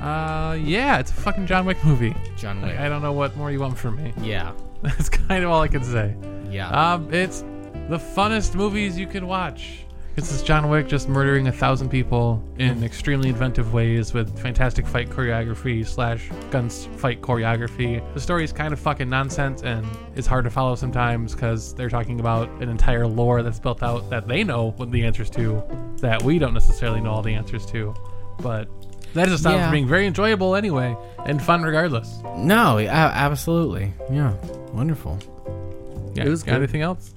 Speaker 2: Uh, yeah, it's a fucking John Wick movie.
Speaker 3: John
Speaker 2: Like,
Speaker 3: Wick.
Speaker 2: I don't know what more you want from me.
Speaker 3: yeah,
Speaker 2: That's kind of all I can say.
Speaker 3: yeah.
Speaker 2: Um, it's the funnest movies you can watch. It's this John Wick just murdering a thousand people
Speaker 1: Mm.
Speaker 2: in extremely inventive ways with fantastic fight choreography slash guns fight choreography. The story is kind of fucking nonsense and it's hard to follow sometimes because they're talking about an entire lore that's built out that they know what the answers to that we don't necessarily know all the answers to. But that just sounds
Speaker 3: Yeah.
Speaker 2: from being very enjoyable anyway and fun regardless.
Speaker 3: no, a- absolutely. Yeah, wonderful.
Speaker 2: Yeah.
Speaker 1: It was
Speaker 2: Got
Speaker 1: good.
Speaker 2: anything else?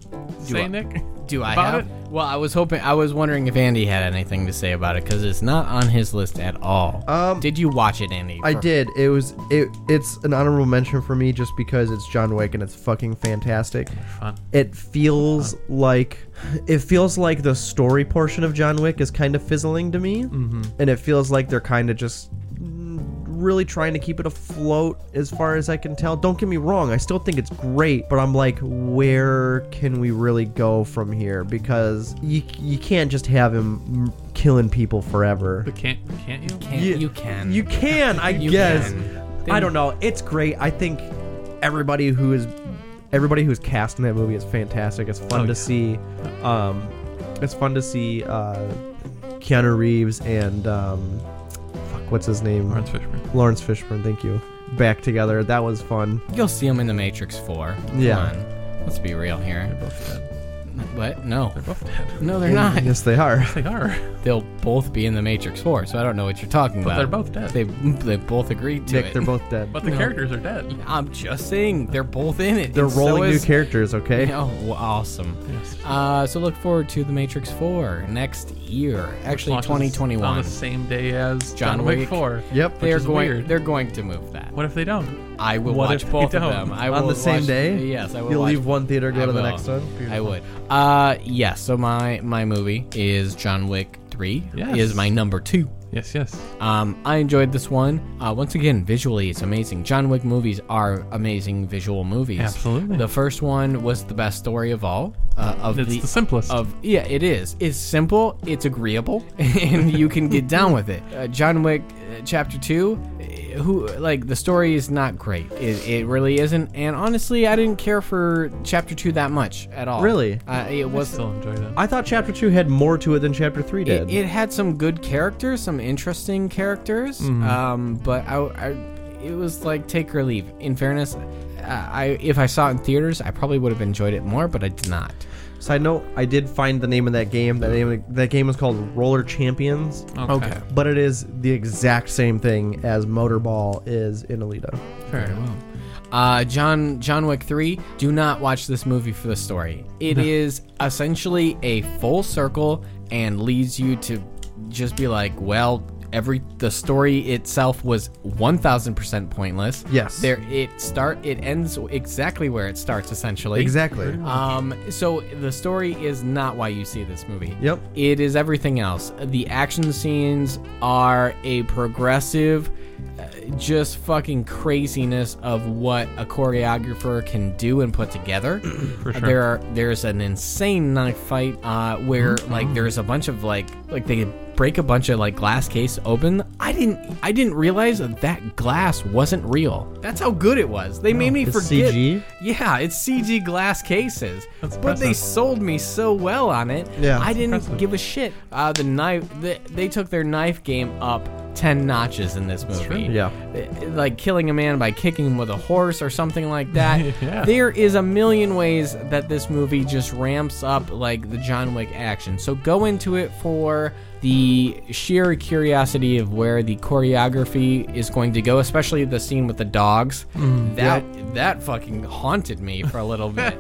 Speaker 2: to
Speaker 3: I-
Speaker 2: Say, Nick.
Speaker 3: Do I
Speaker 2: About
Speaker 3: have?
Speaker 2: it?
Speaker 3: Well, I was hoping. I was wondering if Andy had anything to say about it because it's not on his list at all.
Speaker 1: Um,
Speaker 3: did you watch it, Andy?
Speaker 1: I
Speaker 3: For-
Speaker 1: did. It was it. It's an honorable mention for me just because it's John Wick and it's fucking fantastic.
Speaker 2: Fun.
Speaker 1: It feels like it feels like the story portion of John Wick is kind of fizzling to me, mm-hmm. and it feels like they're kind of just mm, really trying to keep it afloat as far as I can tell. Don't get me wrong, I still think it's great, but I'm like, where can we really go from here? Because you you can't just have him mm, killing people forever.
Speaker 2: But can't can't you?
Speaker 3: Can't,
Speaker 1: You-
Speaker 3: you can.
Speaker 1: You can, I
Speaker 3: Hmm. You
Speaker 1: guess.
Speaker 3: can.
Speaker 1: I don't know. It's great. I think everybody who is everybody who's cast in that movie is fantastic. It's fun
Speaker 2: Oh,
Speaker 1: to
Speaker 2: yeah.
Speaker 1: see. Um, it's fun to see uh, Keanu Reeves and um, fuck, what's his name?
Speaker 2: Lawrence Fishburne.
Speaker 1: Lawrence Fishburne. Thank you. Back together. That was fun.
Speaker 3: You'll see him in the Matrix Four. Come
Speaker 1: Yeah.
Speaker 3: on. Let's be real here.
Speaker 2: both dead.
Speaker 3: What? No.
Speaker 2: They're both dead.
Speaker 3: No, they're not.
Speaker 1: Yes, they are.
Speaker 2: They are.
Speaker 3: They'll both be in the Matrix Four, so I don't know what you're talking
Speaker 2: But
Speaker 3: about.
Speaker 2: they're both dead.
Speaker 3: They they both agreed to
Speaker 1: Nick,
Speaker 3: it.
Speaker 1: they're both dead.
Speaker 2: But the
Speaker 3: No.
Speaker 2: characters are dead.
Speaker 3: I'm just saying they're both in it.
Speaker 1: They're
Speaker 3: and so
Speaker 1: rolling new
Speaker 3: is-
Speaker 1: characters. Okay.
Speaker 3: Oh, w- awesome.
Speaker 2: Yes.
Speaker 3: Uh, so look forward to the Matrix Four next year. Actually,
Speaker 2: Launches on
Speaker 3: 2021.
Speaker 2: the same day as
Speaker 3: John
Speaker 2: John, Wick,
Speaker 3: Wick.
Speaker 2: 4.
Speaker 1: Yep.
Speaker 2: Which
Speaker 3: They're
Speaker 2: is
Speaker 3: going.
Speaker 2: weird.
Speaker 3: They're going to move that.
Speaker 2: What if they don't?
Speaker 3: I will
Speaker 2: What
Speaker 3: watch
Speaker 2: if they
Speaker 3: both of
Speaker 2: don't?
Speaker 3: them. I
Speaker 1: on
Speaker 3: will
Speaker 1: the same
Speaker 3: watch-
Speaker 1: day.
Speaker 3: Yes, I will.
Speaker 1: You'll
Speaker 3: watch-
Speaker 1: leave one theater, go
Speaker 3: I
Speaker 1: to the
Speaker 3: will.
Speaker 1: next one.
Speaker 3: I would. Uh, yes. So my my movie is John Wick Three.
Speaker 2: Yes.
Speaker 3: Is my number two.
Speaker 2: Yes, yes.
Speaker 3: Um, I enjoyed this one. Uh, once again, visually, it's amazing. John Wick movies are amazing visual movies.
Speaker 2: Absolutely.
Speaker 3: The first one was the best story of all. Uh, of
Speaker 2: It's
Speaker 3: the,
Speaker 2: the simplest.
Speaker 3: Of yeah, it is. It's simple. It's agreeable, and you can get down with it. Uh, John Wick, uh, Chapter Two. uh, Who like the story is not great. It, it really isn't. And honestly, I didn't care for Chapter Two that much at all.
Speaker 1: Really?
Speaker 3: uh, it
Speaker 2: I
Speaker 3: was
Speaker 2: still enjoy that.
Speaker 1: I thought Chapter Two had more to it than Chapter Three did.
Speaker 3: it, it had some good characters, some interesting characters, um, but I, I, it was like take or leave. In fairness, uh, I, if I saw it in theaters, I probably would have enjoyed it more, but I did not.
Speaker 1: Side note: I did find the name of that game. That name that game is called Roller Champions,
Speaker 2: okay.
Speaker 1: but it is the exact same thing as Motorball is in Alita.
Speaker 3: Very well. Uh, John John Wick three. Do not watch this movie for the story. It is essentially a full circle and leads you to just be like, well, every the story itself was one thousand percent pointless.
Speaker 1: Yes.
Speaker 3: there it start it ends exactly where it starts essentially.
Speaker 1: Exactly.
Speaker 3: Um, so the story is not why you see this movie.
Speaker 1: Yep.
Speaker 3: It is everything else. The action scenes are a progressive, uh, just fucking craziness of what a choreographer can do and put together. For
Speaker 2: sure.
Speaker 3: There are there's an insane knife fight uh, where like there's a bunch of like like they break a bunch of like glass case open. I didn't I didn't realize that that glass wasn't real. That's how good it was. They made me
Speaker 1: It's
Speaker 3: forget.
Speaker 1: CG?
Speaker 3: Yeah, it's CG glass cases.
Speaker 2: That's
Speaker 3: but they
Speaker 2: impressive.
Speaker 3: sold me so well on it.
Speaker 1: Yeah.
Speaker 3: I didn't
Speaker 2: impressive.
Speaker 3: give a shit. Uh, the knife, the, they took their knife game up ten notches in this movie.
Speaker 2: true.
Speaker 1: Yeah.
Speaker 3: Uh, like killing a man by kicking him with a horse or something like that.
Speaker 2: Yeah.
Speaker 3: There is a million ways that this movie just ramps up like the John Wick action. So go into it for the sheer curiosity of where the choreography is going to go, especially the scene with the dogs,
Speaker 1: Mm,
Speaker 3: that that fucking haunted me for a little bit.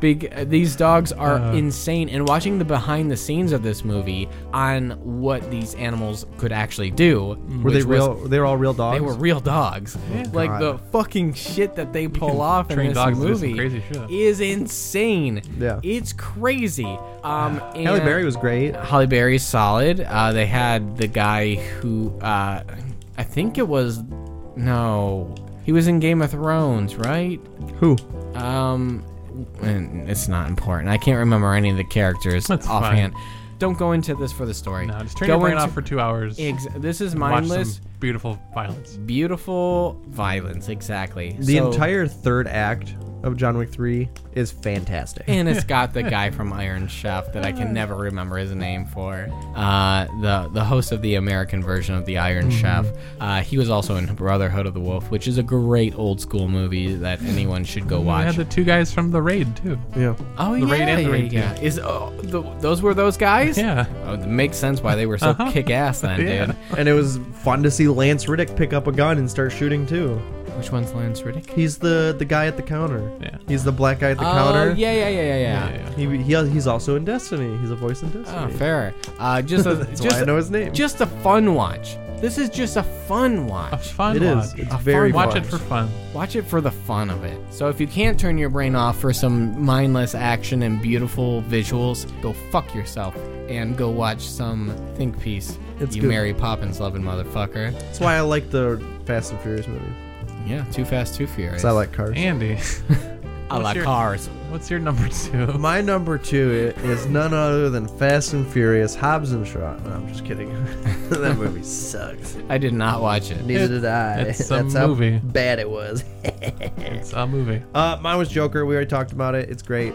Speaker 3: Big, these dogs are
Speaker 1: Uh.
Speaker 3: insane, and watching the behind the scenes of this movie on what these animals could actually do.
Speaker 1: Were they
Speaker 3: which was-
Speaker 1: real? they were all real dogs.
Speaker 3: they were real dogs.
Speaker 1: Oh,
Speaker 3: like
Speaker 1: God.
Speaker 3: the fucking shit that they pull off in
Speaker 2: train
Speaker 3: this
Speaker 2: dogs to do some
Speaker 3: movie
Speaker 2: crazy shit.
Speaker 3: is insane.
Speaker 1: Yeah.
Speaker 3: it's crazy. Um, and
Speaker 1: Halle Berry was great.
Speaker 3: Holly Berry's solid. Uh, they had the guy who uh, I think it was no, he was in Game of Thrones, right?
Speaker 1: Who?
Speaker 3: Um, and it's not important. I can't remember any of the characters
Speaker 2: That's fine.
Speaker 3: offhand. Don't go into this for the story.
Speaker 2: No, just turn
Speaker 3: Go
Speaker 2: your brain
Speaker 3: into-
Speaker 2: off for two hours.
Speaker 3: Ex- this is
Speaker 2: watch
Speaker 3: mindless.
Speaker 2: some beautiful violence.
Speaker 3: Beautiful violence, exactly.
Speaker 1: The
Speaker 3: So-
Speaker 1: entire third act of John Wick 3 is fantastic.
Speaker 3: and it's got the guy from Iron Chef that I can never remember his name for. Uh, the the host of the American version of the Iron Chef. Uh, he was also in Brotherhood of the Wolf, which is a great old school movie that anyone should go
Speaker 2: We had
Speaker 3: watch.
Speaker 2: the two guys from the raid too.
Speaker 1: yeah.
Speaker 3: oh
Speaker 2: the Raid and the Raid
Speaker 3: Is oh, the, those were those guys?
Speaker 2: Yeah.
Speaker 3: Oh, it makes sense why they were so
Speaker 2: Uh-huh.
Speaker 3: kick ass then,
Speaker 2: Yeah.
Speaker 3: dude.
Speaker 1: And it was fun to see Lance Riddick pick up a gun and start shooting too.
Speaker 3: Which one's Lance Riddick?
Speaker 1: He's the the guy at the counter.
Speaker 2: Yeah.
Speaker 1: He's the black guy at the
Speaker 3: Oh,
Speaker 1: counter.
Speaker 3: yeah, yeah, yeah, yeah, yeah.
Speaker 2: yeah.
Speaker 1: He, he he's also in Destiny. He's a voice in
Speaker 3: Oh,
Speaker 1: Destiny.
Speaker 3: fair. Uh, just a,
Speaker 1: That's
Speaker 3: just
Speaker 1: why I know his name.
Speaker 3: just a fun watch. This is just a fun
Speaker 2: A
Speaker 3: watch.
Speaker 2: fun
Speaker 1: it
Speaker 2: watch.
Speaker 1: is. It's
Speaker 3: A
Speaker 1: very
Speaker 2: watch
Speaker 1: fun.
Speaker 2: it for fun.
Speaker 3: Watch it for the fun of it. So if you can't turn your brain off for some mindless action and beautiful visuals, go fuck yourself and go watch some think piece.
Speaker 1: It's
Speaker 3: you
Speaker 1: good.
Speaker 3: Mary Poppins loving motherfucker.
Speaker 1: That's why I like the Fast and Furious movies.
Speaker 3: Yeah, too fast, too furious.
Speaker 1: 'cause I like cars.
Speaker 2: Andy,
Speaker 3: I
Speaker 2: what's
Speaker 3: like
Speaker 2: your-
Speaker 3: cars.
Speaker 2: what's your number two?
Speaker 1: My number two i- is none other than Fast and Furious Hobbs and Shaw. No, I'm just kidding. that movie sucks.
Speaker 3: I did not watch it.
Speaker 1: Neither did I.
Speaker 2: it's a
Speaker 1: That's how
Speaker 2: movie.
Speaker 1: bad it was.
Speaker 2: It's a movie.
Speaker 1: uh, mine was Joker. We already talked about it. It's great.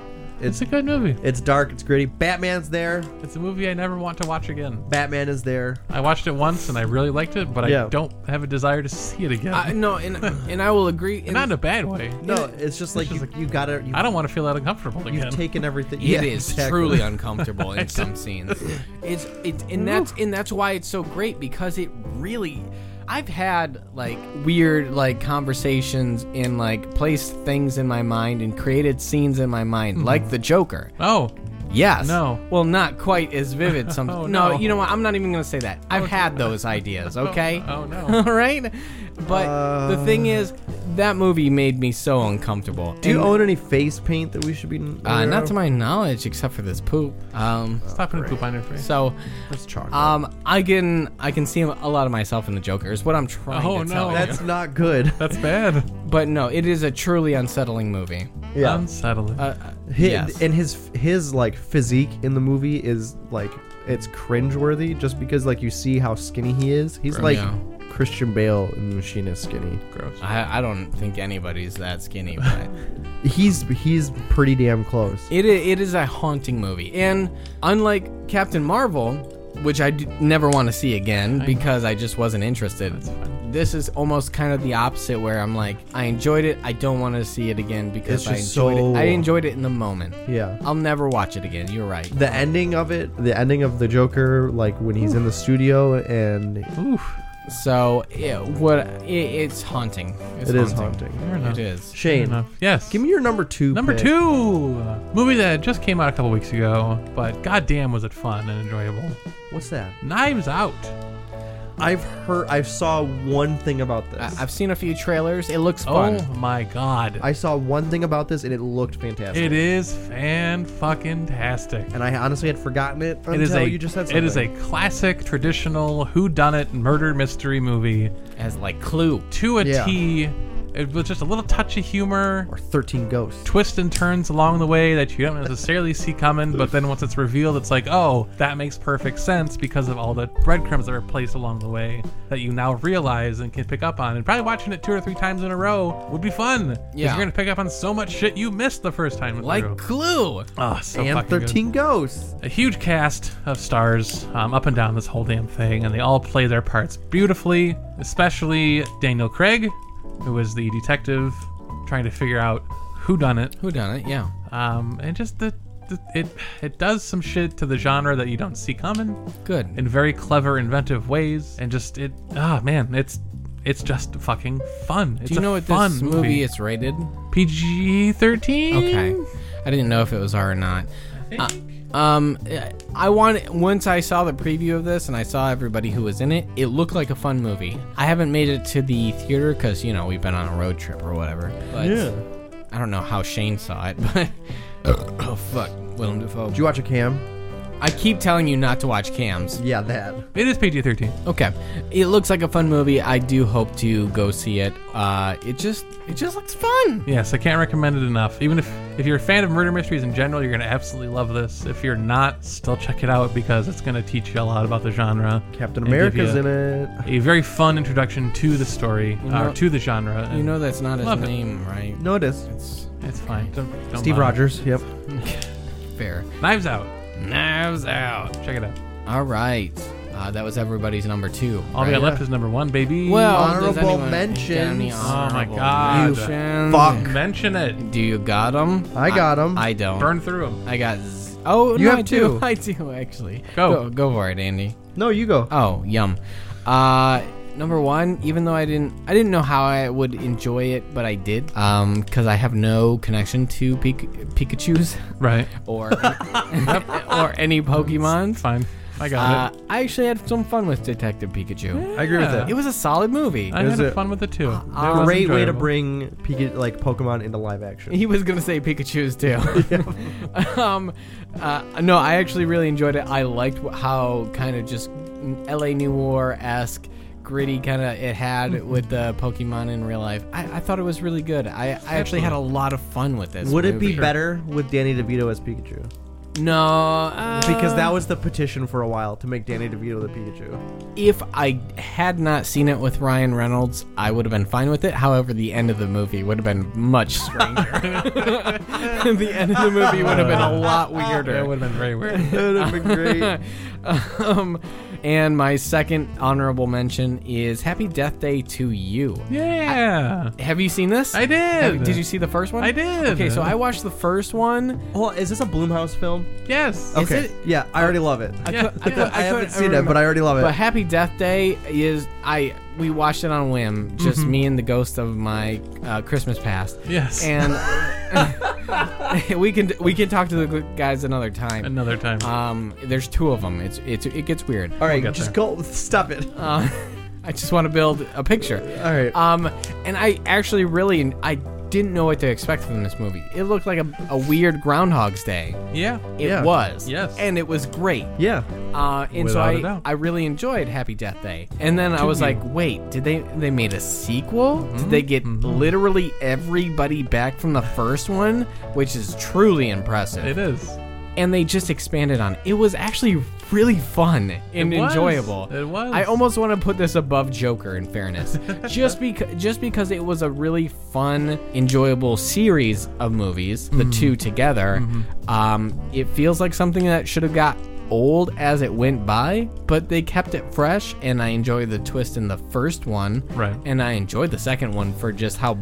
Speaker 1: It's
Speaker 2: It's a good movie.
Speaker 1: it's dark. It's gritty. Batman's there.
Speaker 2: It's a movie I never want to watch again.
Speaker 1: Batman is there.
Speaker 2: I watched it once and I really liked it, but
Speaker 1: Yeah.
Speaker 2: I don't have a desire to see it again.
Speaker 3: I, no, and and I will agree.
Speaker 2: Not in a bad way.
Speaker 1: No, it's just like
Speaker 2: just
Speaker 1: you, you gotta. You,
Speaker 2: I don't want to feel that uncomfortable again.
Speaker 1: You've taken everything.
Speaker 3: It is truly uncomfortable in some scenes. It's it's and that's and that's why it's so great because it really I've had like weird like conversations and like placed things in my mind and created scenes in my mind like the Joker.
Speaker 2: oh,
Speaker 3: Yes.
Speaker 2: No.
Speaker 3: Well, not quite as vivid. Some.
Speaker 2: Oh,
Speaker 3: no.
Speaker 2: no.
Speaker 3: You know what? I'm not even gonna say that. I've had those ideas. Okay.
Speaker 2: oh, no.
Speaker 3: All right. But the thing is, that movie made me so uncomfortable.
Speaker 1: Do you
Speaker 3: And-
Speaker 1: own any face paint that we should be?
Speaker 3: Uh,
Speaker 1: aware
Speaker 3: not
Speaker 1: of?
Speaker 3: to my knowledge, except for this poop. Um,
Speaker 2: stop putting poop on your face.
Speaker 3: so,
Speaker 1: It's chocolate.
Speaker 3: um, I can I can see a lot of myself in the Joker. Is what I'm trying
Speaker 2: Oh,
Speaker 3: to
Speaker 2: no.
Speaker 3: tell
Speaker 1: That's
Speaker 3: you.
Speaker 1: not good.
Speaker 2: That's bad.
Speaker 3: But no, it is a truly unsettling movie.
Speaker 1: Yeah.
Speaker 2: Um, Unsettling.
Speaker 3: Uh,
Speaker 1: Hi-
Speaker 3: yes.
Speaker 1: And his his like physique in the movie is like it's cringeworthy just because like you see how skinny he is. He's like
Speaker 3: Yeah.
Speaker 1: Christian Bale in The Machine is skinny.
Speaker 2: Gross.
Speaker 3: I, I don't think anybody's that skinny, but
Speaker 1: He's he's pretty damn close.
Speaker 3: it i- it is a haunting movie. And unlike Captain Marvel, which I d- never want to see again because I just wasn't interested. This is almost kind of the opposite, where I'm like, I enjoyed it. I don't want to see it again
Speaker 1: It's
Speaker 3: because I enjoyed
Speaker 1: just
Speaker 3: it. I
Speaker 1: so-
Speaker 3: enjoyed it in the moment.
Speaker 1: Yeah.
Speaker 3: I'll never watch it again. You're right.
Speaker 1: The ending of it, the ending of the Joker, like when he's in the studio and
Speaker 2: Oof.
Speaker 3: So yeah, what i it's haunting. It's
Speaker 1: it is
Speaker 3: haunting.
Speaker 1: haunting.
Speaker 2: Fair enough.
Speaker 3: It is.
Speaker 2: Fair
Speaker 1: Shane,
Speaker 2: enough. Yes.
Speaker 1: give me your number two.
Speaker 2: Number
Speaker 1: pick.
Speaker 2: two, movie that just came out a couple weeks ago, but goddamn was it fun and enjoyable.
Speaker 1: What's that?
Speaker 2: Knives Out.
Speaker 1: I've heard. I saw one thing about this.
Speaker 3: I, I've seen a few trailers. It looks fun.
Speaker 2: Oh my god,
Speaker 1: I saw one thing about this and it looked fantastic.
Speaker 2: it is fan fucking tastic.
Speaker 1: and I honestly had forgotten it until
Speaker 2: It is a
Speaker 1: you just said something.
Speaker 2: it is a classic traditional who done it murder mystery movie
Speaker 3: As like Clue.
Speaker 2: to a T.
Speaker 1: Yeah.
Speaker 2: It was just a little touch of humor.
Speaker 1: or thirteen ghosts.
Speaker 2: twists and turns along the way that you don't necessarily see coming, but then once it's revealed, it's like, oh, that makes perfect sense because of all the breadcrumbs that are placed along the way that you now realize and can pick up on. And probably watching it two or three times in a row would be fun. 'cause
Speaker 3: Yeah.
Speaker 2: You're going to pick up on so much shit you missed the first time. through.
Speaker 3: Like Clue.
Speaker 2: oh, so
Speaker 1: and
Speaker 2: fucking good.
Speaker 1: thirteen ghosts.
Speaker 2: A huge cast of stars um, up and down this whole damn thing, and they all play their parts beautifully, especially Daniel Craig, who is the detective trying to figure out who done it
Speaker 3: Who done it? Yeah.
Speaker 2: um, and just the it it does some shit to the genre that you don't see coming
Speaker 3: Good.
Speaker 2: in very clever, inventive ways, and just it. Ah, man, it's it's just fucking fun. It's
Speaker 3: Do you
Speaker 2: a
Speaker 3: know what
Speaker 2: fun
Speaker 3: this movie is rated?
Speaker 2: PG thirteen.
Speaker 3: Okay. I didn't know if it was R or not. Uh, um, I want once I saw the preview of this and I saw everybody who was in it, it looked like a fun movie. I haven't made it to the theater because you know we've been on a road trip or whatever. But yeah. I don't know how Shane saw it, but oh fuck, Willem Dafoe.
Speaker 1: Did you watch a cam?
Speaker 3: I keep telling you not to watch cams.
Speaker 1: Yeah, that.
Speaker 2: It is PG thirteen.
Speaker 3: Okay, it looks like a fun movie. I do hope to go see it. Uh, it just it just looks fun.
Speaker 2: Yes, I can't recommend it enough. Even if if you're a fan of murder mysteries in general, you're gonna absolutely love this. If you're not, still check it out because it's gonna teach you a lot about the genre.
Speaker 1: Captain
Speaker 2: and give
Speaker 1: America's
Speaker 2: you
Speaker 1: in it.
Speaker 2: A very fun introduction to the story,
Speaker 3: know-
Speaker 2: or to the genre.
Speaker 3: You know that's not his
Speaker 2: Love it.
Speaker 3: name, right?
Speaker 1: No, it is.
Speaker 3: It's
Speaker 2: it's fine. Don't, don't
Speaker 1: Steve
Speaker 2: mind.
Speaker 1: Rogers. Yep.
Speaker 3: fair.
Speaker 2: Knives Out.
Speaker 3: Knives out.
Speaker 2: Check it out.
Speaker 3: All right. Uh, that was everybody's number two.
Speaker 2: All Oh, we
Speaker 3: right?
Speaker 2: got left is number one, baby.
Speaker 3: Well, does
Speaker 1: Honorable
Speaker 3: anyone-
Speaker 1: mentions.
Speaker 2: Oh my
Speaker 3: honorable
Speaker 2: God. You
Speaker 3: mentions?
Speaker 1: fuck.
Speaker 2: mention it.
Speaker 3: Do you got them?
Speaker 1: I got 'em.
Speaker 3: I, don't.
Speaker 2: Burn through them.
Speaker 3: I got. Z- oh,
Speaker 1: You
Speaker 3: no,
Speaker 1: have
Speaker 3: I do.
Speaker 1: two.
Speaker 3: I do actually.
Speaker 2: Go.
Speaker 3: go, for it, Andy.
Speaker 1: No, you go.
Speaker 3: Oh, yum. Uh, number one. Even though I didn't, I didn't know how I would enjoy it, but I did. Um, because I have no connection to Pik- Pikachu's
Speaker 2: Right.
Speaker 3: or or any Pokemon.
Speaker 2: Fine. I got
Speaker 3: Uh, I actually had some fun with Detective Pikachu.
Speaker 2: it.
Speaker 1: I agree with
Speaker 2: Yeah.
Speaker 1: that.
Speaker 3: It was a solid movie.
Speaker 2: I
Speaker 1: Is
Speaker 2: had
Speaker 1: it-
Speaker 2: fun with it too. It was
Speaker 1: Great way to
Speaker 2: enjoyable.
Speaker 1: bring Pika- like Pokemon into live action.
Speaker 3: He was gonna say Pikachu's too. um, uh, no, I actually really enjoyed it. I liked wh- how kind of just L.A. Noir esque gritty kind of it had
Speaker 2: Mm-hmm.
Speaker 3: with the Pokemon in real life. I, I thought it was really good. I, I actually had a lot of fun with this.
Speaker 1: Would it be
Speaker 3: movie.
Speaker 1: better with Danny DeVito as Pikachu?
Speaker 3: No, uh,
Speaker 1: Because that was the petition for a while to make Danny DeVito the Pikachu.
Speaker 3: if I had not seen it with Ryan Reynolds, I would have been fine with it. However, the end of the movie would have been much stranger. the end of the movie would have been a lot weirder.
Speaker 2: That would have been very weird.
Speaker 1: That would have been great.
Speaker 3: um, and my second honorable mention is Happy Death Day to You.
Speaker 2: Yeah.
Speaker 3: Have you seen this?
Speaker 2: I did.
Speaker 3: Have- did you see the first one?
Speaker 2: I did.
Speaker 3: Okay, so I watched the first one.
Speaker 1: Well, is this a Bloomhouse film?
Speaker 2: yes.
Speaker 1: okay.
Speaker 3: it?
Speaker 1: Yeah, I already love it.
Speaker 3: I,
Speaker 2: Yeah,
Speaker 3: cou-
Speaker 2: yeah.
Speaker 3: cou-
Speaker 1: I, haven't
Speaker 3: couldn't
Speaker 1: seen it,
Speaker 3: remember.
Speaker 1: but I already love it.
Speaker 3: But Happy Death Day is I we watched it on a whim, just
Speaker 1: Mm-hmm.
Speaker 3: me and the ghost of my uh, Christmas past.
Speaker 2: Yes.
Speaker 3: And we can we can talk to the guys another time.
Speaker 2: Another time.
Speaker 3: Um, there's two of them. It's it's it gets weird.
Speaker 1: All right,
Speaker 2: get
Speaker 1: just go. Stop it.
Speaker 3: Uh, I just want to build a picture.
Speaker 1: All right.
Speaker 3: Um, and I actually really I didn't know what to expect from this movie. It looked like a, a weird Groundhog's Day.
Speaker 2: yeah.
Speaker 3: It
Speaker 1: Yeah.
Speaker 3: was.
Speaker 2: Yes.
Speaker 3: And it was great.
Speaker 1: yeah.
Speaker 3: Uh, and
Speaker 2: Without a
Speaker 3: so I,
Speaker 2: doubt.
Speaker 3: I really enjoyed Happy Death Day. And then I was like, wait, did they they made a sequel?
Speaker 2: Mm-hmm.
Speaker 3: Did they get literally everybody back from the first one, which is truly impressive.
Speaker 2: It is.
Speaker 3: and they just expanded on it. It was actually really fun and
Speaker 2: It was.
Speaker 3: enjoyable.
Speaker 2: It was.
Speaker 3: I almost want to put this above Joker in fairness. just because just because it was a really fun, enjoyable series of movies,
Speaker 2: Mm-hmm.
Speaker 3: the two together. Um, it feels like something that should have got old as it went by, but they kept it fresh and I enjoyed the twist in the first one.
Speaker 2: Right.
Speaker 3: And I enjoyed the second one for just how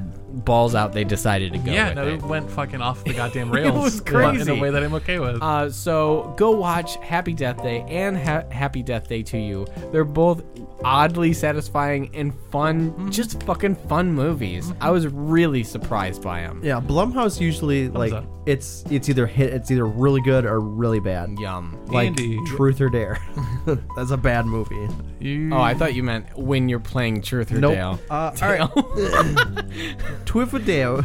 Speaker 3: balls out they decided to go
Speaker 2: Yeah.
Speaker 3: with
Speaker 2: No,
Speaker 3: it.
Speaker 2: it went fucking off the goddamn rails.
Speaker 3: was
Speaker 2: but In
Speaker 3: crazy.
Speaker 2: a way that I'm okay with.
Speaker 3: Uh, so go watch Happy Death Day and ha- Happy Death Day to You. They're both oddly satisfying and fun,
Speaker 1: Mm-hmm.
Speaker 3: just fucking fun movies. I was really surprised by them.
Speaker 1: Yeah. Blumhouse usually like
Speaker 2: up.
Speaker 1: it's it's either hit it's either really good or really bad.
Speaker 3: Yum.
Speaker 1: Like
Speaker 2: Andy.
Speaker 1: Truth or Dare. That's a bad movie.
Speaker 2: you,
Speaker 3: Oh, I thought you meant when you're playing Truth or Dale.
Speaker 1: Uh, all right. Truth or Dare.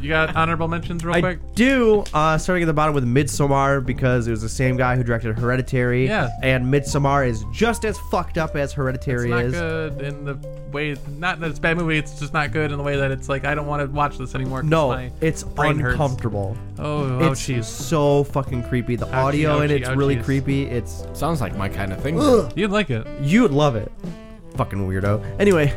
Speaker 2: you got honorable mentions real
Speaker 1: I
Speaker 2: quick.
Speaker 1: do. Uh, starting at the bottom with Midsommar because it was the same guy who directed Hereditary.
Speaker 2: Yeah.
Speaker 1: And Midsommar is just as fucked up as Hereditary
Speaker 2: It's not
Speaker 1: is.
Speaker 2: good in the way. Not that it's a bad movie. It's just not good in the way that it's like I don't want to watch this anymore. 'cause
Speaker 1: No,
Speaker 2: my
Speaker 1: it's
Speaker 2: brain hurts.
Speaker 1: uncomfortable.
Speaker 2: Oh, oh,
Speaker 1: It's
Speaker 2: jeez.
Speaker 1: so fucking creepy. The audio in
Speaker 2: ouchie,
Speaker 1: it's really
Speaker 2: ouchies.
Speaker 1: creepy. It's
Speaker 3: Sounds like my kind of thing.
Speaker 2: You'd like it. Did
Speaker 1: you'd love it. Fucking weirdo. Anyway,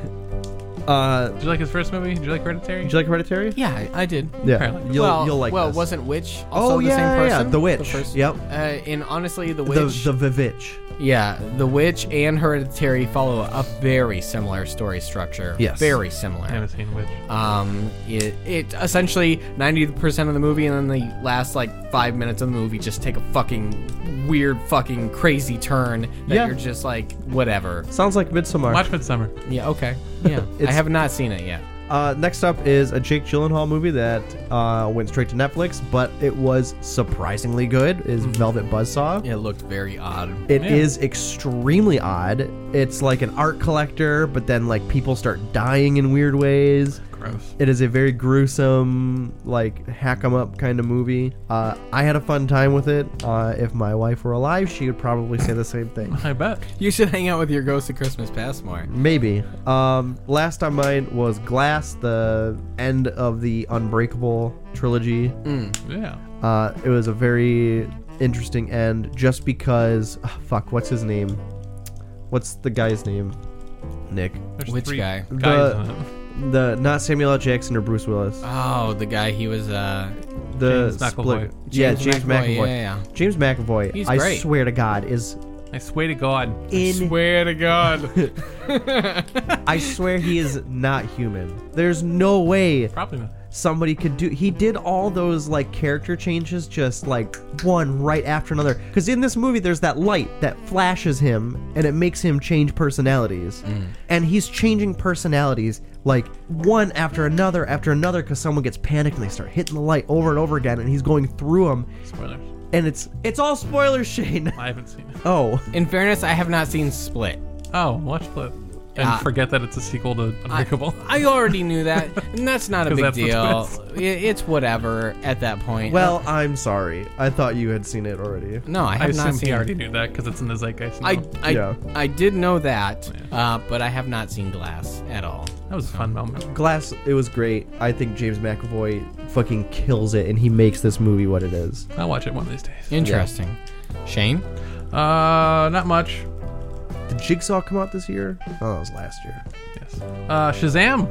Speaker 1: uh, did
Speaker 2: you like his first movie? Did you like Hereditary?
Speaker 1: you like Hereditary?
Speaker 3: Yeah, I, I did.
Speaker 1: Yeah,
Speaker 2: Apparently.
Speaker 1: you'll
Speaker 3: well,
Speaker 1: you'll like.
Speaker 3: Well,
Speaker 1: this.
Speaker 3: wasn't Witch also
Speaker 1: oh
Speaker 3: the
Speaker 1: yeah,
Speaker 3: same
Speaker 1: yeah,
Speaker 3: person?
Speaker 1: yeah, the witch.
Speaker 3: first-
Speaker 1: yep,
Speaker 3: Uh, and honestly,
Speaker 1: the
Speaker 3: the witch.
Speaker 1: the Vivitch.
Speaker 3: Yeah, The Witch and Hereditary follow a very similar story structure.
Speaker 1: Yes.
Speaker 3: Very
Speaker 2: I
Speaker 3: similar.
Speaker 2: haven't seen which.
Speaker 3: Um, it, it essentially 90% of the movie and then the last like five minutes of the movie just take a fucking weird fucking crazy turn that
Speaker 1: Yeah.
Speaker 3: you're just like, whatever.
Speaker 1: Sounds like Midsommar.
Speaker 2: Watch Midsummer.
Speaker 3: Yeah, okay. Yeah. I
Speaker 1: It's-
Speaker 3: have not seen it yet.
Speaker 1: Uh, next up is a Jake Gyllenhaal movie that uh, went straight to Netflix, but it was surprisingly good.
Speaker 3: Mm-hmm.
Speaker 1: Is Velvet Buzzsaw?
Speaker 3: It looked very odd.
Speaker 1: It is extremely odd. It's like an art collector, but then like people start dying in weird ways.
Speaker 2: Gross.
Speaker 1: It is a very gruesome, like hack 'em up kind of movie. Uh, I had a fun time with it. Uh, if my wife were alive, she would probably say the same thing.
Speaker 2: I bet.
Speaker 3: You should hang out with your ghost at Christmas past more.
Speaker 1: Maybe. Um, last on mine was Glass, the end of the Unbreakable trilogy.
Speaker 2: Yeah.
Speaker 1: Uh, it was a very interesting end just because. ah, fuck, what's his name? What's the guy's name? Nick.
Speaker 2: There's
Speaker 3: Which
Speaker 2: three
Speaker 3: guy?
Speaker 2: Guys
Speaker 1: The-
Speaker 2: on it.
Speaker 1: The not Samuel L. Jackson or Bruce Willis.
Speaker 3: Oh, the guy he was uh
Speaker 1: The
Speaker 2: James
Speaker 1: split.
Speaker 2: McAvoy.
Speaker 1: yeah, James McAvoy.
Speaker 3: Yeah, yeah.
Speaker 1: James McAvoy.
Speaker 3: He's
Speaker 1: I
Speaker 3: great.
Speaker 1: swear to God, is
Speaker 2: I swear to God.
Speaker 1: in.
Speaker 3: Swear to God.
Speaker 1: I swear he is not human. There's no way
Speaker 2: Probably not.
Speaker 1: somebody could do he did all those like character changes just like one right after another because in this movie there's that light that flashes him and it makes him change personalities and he's changing personalities like one after another after another because someone gets panicked and they start hitting the light over and over again and he's going through them
Speaker 2: Spoilers.
Speaker 1: and it's it's all spoilers shane
Speaker 2: I haven't seen it.
Speaker 1: oh
Speaker 3: In fairness, I have not seen Split.
Speaker 2: Oh, watch Flip. And
Speaker 3: Ah.
Speaker 2: forget that it's a sequel to Unbreakable.
Speaker 3: I already knew that, and that's not a
Speaker 2: 'Cause
Speaker 3: big
Speaker 2: that's the
Speaker 3: deal.
Speaker 2: twist.
Speaker 3: I- It's whatever at that point.
Speaker 1: well i'm sorry i thought you had seen it already
Speaker 3: no, I
Speaker 2: I
Speaker 3: have not
Speaker 2: assume
Speaker 3: seen.
Speaker 2: he already knew that because it's in the zeitgeist. now.
Speaker 3: I I,
Speaker 1: Yeah.
Speaker 3: I did know that,
Speaker 2: Oh,
Speaker 3: uh, but I have not seen Glass at all.
Speaker 2: that was a fun moment.
Speaker 1: Glass, it was great. I think James McAvoy fucking kills it, and he makes this movie what it is.
Speaker 2: I'll watch it one of these days.
Speaker 3: Interesting. Shane,
Speaker 2: Uh, not much.
Speaker 1: Did Jigsaw come out this year? Oh, that was last year.
Speaker 2: Yes. Uh, Shazam.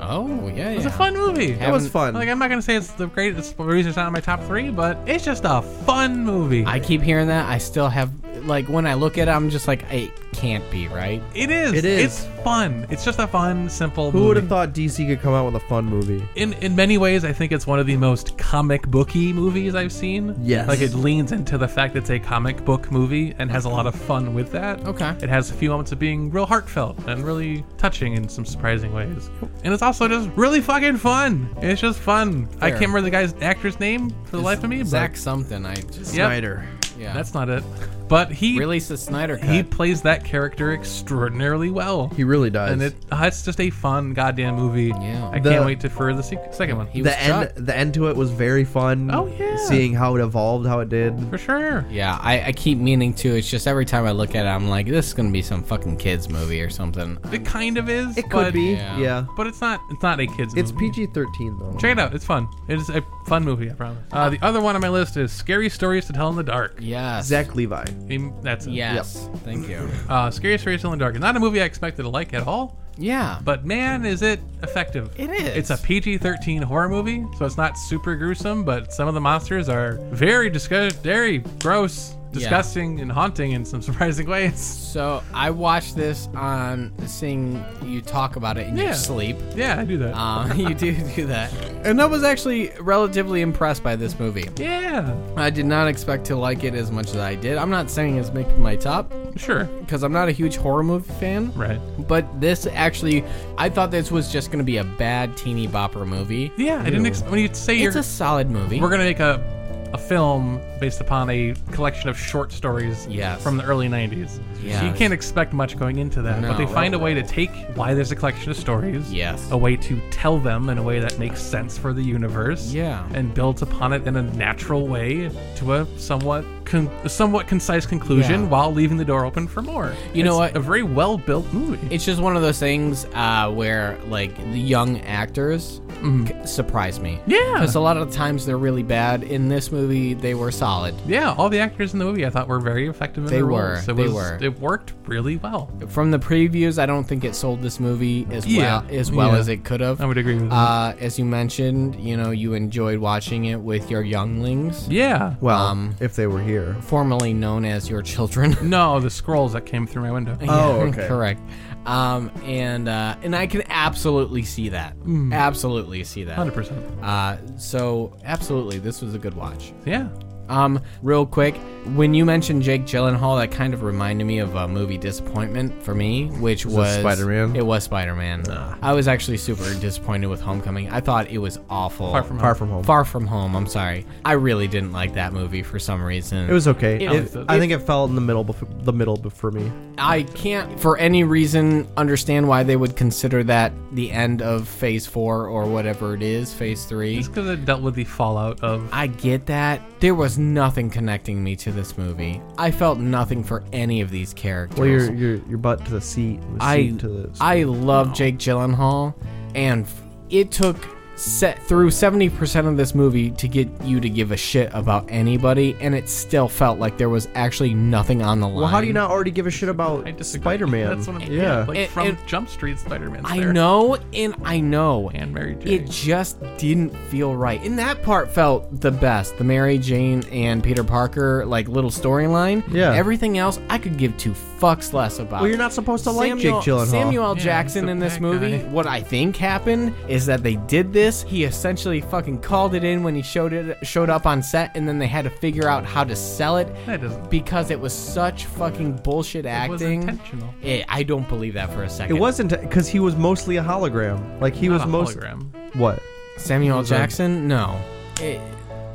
Speaker 3: oh yeah,
Speaker 2: It's
Speaker 3: yeah.
Speaker 2: a fun movie.
Speaker 1: That was fun.
Speaker 2: Like I'm not gonna say it's the greatest. The reason it's not in my top three, but it's just a fun movie.
Speaker 3: I keep hearing that. I still have like when I look at it, I'm just like, it can't be right.
Speaker 2: it is.
Speaker 1: It is.
Speaker 2: It's fun. It's just a fun, simple.
Speaker 1: Who would have
Speaker 2: movie.
Speaker 1: thought DC could come out with a fun movie?
Speaker 2: in in many ways, I think it's one of the most comic booky movies I've seen.
Speaker 1: Yes.
Speaker 2: like it leans into the fact it's a comic book movie and has a lot of fun with that.
Speaker 3: Okay.
Speaker 2: it has a few moments of being real heartfelt and really touching in some surprising ways, and it's also just really fucking fun. It's just fun. I
Speaker 3: Fair.
Speaker 2: can't remember the guy's actor's name for the life of me. but-
Speaker 3: Zach something. I just
Speaker 2: Yep.
Speaker 1: Snyder.
Speaker 3: yeah.
Speaker 2: That's not it. But he
Speaker 3: release the Snyder cut.
Speaker 2: he plays that character extraordinarily well.
Speaker 1: He really does.
Speaker 2: and it uh, it's just a fun goddamn movie.
Speaker 3: Yeah.
Speaker 2: I
Speaker 1: The-
Speaker 2: can't wait to for the se- second one.
Speaker 3: He was
Speaker 1: the end,
Speaker 3: Chuck.
Speaker 1: the end to it was very fun.
Speaker 2: Oh, yeah.
Speaker 1: seeing how it evolved, how it did.
Speaker 2: for sure.
Speaker 3: Yeah, I, I keep meaning to. It's just every time I look at it, I'm like, this is gonna be some fucking kids movie or something.
Speaker 2: It kind of is.
Speaker 1: It
Speaker 2: but,
Speaker 1: could be,
Speaker 3: Yeah.
Speaker 1: yeah.
Speaker 2: but it's not. It's not a kids.
Speaker 1: It's
Speaker 2: movie.
Speaker 1: PG thirteen though.
Speaker 2: Check it out. It's fun. It is a fun movie. I promise. Uh, the other one on my list is Scary Stories to Tell in the Dark.
Speaker 3: Yes.
Speaker 1: Zach Levi.
Speaker 2: Um, That's it.
Speaker 3: Yes. Thank you.
Speaker 2: Uh, Scary Stories to Tell in the Dark. It's not a movie I expected to like at all.
Speaker 3: Yeah.
Speaker 2: But man, is it effective!
Speaker 3: It is.
Speaker 2: It's a PG-13 horror movie, so it's not super gruesome. But some of the monsters are very disgust, very gross, disgusting, and haunting in some surprising ways.
Speaker 3: So I watched this on seeing you talk about it in
Speaker 2: Yeah.
Speaker 3: your sleep.
Speaker 2: Yeah, I do that.
Speaker 3: Um, you do do that, and I was actually relatively impressed by this movie.
Speaker 2: yeah,
Speaker 3: I did not expect to like it as much as I did. I'm not saying it's making my top
Speaker 2: sure,
Speaker 3: because I'm not a huge horror movie fan.
Speaker 2: right.
Speaker 3: But this actually, I thought this was just going to be a bad teeny bopper movie.
Speaker 2: Yeah, I didn't. Ex- when you say
Speaker 3: It's
Speaker 2: you're,
Speaker 3: a solid movie.
Speaker 2: we're gonna make a a film based upon a collection of short stories
Speaker 3: Yes.
Speaker 2: from the early 90s. So you
Speaker 3: Yes.
Speaker 2: can't expect much going into that,
Speaker 3: No.
Speaker 2: but they find a way to take why there's a collection of stories,
Speaker 3: Yes.
Speaker 2: a way to tell them in a way that makes sense for the universe,
Speaker 3: Yeah.
Speaker 2: and builds upon it in a natural way to a somewhat con- a somewhat concise conclusion
Speaker 3: Yeah.
Speaker 2: while leaving the door open for more.
Speaker 3: You know
Speaker 2: It's
Speaker 3: what?
Speaker 2: A very well built movie.
Speaker 3: It's just one of those things uh, where, like, the young actors c- surprise me.
Speaker 2: Mm-hmm. Yeah.
Speaker 3: Because a lot of the times they're really bad. In this movie, they were solid.
Speaker 2: Yeah, all the actors in the movie I thought were very effective in
Speaker 3: They
Speaker 2: their
Speaker 3: were,
Speaker 2: roles.
Speaker 3: they
Speaker 2: was,
Speaker 3: were.
Speaker 2: It worked really well.
Speaker 3: From the previews, I don't think it sold this movie as
Speaker 2: Yeah.
Speaker 3: well as well
Speaker 2: Yeah.
Speaker 3: as it could have.
Speaker 2: I would agree with that.
Speaker 3: Uh, as you mentioned, you know, you enjoyed watching it with your younglings,
Speaker 2: Yeah.
Speaker 1: Well,
Speaker 3: Um,
Speaker 1: if they were here.
Speaker 3: formerly known as your children.
Speaker 2: No, the scrolls that came through my window.
Speaker 1: Oh, okay.
Speaker 3: correct. Um, and uh, and I can absolutely see that.
Speaker 2: Mm.
Speaker 3: Absolutely see that.
Speaker 2: 100%.
Speaker 3: Uh, so absolutely, this was a good watch.
Speaker 2: Yeah.
Speaker 3: Um, real quick, when you mentioned Jake Gyllenhaal, that kind of reminded me of a movie disappointment for me, which was,
Speaker 1: Spider-Man?
Speaker 3: It was Spider Man. I was actually super disappointed with Homecoming. I thought it was awful.
Speaker 2: Far from
Speaker 1: Far from home.
Speaker 3: Far from home. I'm sorry. I really didn't like that movie for some reason.
Speaker 1: It was okay.
Speaker 2: Yeah.
Speaker 1: It- I think it fell in the middle, bef- the middle bef- for me.
Speaker 3: I can't, for any reason, understand why they would consider that the end of Phase Four or whatever it is, Phase Three.
Speaker 2: Just because it dealt with the fallout of.
Speaker 3: I get that. There was nothing connecting me to this movie. I felt nothing for any of these characters.
Speaker 1: Well, your your your butt to the seat. was
Speaker 3: I
Speaker 1: seat to the
Speaker 3: I love Jake Gyllenhaal, and f- it took set through seventy percent of this movie to get you to give a shit about anybody, and it still felt like there was actually nothing on the line.
Speaker 1: Well, how do you not already give a shit about
Speaker 2: I disagree.
Speaker 1: Spider-Man?
Speaker 2: That's what I'm
Speaker 1: yeah.
Speaker 2: Like
Speaker 3: It-
Speaker 2: from
Speaker 3: it-
Speaker 2: Jump Street, Spider Man's
Speaker 3: I
Speaker 2: there.
Speaker 3: know, and I know,
Speaker 2: And Mary Jane.
Speaker 3: it just didn't feel right. And that part felt the best. The Mary Jane and Peter Parker like little storyline.
Speaker 1: Yeah.
Speaker 3: Everything else I could give two fucks less about.
Speaker 1: well, you're not supposed to like Jake
Speaker 3: Samuel-
Speaker 1: Gyllenhaal.
Speaker 3: Samuel
Speaker 2: Yeah,
Speaker 3: Jackson
Speaker 2: he's a
Speaker 3: in this
Speaker 2: bad
Speaker 3: movie.
Speaker 2: guy.
Speaker 3: What I think happened is that they did this. He essentially fucking called it in when he showed it showed up on set, and then they had to figure out how to sell it
Speaker 2: That doesn't.
Speaker 3: because it was such fucking bullshit
Speaker 2: It
Speaker 3: acting.
Speaker 2: was intentional.
Speaker 3: Eh, I don't believe that for a second.
Speaker 1: It wasn't because he was mostly a hologram. Like he
Speaker 2: Not
Speaker 1: was
Speaker 2: a
Speaker 1: most
Speaker 2: hologram.
Speaker 1: what?
Speaker 3: Samuel
Speaker 2: a-
Speaker 3: Jackson. no, Eh,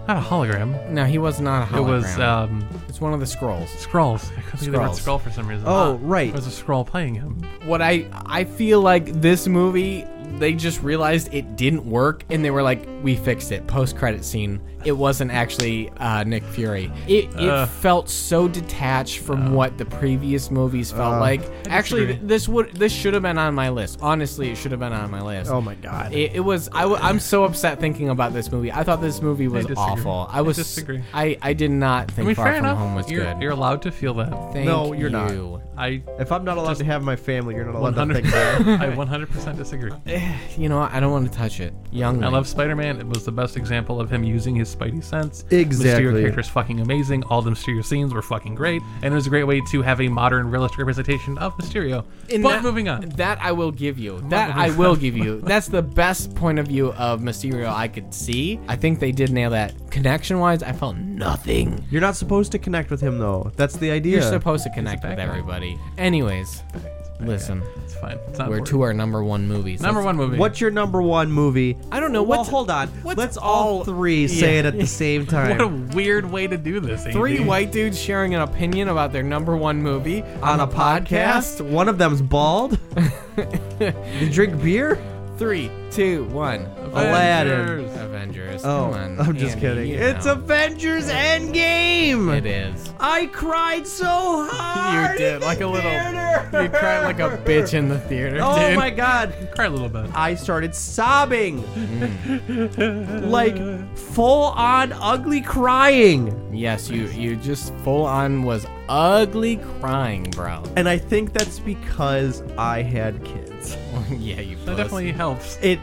Speaker 2: Not a hologram.
Speaker 3: no, he was not a hologram.
Speaker 2: It was um,
Speaker 3: it's one of the scrolls.
Speaker 2: scrolls. I couldn't think of the word
Speaker 3: Scrolls.
Speaker 2: scroll for some reason.
Speaker 1: Oh,
Speaker 2: Ah,
Speaker 1: right.
Speaker 2: It was a scroll playing him.
Speaker 3: what I I feel like this movie they just realized it didn't work and they were like we fixed it post credit scene it wasn't actually uh, Nick Fury it, it
Speaker 2: Uh.
Speaker 3: felt so detached from what the previous movies felt
Speaker 2: Uh,
Speaker 3: like actually th- this would this should have been on my list honestly it should have been on my list
Speaker 1: Oh my god.
Speaker 3: it, it was I w- I'm so upset thinking about this movie I thought this movie was
Speaker 2: disagree.
Speaker 3: awful I
Speaker 2: I
Speaker 3: was
Speaker 2: disagree.
Speaker 3: I, I did not think
Speaker 2: I mean,
Speaker 3: Far
Speaker 2: fair
Speaker 3: From
Speaker 2: enough.
Speaker 3: Home was
Speaker 2: you're,
Speaker 3: good
Speaker 2: you're allowed to feel that.
Speaker 3: Thank
Speaker 1: No, you're not.
Speaker 3: you.
Speaker 2: I
Speaker 1: if I'm not allowed to have my family, you're not allowed to
Speaker 2: 100.
Speaker 1: think that.
Speaker 2: I 100% disagree.
Speaker 3: you know what? I don't want to touch it young
Speaker 2: I love Spider Man. It was the best example of him using his Spidey sense.
Speaker 1: Exactly.
Speaker 2: Mysterio character's fucking amazing. All the Mysterio scenes were fucking great. And it was a great way to have a modern, realistic representation of Mysterio.
Speaker 3: In
Speaker 2: but
Speaker 3: that-
Speaker 2: moving on.
Speaker 3: That I will give you. That I will give you. That's the best point of view of Mysterio I could see. I think they did nail that. Connection wise, I felt nothing.
Speaker 1: You're not supposed to connect with him though. That's the idea.
Speaker 3: You're supposed to connect with
Speaker 2: bad guy.
Speaker 3: everybody. Anyways, listen,
Speaker 2: It's fine. It's not
Speaker 3: we're
Speaker 2: important.
Speaker 3: to our number one movies.
Speaker 2: Number
Speaker 3: Let's-
Speaker 2: one movie.
Speaker 1: What's your number one movie?
Speaker 3: I don't know.
Speaker 1: Well,
Speaker 3: What's,
Speaker 1: hold on.
Speaker 3: what's
Speaker 1: Let's all three say it at the same time.
Speaker 2: What a weird way to do this. Andy.
Speaker 3: Three white dudes sharing an opinion about their number one movie
Speaker 1: on a podcast, one of them's bald. you drink beer?
Speaker 3: Three, two, one.
Speaker 1: Aladdin.
Speaker 2: Avengers.
Speaker 3: Avengers.
Speaker 1: Oh,
Speaker 3: Come on,
Speaker 1: I'm just
Speaker 3: Andy,
Speaker 1: kidding.
Speaker 3: you
Speaker 1: It's
Speaker 3: know.
Speaker 1: Avengers Endgame.
Speaker 3: It is.
Speaker 1: I cried so hard.
Speaker 3: You did
Speaker 1: in the
Speaker 3: like a little.
Speaker 1: theater.
Speaker 3: You cried like a bitch in the theater,
Speaker 1: Oh
Speaker 3: dude.
Speaker 1: my god.
Speaker 2: Cry a little bit.
Speaker 1: I started sobbing.
Speaker 3: Mm.
Speaker 1: like full on ugly crying.
Speaker 3: Yes, you you just full on was ugly crying, bro.
Speaker 1: And I think that's because I had kids.
Speaker 3: yeah, you.
Speaker 2: That definitely helps.
Speaker 1: It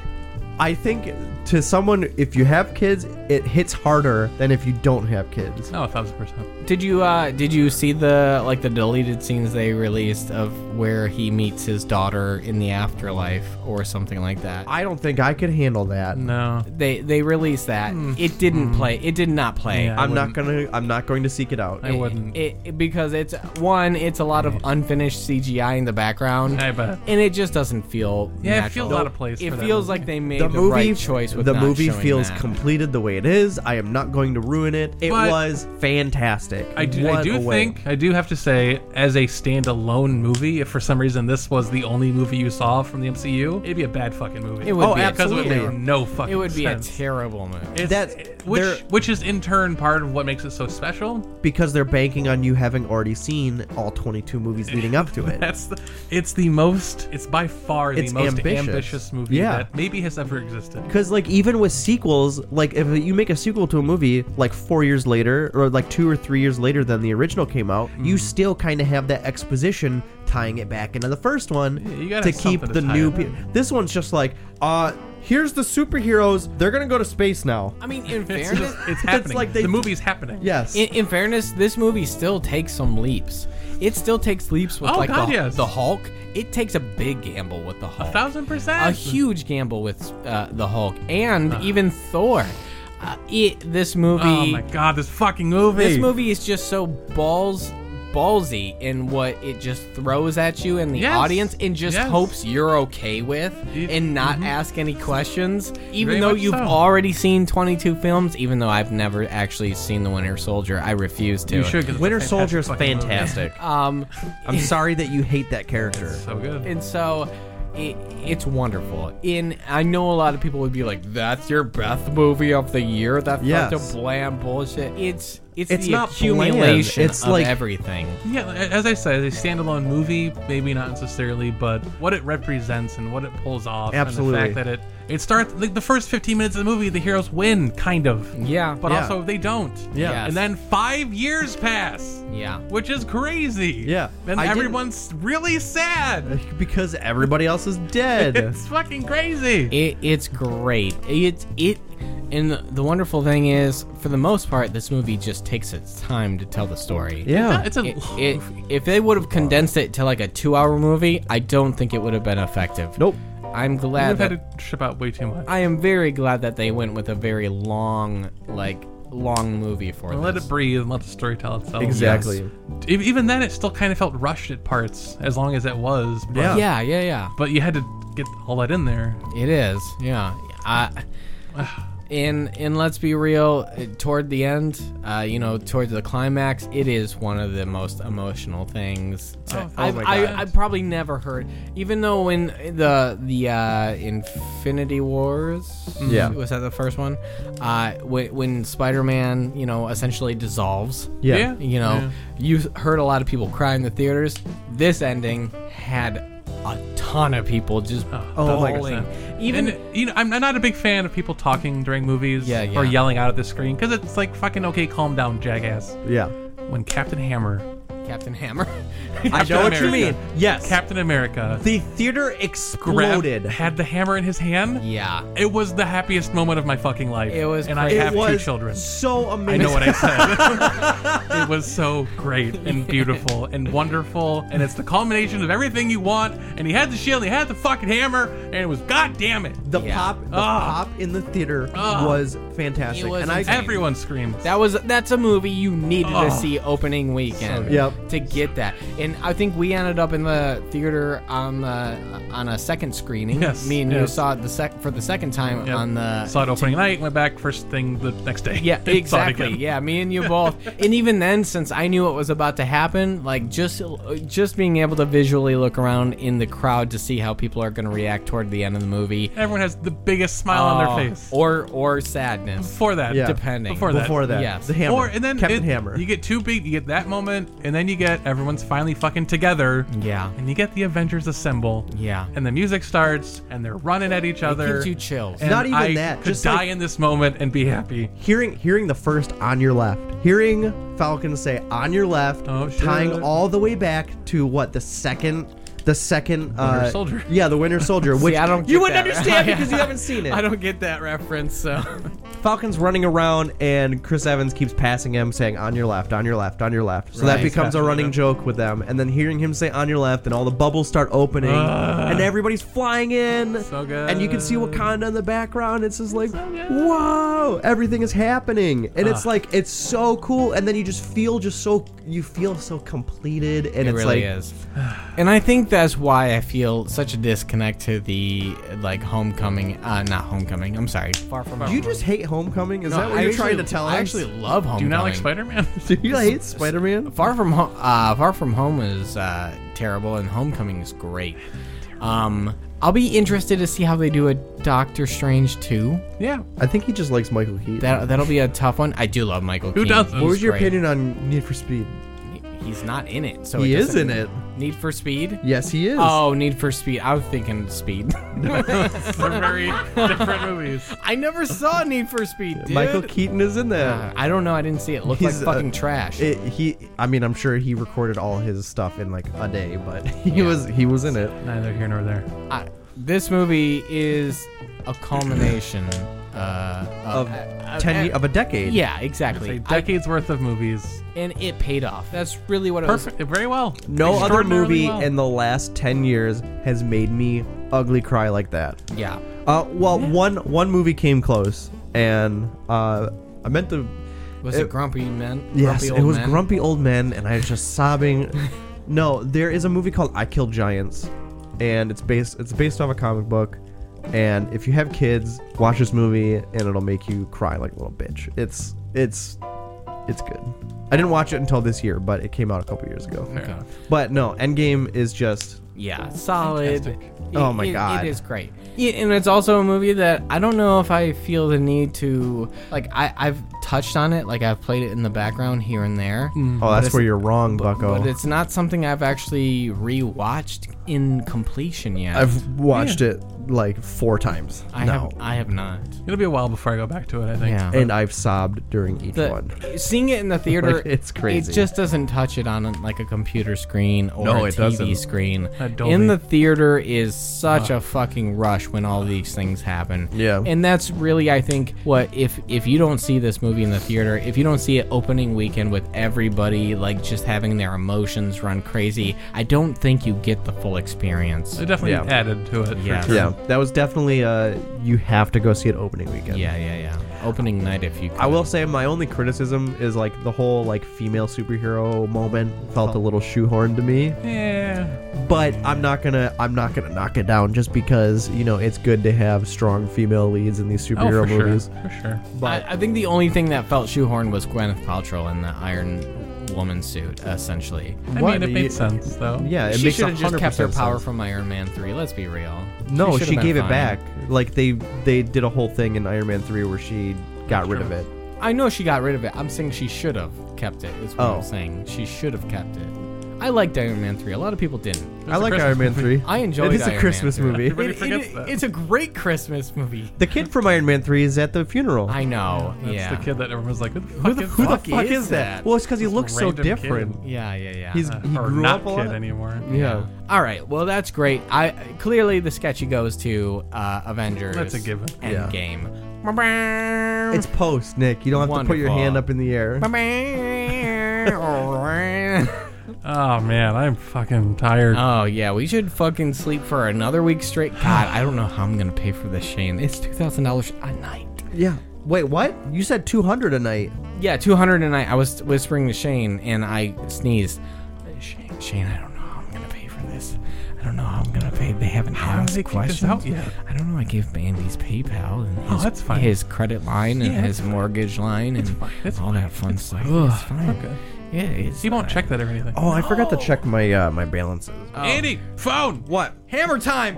Speaker 1: I think to someone if you have kids, it hits harder than if you don't have kids.
Speaker 2: Oh, a thousand percent.
Speaker 3: Did you uh did you see the like the deleted scenes they released of where he meets his daughter in the afterlife or something like that?
Speaker 1: I don't think I could handle that.
Speaker 2: No.
Speaker 3: They they released that.
Speaker 1: Hmm.
Speaker 3: It didn't play. It did not play.
Speaker 2: Yeah. I
Speaker 1: I'm not gonna I'm not going to seek it out.
Speaker 2: I wouldn't.
Speaker 3: It, it- because it's one, it's a lot of unfinished CGI in the background.
Speaker 2: I bet.
Speaker 3: and it just doesn't feel
Speaker 2: Yeah, it
Speaker 3: natural.
Speaker 2: feels out of place
Speaker 3: It
Speaker 2: for that
Speaker 3: feels
Speaker 2: movie.
Speaker 3: like they made
Speaker 1: the
Speaker 3: the,
Speaker 1: movie
Speaker 3: right choice with
Speaker 1: the
Speaker 3: not
Speaker 1: movie
Speaker 3: showing
Speaker 1: feels
Speaker 3: that.
Speaker 1: completed the way it is. I am not going to ruin it. It
Speaker 2: But-
Speaker 1: was fantastic.
Speaker 2: I do, I
Speaker 1: What
Speaker 2: do
Speaker 1: a way.
Speaker 2: think I do have to say, as a standalone movie, if for some reason this was the only movie you saw from the MCU, it'd be a bad fucking movie.
Speaker 3: It would
Speaker 2: oh,
Speaker 3: be a
Speaker 2: because it would
Speaker 3: terrible-
Speaker 2: make no fucking.
Speaker 3: It would be
Speaker 2: sense.
Speaker 3: a terrible movie.
Speaker 2: It's-
Speaker 1: That's-
Speaker 2: which
Speaker 1: there-
Speaker 2: which is in turn part of what makes it so special.
Speaker 1: because they're banking on you having already seen all 22 movies leading up to it.
Speaker 2: That's the, it's the most it's by far the
Speaker 1: It's
Speaker 2: most ambitious,
Speaker 1: ambitious.
Speaker 2: movie
Speaker 1: Yeah.
Speaker 2: that maybe has ever existed.
Speaker 1: Because like even with sequels, like if you make a sequel to a movie like four years later or like two or three years later than the original came out,
Speaker 2: Mm-hmm.
Speaker 1: you still kind of have that exposition tying it back into the first one
Speaker 2: you
Speaker 1: to
Speaker 2: gotta have
Speaker 1: keep
Speaker 2: something
Speaker 1: the
Speaker 2: to tie
Speaker 1: new.
Speaker 2: it
Speaker 1: Pe- this one's just like, uh, here's the superheroes. They're gonna go to space now.
Speaker 3: I mean, in
Speaker 2: It's,
Speaker 3: fairness,
Speaker 2: just- it's happening.
Speaker 1: like they-
Speaker 2: the movie's happening.
Speaker 1: Yes.
Speaker 3: in, in fairness, this movie still takes some leaps. It still takes leaps with
Speaker 2: Oh,
Speaker 3: like
Speaker 2: God,
Speaker 3: the,
Speaker 2: yes.
Speaker 3: the Hulk. It takes a big gamble with the Hulk.
Speaker 2: thousand percent.
Speaker 3: a huge gamble with uh, the Hulk and even Thor. Uh, it, this movie,
Speaker 2: Uh-huh. Oh my god, this fucking movie.
Speaker 3: this movie is just so balls ballsy in what it just throws at you and the
Speaker 2: Yes.
Speaker 3: audience, and just
Speaker 2: Yes.
Speaker 3: hopes you're okay with
Speaker 2: You- mm-hmm.
Speaker 3: and not ask any questions, even
Speaker 2: Very
Speaker 3: though
Speaker 2: much
Speaker 3: you've
Speaker 2: so.
Speaker 3: already seen 22 films. Even though I've never actually seen the Winter Soldier, I refuse to.
Speaker 2: You should. 'cause it's a
Speaker 1: Winter
Speaker 2: fantastic
Speaker 1: Soldier is
Speaker 2: fucking movie.
Speaker 1: fantastic.
Speaker 3: Um,
Speaker 1: I'm sorry that you hate that character.
Speaker 2: So good.
Speaker 3: And so it, it's wonderful. In I know a lot of people would be like, "That's your best movie of the year." That's
Speaker 1: Yes.
Speaker 3: such a bland bullshit. It's it's,
Speaker 1: It's
Speaker 3: the
Speaker 1: not
Speaker 3: accumulation
Speaker 1: bland. It's
Speaker 3: of
Speaker 1: like-
Speaker 3: everything.
Speaker 2: Yeah, as I said, as a standalone movie, maybe not necessarily, but what it represents and what it pulls off,
Speaker 1: Absolutely.
Speaker 2: and the fact that it it starts like the first 15 minutes of the movie, the heroes win, kind of,
Speaker 3: Yeah,
Speaker 2: but
Speaker 1: Yeah.
Speaker 2: also they don't.
Speaker 1: Yeah.
Speaker 3: Yes.
Speaker 2: and then five years pass.
Speaker 3: Yeah.
Speaker 2: which is crazy.
Speaker 1: Yeah.
Speaker 2: and
Speaker 1: I didn't-
Speaker 2: everyone's really sad.
Speaker 1: Because everybody else is dead.
Speaker 2: It's fucking crazy.
Speaker 3: It, it's great. It's it, and the, the wonderful thing is, for the most part, this movie just takes its time to tell the story.
Speaker 1: yeah.
Speaker 2: it's a
Speaker 3: It,
Speaker 2: long
Speaker 3: it,
Speaker 2: movie.
Speaker 3: if they would have condensed it to like a two-hour movie, I don't think it would have been effective.
Speaker 1: Nope.
Speaker 3: I'm glad
Speaker 2: We've
Speaker 3: that
Speaker 2: had to ship out way too much.
Speaker 3: I am very glad that they went with a very long, like long movie for
Speaker 2: And
Speaker 3: this.
Speaker 2: let it breathe and let the story tell itself.
Speaker 1: Exactly.
Speaker 2: E- Even then, it still kind of felt rushed at parts, as long as it was. But,
Speaker 1: Yeah.
Speaker 3: Yeah, yeah, yeah.
Speaker 2: But you had to get all that in there.
Speaker 3: It is. Yeah. I. And and let's be real. uh, Toward the end, uh, you know, towards the climax, it is one of the most emotional things. to-
Speaker 2: Oh,
Speaker 3: I've,
Speaker 2: my God.
Speaker 3: I I probably never heard. Even though in the the uh, Infinity Wars,
Speaker 1: Yeah.
Speaker 3: was that the first one? Uh, when when Spider Man, you know, essentially dissolves.
Speaker 1: Yeah.
Speaker 3: You know, you heard a lot of people cry in the theaters. This ending had a ton of people just
Speaker 1: Oh my
Speaker 3: bawling.
Speaker 2: Even
Speaker 3: Even
Speaker 2: you know, I'm I'm not a big fan of people talking during movies
Speaker 3: Yeah, yeah.
Speaker 2: or yelling out at the screen because it's like fucking okay, calm down, jackass.
Speaker 1: Yeah.
Speaker 2: When Captain Hammer,
Speaker 3: Captain Hammer.
Speaker 1: I know what you mean.
Speaker 2: America.
Speaker 1: Yes.
Speaker 2: Captain America,
Speaker 1: the theater
Speaker 2: grabbed-
Speaker 1: exploded.
Speaker 2: had the hammer in his hand.
Speaker 3: yeah.
Speaker 2: It was the happiest moment of my fucking life.
Speaker 3: It was
Speaker 2: and
Speaker 3: crazy.
Speaker 2: I
Speaker 1: It
Speaker 2: have two
Speaker 1: was
Speaker 2: children.
Speaker 1: So
Speaker 2: I
Speaker 1: amazing.
Speaker 2: know what I said. it was so great and beautiful and wonderful, and it's the culmination of everything you want. And he had the shield, he had the fucking hammer, and it was goddamn it.
Speaker 1: The
Speaker 3: Yeah.
Speaker 1: pop, the
Speaker 2: Ah.
Speaker 1: pop in the theater
Speaker 2: Ah.
Speaker 1: was fantastic,
Speaker 3: It was
Speaker 1: and I
Speaker 3: insane.
Speaker 2: Everyone screams.
Speaker 3: That was that's a movie you needed
Speaker 2: Oh.
Speaker 3: to see opening weekend
Speaker 1: good. Yep.
Speaker 3: to get that. And I think we ended up in the theater on the on a second screening.
Speaker 2: Yes,
Speaker 3: Me and you
Speaker 2: yes.
Speaker 3: saw it the sec for the second time
Speaker 2: Yep.
Speaker 3: on the
Speaker 2: saw it opening night, went back first thing the next day.
Speaker 3: Yeah,
Speaker 2: and saw it
Speaker 3: exactly.
Speaker 2: again.
Speaker 3: Yeah, me and you both. and even then, since I knew what was about to happen, like just just being able to visually look around in the crowd to see how people are going to react toward the end of the movie,
Speaker 2: Everyone has the biggest smile on their
Speaker 3: Uh,
Speaker 2: face.
Speaker 3: or or sadness,
Speaker 2: before that,
Speaker 1: Yeah.
Speaker 3: depending.
Speaker 2: before that,
Speaker 1: before that.
Speaker 3: Yes.
Speaker 1: The hammer,
Speaker 2: or and then
Speaker 1: Captain
Speaker 2: it-
Speaker 1: Hammer.
Speaker 2: You get two big. You get that moment, and then you get everyone's finally fucking together.
Speaker 3: Yeah.
Speaker 2: And you get the Avengers assemble.
Speaker 3: Yeah.
Speaker 2: And the music starts, and they're running at each
Speaker 3: it
Speaker 2: other.
Speaker 3: gives you chills.
Speaker 2: And
Speaker 1: Not even
Speaker 2: I
Speaker 1: that,
Speaker 2: Could
Speaker 1: just
Speaker 2: die
Speaker 1: like-
Speaker 2: in this moment and be happy.
Speaker 1: hearing hearing the first on your left, hearing Falcon say on your left,
Speaker 2: Oh, shit.
Speaker 1: tying all the way back to what the second, the second uh,
Speaker 2: Winter Soldier.
Speaker 1: Yeah, the Winter Soldier. Which
Speaker 3: I don't
Speaker 1: you
Speaker 3: get
Speaker 1: wouldn't
Speaker 3: that.
Speaker 1: understand because you haven't seen it.
Speaker 3: I don't get that reference. So
Speaker 1: Falcon's running around, and Chris Evans keeps passing him, saying "on your left, on your left, on your left." So
Speaker 3: Right.
Speaker 1: that becomes a running joke with them. And then hearing him say "on your left," and all the bubbles start opening, and everybody's flying in.
Speaker 2: So good.
Speaker 1: And you can see Wakanda in the background. It's just like, whoa, everything is happening, and it's like it's so cool. And then you just feel just so you feel so completed, and
Speaker 3: it
Speaker 1: it's
Speaker 3: really
Speaker 1: like
Speaker 3: is. And I think that's why I feel such a disconnect to the like homecoming. Uh, not homecoming. I'm sorry. Far from.
Speaker 1: Do you just hate Homecoming? Is
Speaker 3: No,
Speaker 1: that what
Speaker 3: I
Speaker 1: you're
Speaker 3: actually-
Speaker 1: trying to tell us?
Speaker 3: I actually love homecoming.
Speaker 2: Do you not like Spider Man?
Speaker 1: do you hate Spider-Man?
Speaker 3: Far from home, uh, Far from Home is uh, terrible, and Homecoming is great. Um, I'll be interested to see how they do a Doctor Strange two.
Speaker 2: yeah.
Speaker 1: I think he just likes Michael Keaton.
Speaker 3: That that'll be a tough one. I do love Michael.
Speaker 2: Who
Speaker 3: Keaton.
Speaker 2: doesn't?
Speaker 3: He's
Speaker 2: What
Speaker 1: what was your
Speaker 3: great.
Speaker 1: opinion on Need for Speed?
Speaker 3: He's not in it, so
Speaker 1: He
Speaker 3: it
Speaker 1: is
Speaker 3: doesn't-
Speaker 1: in it.
Speaker 3: Need for Speed.
Speaker 1: Yes, he is.
Speaker 3: Oh, Need for Speed. I was thinking Speed.
Speaker 2: They're very different movies.
Speaker 3: I never saw Need for Speed, dude.
Speaker 1: Michael Keaton is in there.
Speaker 3: Uh, I don't know. I didn't see it. It Looked
Speaker 1: He's,
Speaker 3: like
Speaker 1: uh,
Speaker 3: fucking trash.
Speaker 1: It, he, I mean, I'm sure he recorded all his stuff in like a day, but he was he was in it.
Speaker 2: Neither here nor there.
Speaker 3: I, this movie is a culmination uh,
Speaker 1: of
Speaker 3: of,
Speaker 1: ten
Speaker 3: uh,
Speaker 1: ye- of a decade.
Speaker 3: yeah,
Speaker 2: It's a
Speaker 3: exactly. I-
Speaker 2: decades worth of movies.
Speaker 3: and it paid off. That's really what it was.
Speaker 2: Perfect. Very well.
Speaker 1: No other
Speaker 2: Extraordinarily
Speaker 1: movie
Speaker 2: well.
Speaker 1: in the last ten years has made me ugly cry like that.
Speaker 3: Yeah.
Speaker 1: Uh, well, one one movie came close, and uh, I meant to.
Speaker 3: Was
Speaker 1: It-
Speaker 3: it, Grumpy Man?
Speaker 1: Yes,
Speaker 3: grumpy
Speaker 1: it
Speaker 3: Old
Speaker 1: was
Speaker 3: Men?
Speaker 1: Grumpy Old Men, and I was just sobbing. No, there is a movie called I Kill Giants, and it's based it's based off a comic book. And if you have kids, watch this movie, and it'll make you cry like a little bitch. It's it's it's good. I didn't watch it until this year, but it came out a couple years ago.
Speaker 2: enough.
Speaker 1: But no, Endgame is just
Speaker 3: Yeah, solid.
Speaker 2: Fantastic.
Speaker 3: It-
Speaker 1: Oh my
Speaker 3: it-
Speaker 1: God.
Speaker 3: it is great. It, and it's also a movie that I don't know if I feel the need to like. I I've touched on it, like I've played it in the background here and there.
Speaker 2: Mm.
Speaker 1: oh, that's
Speaker 3: it's-
Speaker 1: where you're wrong, Bucko.
Speaker 3: But it's not something I've actually rewatched in completion yet.
Speaker 1: I've watched it like four times
Speaker 3: I
Speaker 1: now,
Speaker 3: have I have not.
Speaker 2: It'll be a while before I go back to it. I think.
Speaker 3: Yeah.
Speaker 1: and I've sobbed during each
Speaker 3: The-
Speaker 1: one.
Speaker 3: seeing it in the theater,
Speaker 1: Like, it's crazy.
Speaker 3: It just doesn't touch it on like a computer screen or
Speaker 1: No,
Speaker 3: a
Speaker 1: it
Speaker 3: TV
Speaker 1: doesn't.
Speaker 3: screen.
Speaker 2: That Dolby.
Speaker 3: In the theater is such a fucking rush when all these things happen.
Speaker 1: Yeah.
Speaker 3: and that's really I think what if if you don't see this movie in the theater, if you don't see it opening weekend with everybody like just having their emotions run crazy, I don't think you get the full experience.
Speaker 2: It definitely
Speaker 1: Yeah.
Speaker 2: added to it. for
Speaker 3: Yeah.
Speaker 2: sure.
Speaker 1: Yeah, that was definitely uh you have to go see it opening weekend.
Speaker 3: Yeah, yeah, yeah. Opening night if you. Could.
Speaker 1: I will say my only criticism is like the whole like female superhero moment felt a little shoehorned to me,
Speaker 2: Yeah.
Speaker 1: but I'm not gonna I'm not gonna knock it down just because you know it's good to have strong female leads in these
Speaker 2: Oh,
Speaker 1: superhero
Speaker 2: for sure.
Speaker 1: movies.
Speaker 2: For sure.
Speaker 1: But
Speaker 3: I, I think the only thing that felt shoehorned was Gwyneth Paltrow in the Iron Woman suit, essentially.
Speaker 2: I
Speaker 1: What?
Speaker 2: mean, it made
Speaker 1: You-
Speaker 2: sense though.
Speaker 1: yeah, it
Speaker 3: she
Speaker 1: makes
Speaker 3: should have just kept her
Speaker 1: 100%
Speaker 3: power
Speaker 1: sense.
Speaker 3: from Iron Man 3, let's be real.
Speaker 1: No,
Speaker 3: should've
Speaker 1: she
Speaker 3: been
Speaker 1: gave it
Speaker 3: fine.
Speaker 1: back. Like they they did a whole thing in Iron Man three where she got rid of it.
Speaker 3: I know she got rid of it. I'm saying she should have kept it, is what
Speaker 1: Oh.
Speaker 3: I'm saying. She should have kept it. I liked Iron Man 3. A lot of people didn't.
Speaker 1: I like
Speaker 2: Christmas
Speaker 1: Iron Man three.
Speaker 3: I enjoyed
Speaker 1: It is
Speaker 3: Iron
Speaker 1: a
Speaker 3: Man
Speaker 1: Christmas
Speaker 3: 3.
Speaker 1: movie.
Speaker 2: Everybody
Speaker 3: It- it-
Speaker 2: forgets that.
Speaker 3: It's a great Christmas movie.
Speaker 1: The kid from Iron Man three is at the funeral.
Speaker 3: I know.
Speaker 2: That's
Speaker 3: yeah.
Speaker 2: the kid that everyone was like, "Who the fuck
Speaker 3: Who the,
Speaker 2: is
Speaker 3: who the
Speaker 2: that?"
Speaker 3: fuck is that?
Speaker 1: Well, it's because he looks so
Speaker 2: random kid.
Speaker 1: different.
Speaker 3: yeah, yeah, yeah.
Speaker 1: He's
Speaker 2: Uh,
Speaker 1: he
Speaker 2: or
Speaker 1: grew
Speaker 2: not
Speaker 1: up a lot.
Speaker 2: kid anymore.
Speaker 1: Yeah.
Speaker 3: All right. Well, that's great. I clearly the sketchy goes to uh, Avengers.
Speaker 2: That's a given.
Speaker 1: Yeah.
Speaker 3: Endgame.
Speaker 1: It's post, Nick. You don't have to put your
Speaker 3: Wonderful.
Speaker 1: hand up in the air.
Speaker 2: Oh man, I'm fucking tired.
Speaker 3: oh yeah, we should fucking sleep for another week straight. God, I don't know how I'm gonna pay for this, Shane. It's two thousand dollars a night.
Speaker 1: Yeah. Wait, what? You said 200 a night.
Speaker 3: Yeah, two hundred a night. I was whispering to Shane and I sneezed. Shane, Shane, I don't know how I'm gonna pay for this. I don't know how I'm gonna pay. They haven't
Speaker 2: How
Speaker 3: asked
Speaker 2: did they kick
Speaker 3: questions.
Speaker 2: this out yet? Oh,
Speaker 3: I don't know. I gave Bandy's PayPal and his,
Speaker 2: that's fine.
Speaker 3: his credit line and
Speaker 2: Yeah,
Speaker 3: his mortgage line and
Speaker 2: It's
Speaker 3: all that fun stuff.
Speaker 2: Ugh,
Speaker 3: It's fine.
Speaker 2: okay.
Speaker 3: Yeah, it's
Speaker 2: He won't
Speaker 3: fine.
Speaker 2: check that or anything.
Speaker 1: Oh, I forgot to check my uh, my balances.
Speaker 3: oh.
Speaker 2: Andy, phone.
Speaker 1: What?
Speaker 3: Hammer time.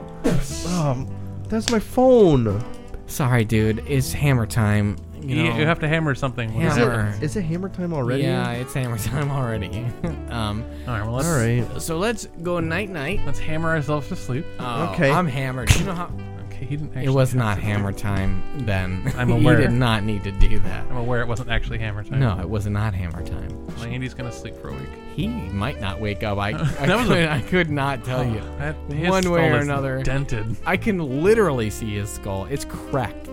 Speaker 1: Um, that's my phone.
Speaker 3: Sorry, dude. It's hammer time. You,
Speaker 2: You,
Speaker 3: know.
Speaker 2: you have to hammer something. with
Speaker 3: Yeah.
Speaker 2: a
Speaker 1: Is it-
Speaker 2: hammer.
Speaker 1: Is it hammer time already?
Speaker 3: Yeah, it's hammer time already. um,
Speaker 2: All right. Well, let's
Speaker 1: All right.
Speaker 3: so let's go night night.
Speaker 2: let's hammer ourselves to sleep.
Speaker 3: Oh,
Speaker 1: Okay.
Speaker 3: I'm hammered. You know how
Speaker 2: Okay. He didn't. Actually
Speaker 3: it was not hammer time then.
Speaker 2: I'm aware.
Speaker 3: you did not need to do that.
Speaker 2: I'm aware it wasn't actually hammer time.
Speaker 3: No, it was not hammer time.
Speaker 2: Well, Andy's gonna sleep for a week.
Speaker 3: He might not wake up. I I,
Speaker 2: That was a-
Speaker 3: could, I could not tell you.
Speaker 2: That- his
Speaker 3: One way
Speaker 2: skull
Speaker 3: or
Speaker 2: is
Speaker 3: another.
Speaker 2: dented.
Speaker 3: I can literally see his skull. It's cracked.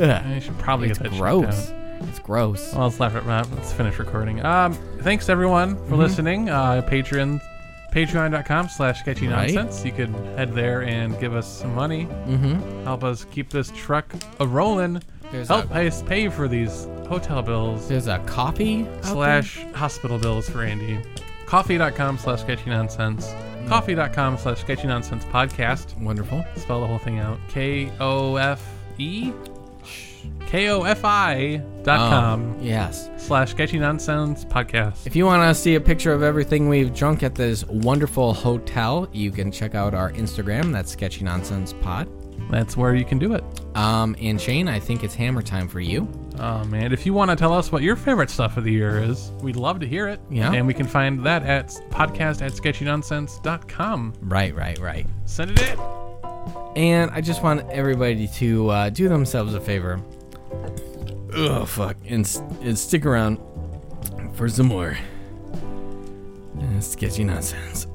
Speaker 2: I
Speaker 3: Ugh.
Speaker 2: should probably
Speaker 3: It's
Speaker 2: get that shit Oh. down.
Speaker 3: gross. It's gross.
Speaker 2: Well, let's laugh at that. Let's finish recording. Um, thanks everyone
Speaker 3: Mm-hmm.
Speaker 2: for listening. Uh, Patreon, patreon.com slash sketchy
Speaker 3: Right.
Speaker 2: nonsense. You could head there and give us some money.
Speaker 3: Mm-hmm.
Speaker 2: Help us keep this truck a rolling.
Speaker 3: There's
Speaker 2: Help
Speaker 3: a-
Speaker 2: us pay for these hotel bills
Speaker 3: There's a coffee out
Speaker 2: slash hospital bills for Andy. Coffee.com slash sketchy nonsense.
Speaker 3: there?
Speaker 2: coffee.com slash sketchy nonsense podcast.
Speaker 3: Wonderful.
Speaker 2: Spell the whole thing out. K O F E? K O F I dot
Speaker 3: Um,
Speaker 2: com
Speaker 3: yes.
Speaker 2: slash sketchy nonsense podcast.
Speaker 3: If you want to see a picture of everything we've drunk at this wonderful hotel, you can check out our Instagram. That's Sketchy Nonsense Pod.
Speaker 2: That's where you can do it.
Speaker 3: Um, and Shane, I think it's hammer time for you.
Speaker 2: Oh man, if you want to tell us what your favorite stuff of the year is, we'd love to hear it.
Speaker 3: Yeah.
Speaker 2: And we can find that at podcast at sketchynonsense.com.
Speaker 3: Right, right, right.
Speaker 2: Send it in.
Speaker 3: And I just want everybody to uh, do themselves a favor. Oh fuck! And, s- and stick around for some more uh, sketchy nonsense.